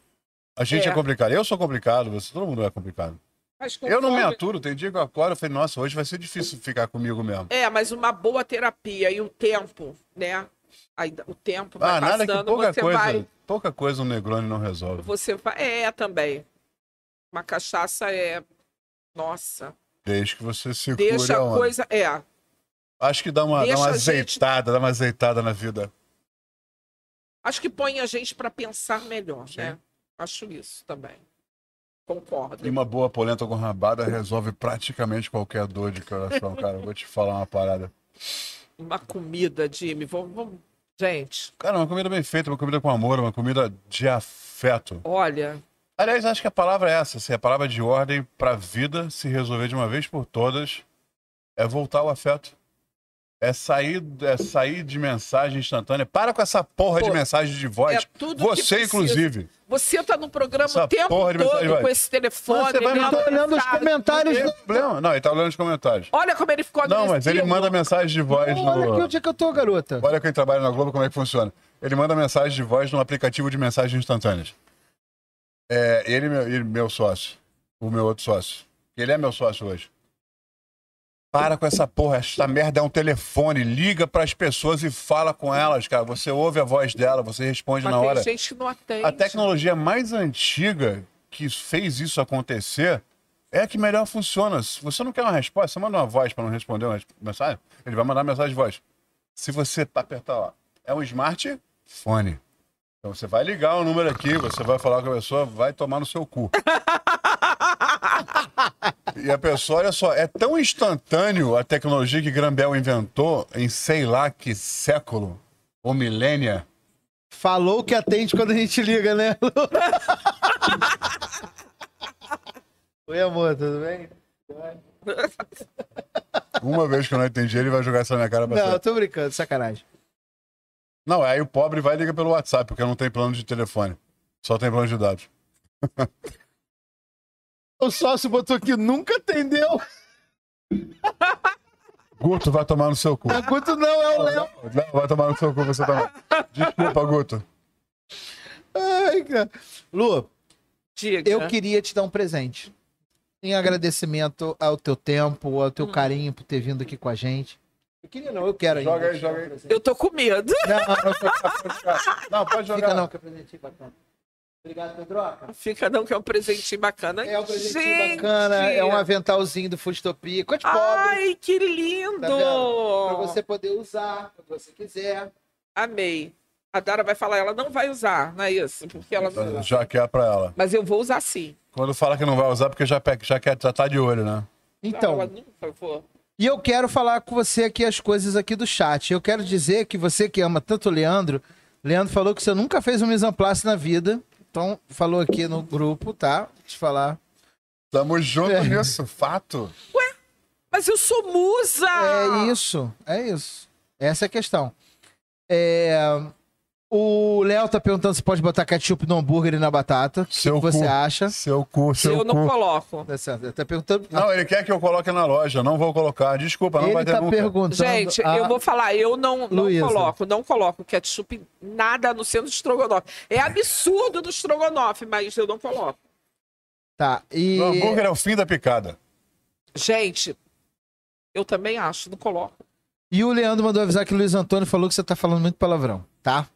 A gente é, É. complicado. Eu sou complicado, você, todo mundo é complicado. mas Eu não me conforme- aturo, tem dia que eu acordo, eu falei, nossa, hoje vai ser difícil ficar comigo mesmo. É, mas uma boa terapia e o tempo, né? Aí, o tempo vai Ah, nada passando, que pouca você coisa, vai. pouca coisa um Negroni não resolve. Você vai. É, também. Uma cachaça é. Nossa. Desde que você se Deixa cure, a onda. coisa. É. Acho que dá uma, dá Deixa uma a gente- azeitada, dá uma azeitada na vida. Acho que põe a gente pra pensar melhor, Sim. né? Acho isso também. Concordo. E uma boa polenta com rabada resolve praticamente qualquer dor de coração, cara. Eu Vou te falar uma parada. Uma comida, Jimmy. Vamos, vamos- Gente, Cara, uma comida bem feita, uma comida com amor, uma comida de afeto. olha. Aliás, acho que a palavra é essa, assim, a palavra de ordem pra vida se resolver de uma vez por todas é voltar ao afeto. É sair, é sair de mensagem instantânea. Para com essa porra de Pô, mensagem de voz. é tudo que Você, precisa. inclusive. Você tá no programa Essa o tempo porra de todo mensagem, vai. com esse telefone. Não, você vai- né? Eu tô olhando os Sabe? comentários Não tem problema. Não, ele tá olhando os comentários. Olha como ele ficou Não, mas ele agressivo. manda mensagem de voz Olha aqui no. onde é que eu tô, garota. Olha quem trabalha na Globo, como é que funciona. Ele manda mensagem de voz num aplicativo de mensagens instantâneas. É, ele e meu, ele, meu sócio. O meu outro sócio. Ele é meu sócio hoje. Para com essa porra, essa merda é um telefone. Liga pras pessoas e fala com elas, cara. Você ouve a voz dela, você responde Mas na tem hora. gente que não atende. A tecnologia mais antiga que fez isso acontecer é a que melhor funciona. Se você não quer uma resposta, você manda uma voz para não responder uma mensagem, ele vai mandar mensagem de voz. Se você apertar lá, é um smartphone. Então você vai ligar o número aqui, você vai falar com a pessoa, vai tomar no seu cu. e a pessoa, olha só, é tão instantâneo a tecnologia que Grambel inventou em sei lá que século ou milênia. Falou que atende quando a gente liga, né? (laughs) Oi, amor, tudo bem? Uma vez que eu não entendi, ele vai jogar isso na minha cara pra Não, eu não. tô brincando, sacanagem. não, aí o pobre vai e liga pelo WhatsApp, porque não tem plano de telefone. Só tem plano de dados. O sócio botou aqui, nunca atendeu. Guto, vai tomar no seu cu. Enquanto não, é o Léo. Não, vai tomar no seu cu você também. Desculpa, Guto. Ai, cara. Lu, Diga. eu queria te dar um presente. Em agradecimento ao teu tempo, ao teu carinho por ter vindo aqui com a gente. Eu queria não, eu quero ainda. Joga aí, joga aí. Eu tô com medo. Não, não, não, Não, pode jogar. fica não, que é presentinho bacana. Obrigado, Pedroca. Fica não, que é um presentinho bacana. É um presentinho Gente! Ah! bacana, é um aventalzinho do Fustopia. Quanto pobre, Ai, que lindo! Tá vendo? pra você poder usar quando você quiser. Amei. A Dara vai falar, ela não vai usar, não é isso? Porque ela não Então, Já quer pra ela. Mas eu vou usar sim. Quando fala que não vai usar, porque já, pe- já quer já tá de olho, né? Ela Então, nunca vou. e eu quero falar com você aqui as coisas aqui do chat. Eu quero dizer que você que ama tanto o Leandro, Leandro falou que você nunca fez um mise en place na vida. Então, falou aqui no grupo, tá? Vou te falar. Tamo junto É. nisso, fato. Mas eu sou musa! É isso, é isso. Essa é a questão. É, O Léo tá perguntando se pode botar ketchup no hambúrguer e na batata. O que Seu que você cu. acha? Seu cu, seu eu cu. não coloco. Tá certo. Ele tá perguntando. Não, ele quer que eu coloque na loja. Não vou colocar. Desculpa, não vai ele ter tá nunca. perguntando. Gente, a- eu vou falar, eu não, não Luísa. coloco, não coloco ketchup em nada no centro do estrogonofe. É absurdo do estrogonofe, mas eu não coloco. Tá, e. O hambúrguer é o fim da picada. Gente, eu também acho, não coloco. E o Leandro mandou avisar que o Luiz Antônio falou que você tá falando muito palavrão, tá?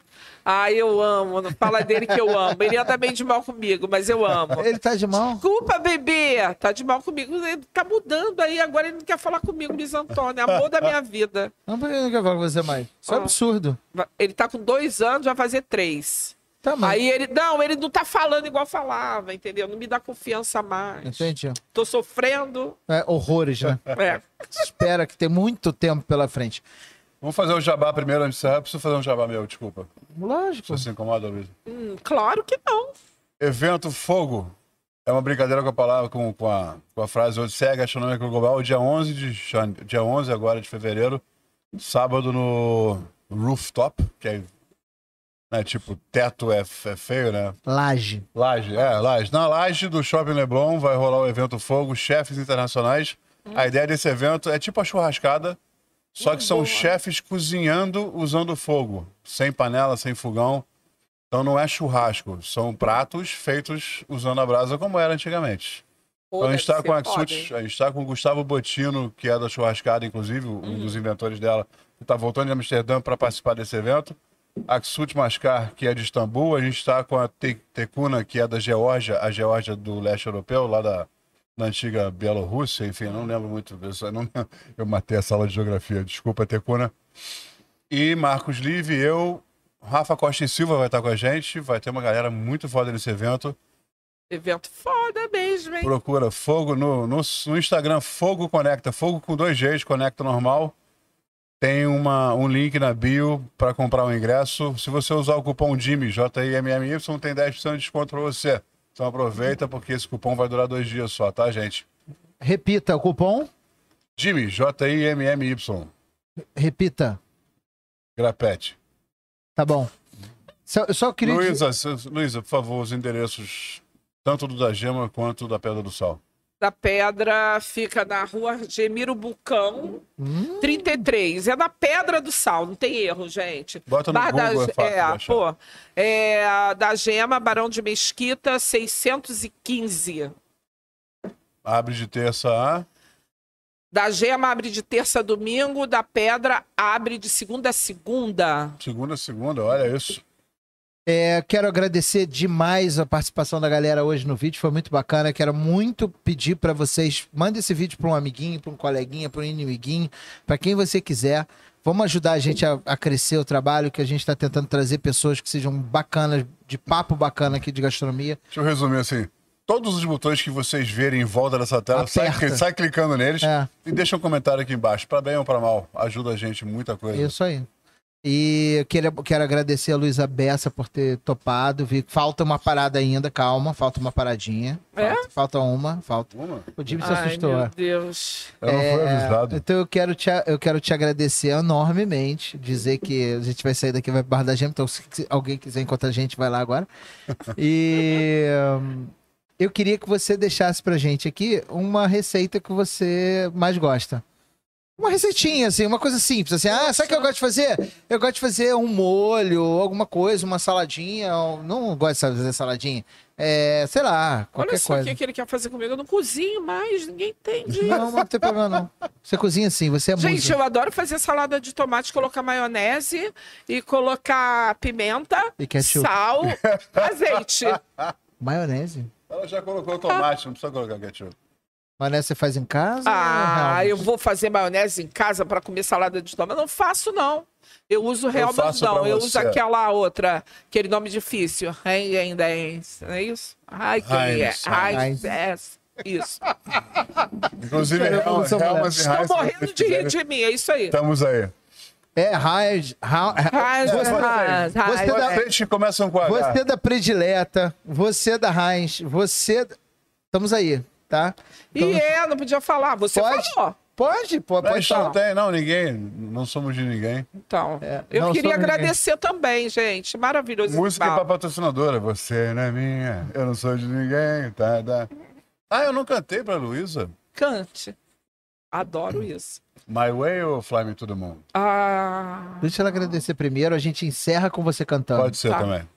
Ah, eu amo, não fala dele que eu amo. Ele anda bem de mal comigo, mas eu amo. Ele tá de mal? Desculpa, bebê, tá de mal comigo. Ele tá mudando aí, agora ele não quer falar comigo, Luiz Antônio, amor da minha vida. Não, por que eu não quero falar com você mais? Isso é Ah. um absurdo. Va- Ele tá com dois anos, vai fazer três. Tá, mas... Aí ele, não, ele não tá falando igual falava, entendeu? Não me dá confiança mais. Entendi. Tô sofrendo. É, horrores, né? É. Espera que tem muito tempo pela frente. Vamos fazer o jabá primeiro antes de encerrar. Preciso fazer um jabá meu, desculpa. Lógico. Você se incomoda, Luiz? Hum, claro que não. Evento Fogo. É uma brincadeira com a palavra, com, com, a, com a frase hoje, segue Astronômica Global, dia 11, de, jan- dia 11 agora de fevereiro, sábado no Rooftop, que é né, tipo, teto é, f- é feio, né? Laje. Laje, é, laje. Na laje do Shopping Leblon vai rolar o evento Fogo, chefes internacionais. A ideia desse evento é tipo a churrascada, só que são chefes cozinhando usando fogo, sem panela, sem fogão. Então não é churrasco, são pratos feitos usando a brasa como era antigamente. Pô, Então a gente deve está ser com a foda, Axut, hein? a gente está com o Gustavo Botino, que é da churrascada, inclusive, Hum. um dos inventores dela, que está voltando de Amsterdã para participar desse evento. Axut Mascar, que é de Istambul, a gente está com a Te- Tecuna, que é da Geórgia, a Geórgia do leste europeu, lá da, da antiga Bielorrússia, enfim, não lembro (laughs) muito, eu, só não, eu matei a sala de geografia, desculpa, Tecuna. E Marcos Live, eu, Rafa Costa e Silva vai estar com a gente, vai ter uma galera muito foda nesse evento. Evento foda mesmo, hein? Procura Fogo no, no, no Instagram, Fogo Conecta, Fogo com dois Gs, Conecta Normal. Tem uma, um link na bio para comprar o ingresso. Se você usar o cupom Jimmy, J-I-M-M-Y, tem 10% de desconto para você. Então aproveita, porque esse cupom vai durar dois dias só, tá, gente? Repita o cupom. Jimmy, J-I-M-M-Y, Repita. grapete. Tá bom. Só- Eu só queria. dizer- Luísa, se- Luísa, por favor, os endereços tanto do da Gema quanto da Pedra do Sol. Da Pedra fica na rua Gemiro Bucão, Hum? 33. É na Pedra do Sal, não tem erro, gente. Bota no Bar da- Google, é fácil de é, achar. pô, é, da Gema, Barão de Mesquita, 615. Abre de terça a... Da Gema abre de terça a domingo, da Pedra abre de segunda a segunda. Segunda, a segunda, olha isso. É, quero agradecer demais a participação da galera hoje no vídeo, foi muito bacana. Quero muito pedir para vocês, manda esse vídeo para um amiguinho, para um coleguinha, para um inimiguinho, para quem você quiser. Vamos ajudar a gente a, a crescer o trabalho, que a gente está tentando trazer pessoas que sejam bacanas, de papo bacana aqui de gastronomia. Deixa eu resumir assim. Todos os botões que vocês verem em volta dessa tela, sai, Aperta. cli- sai clicando neles É. e deixa um comentário aqui embaixo. Pra bem ou pra mal, ajuda a gente muita coisa. É Isso aí. E eu quero, quero agradecer a Luísa Bessa por ter topado. Vi, falta uma parada ainda, calma, falta uma paradinha. É? Falta, falta uma, falta. Uma? O Jimmy se Ai, assustou. meu é. Deus. Eu não fui avisado. Então eu quero, te, eu quero te agradecer enormemente, dizer que a gente vai sair daqui, vai pro Bar da Gema, então se qui- alguém quiser encontrar a gente, vai lá agora. E hum, eu queria que você deixasse pra gente aqui uma receita que você mais gosta. Uma receitinha, assim, uma coisa simples, assim, ah, sabe o que eu gosto de fazer? Eu gosto de fazer um molho, alguma coisa, uma saladinha, ou- não gosto de fazer saladinha, é, sei lá, qualquer Olha só o coisa. que que ele quer fazer comigo. Eu não cozinho mais, ninguém entende. Não, não tem problema não. Você cozinha assim, você é Gente, musa. eu adoro fazer salada de tomate, colocar maionese e colocar pimenta, E ketchup. sal, azeite. Maionese? Ela já colocou tomate, não precisa colocar ketchup. Maionese você faz em casa? Ah, ou é eu real? vou fazer maionese em casa para comer salada de tomate. Não faço, não. Eu uso real, mas faço não. pra Eu você. uso aquela outra, aquele nome difícil. Hein, é isso? Heinz, Heinz, Heinz. Heinz, é isso. Inclusive, Caramba, Hel- são Helmas e mulheres. Reis, Estão se morrendo vocês de rir quiserem, de mim, é isso aí. Estamos aí. É, Heinz. Ra- Heinz, Você Heinz, Heinz, Você dá- Heinz. Vocês que começam com a Você é da predileta, você é da Heinz, você. Estamos aí, tá? Então, E é, não podia falar. Você Pode? falou. Pode, pô, Não, a pode gente não falar. tem, não, ninguém. Não somos de ninguém. Então, É, eu não queria somos agradecer também, gente. Maravilhoso. esse Música é papo. pra patrocinadora. Você não é minha, eu não sou de ninguém. Tá, tá. Ah, eu não cantei pra Luísa. Cante. Adoro isso. My Way ou Fly Me to the Moon? Ah, Deixa ela agradecer primeiro, a gente encerra com você cantando. Pode ser Tá. também.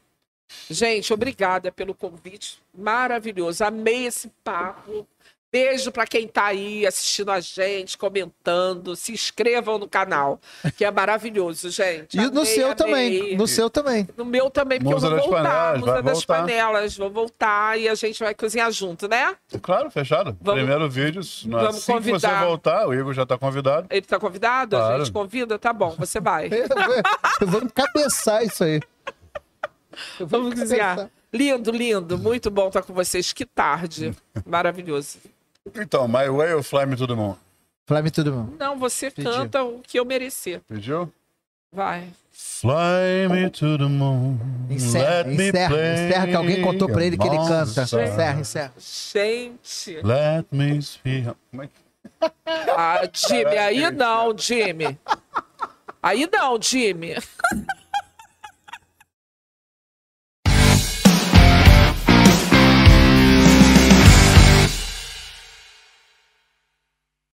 gente, obrigada pelo convite. Maravilhoso. Amei esse papo. Beijo para quem tá aí assistindo a gente, comentando. Se inscrevam no canal, que é maravilhoso, gente. E no Amei, seu amei. também, no seu também. No meu também, porque Musa eu vou das voltar. Panelas, vai Musa das voltar. panelas, vou voltar e a gente vai cozinhar junto, né? Claro, fechado. Vamos- Primeiro vídeo. no- vamos assim que você convidar. voltar, o Igor já está convidado. Ele tá convidado? A Claro. gente convida? Tá bom, você vai. Eu vou- eu vou encabeçar isso aí. Eu vou Vamos ficar cozinhar. pensando. Lindo, lindo. Muito bom estar com vocês. Que tarde. Maravilhoso. Então, My Way ou Fly Me to the Moon? Flávio tudo bom. Não, você Pediu. canta o que eu merecer. Pediu? Vai. Fly me to the moon. Encerra, let me encerra, play encerra que alguém contou pra ele que ele among canta. the stars. Encerra, encerra. Gente. Let me see. Como é que- Ah, Jimmy, aí não, Jimmy. Aí não, Jimmy.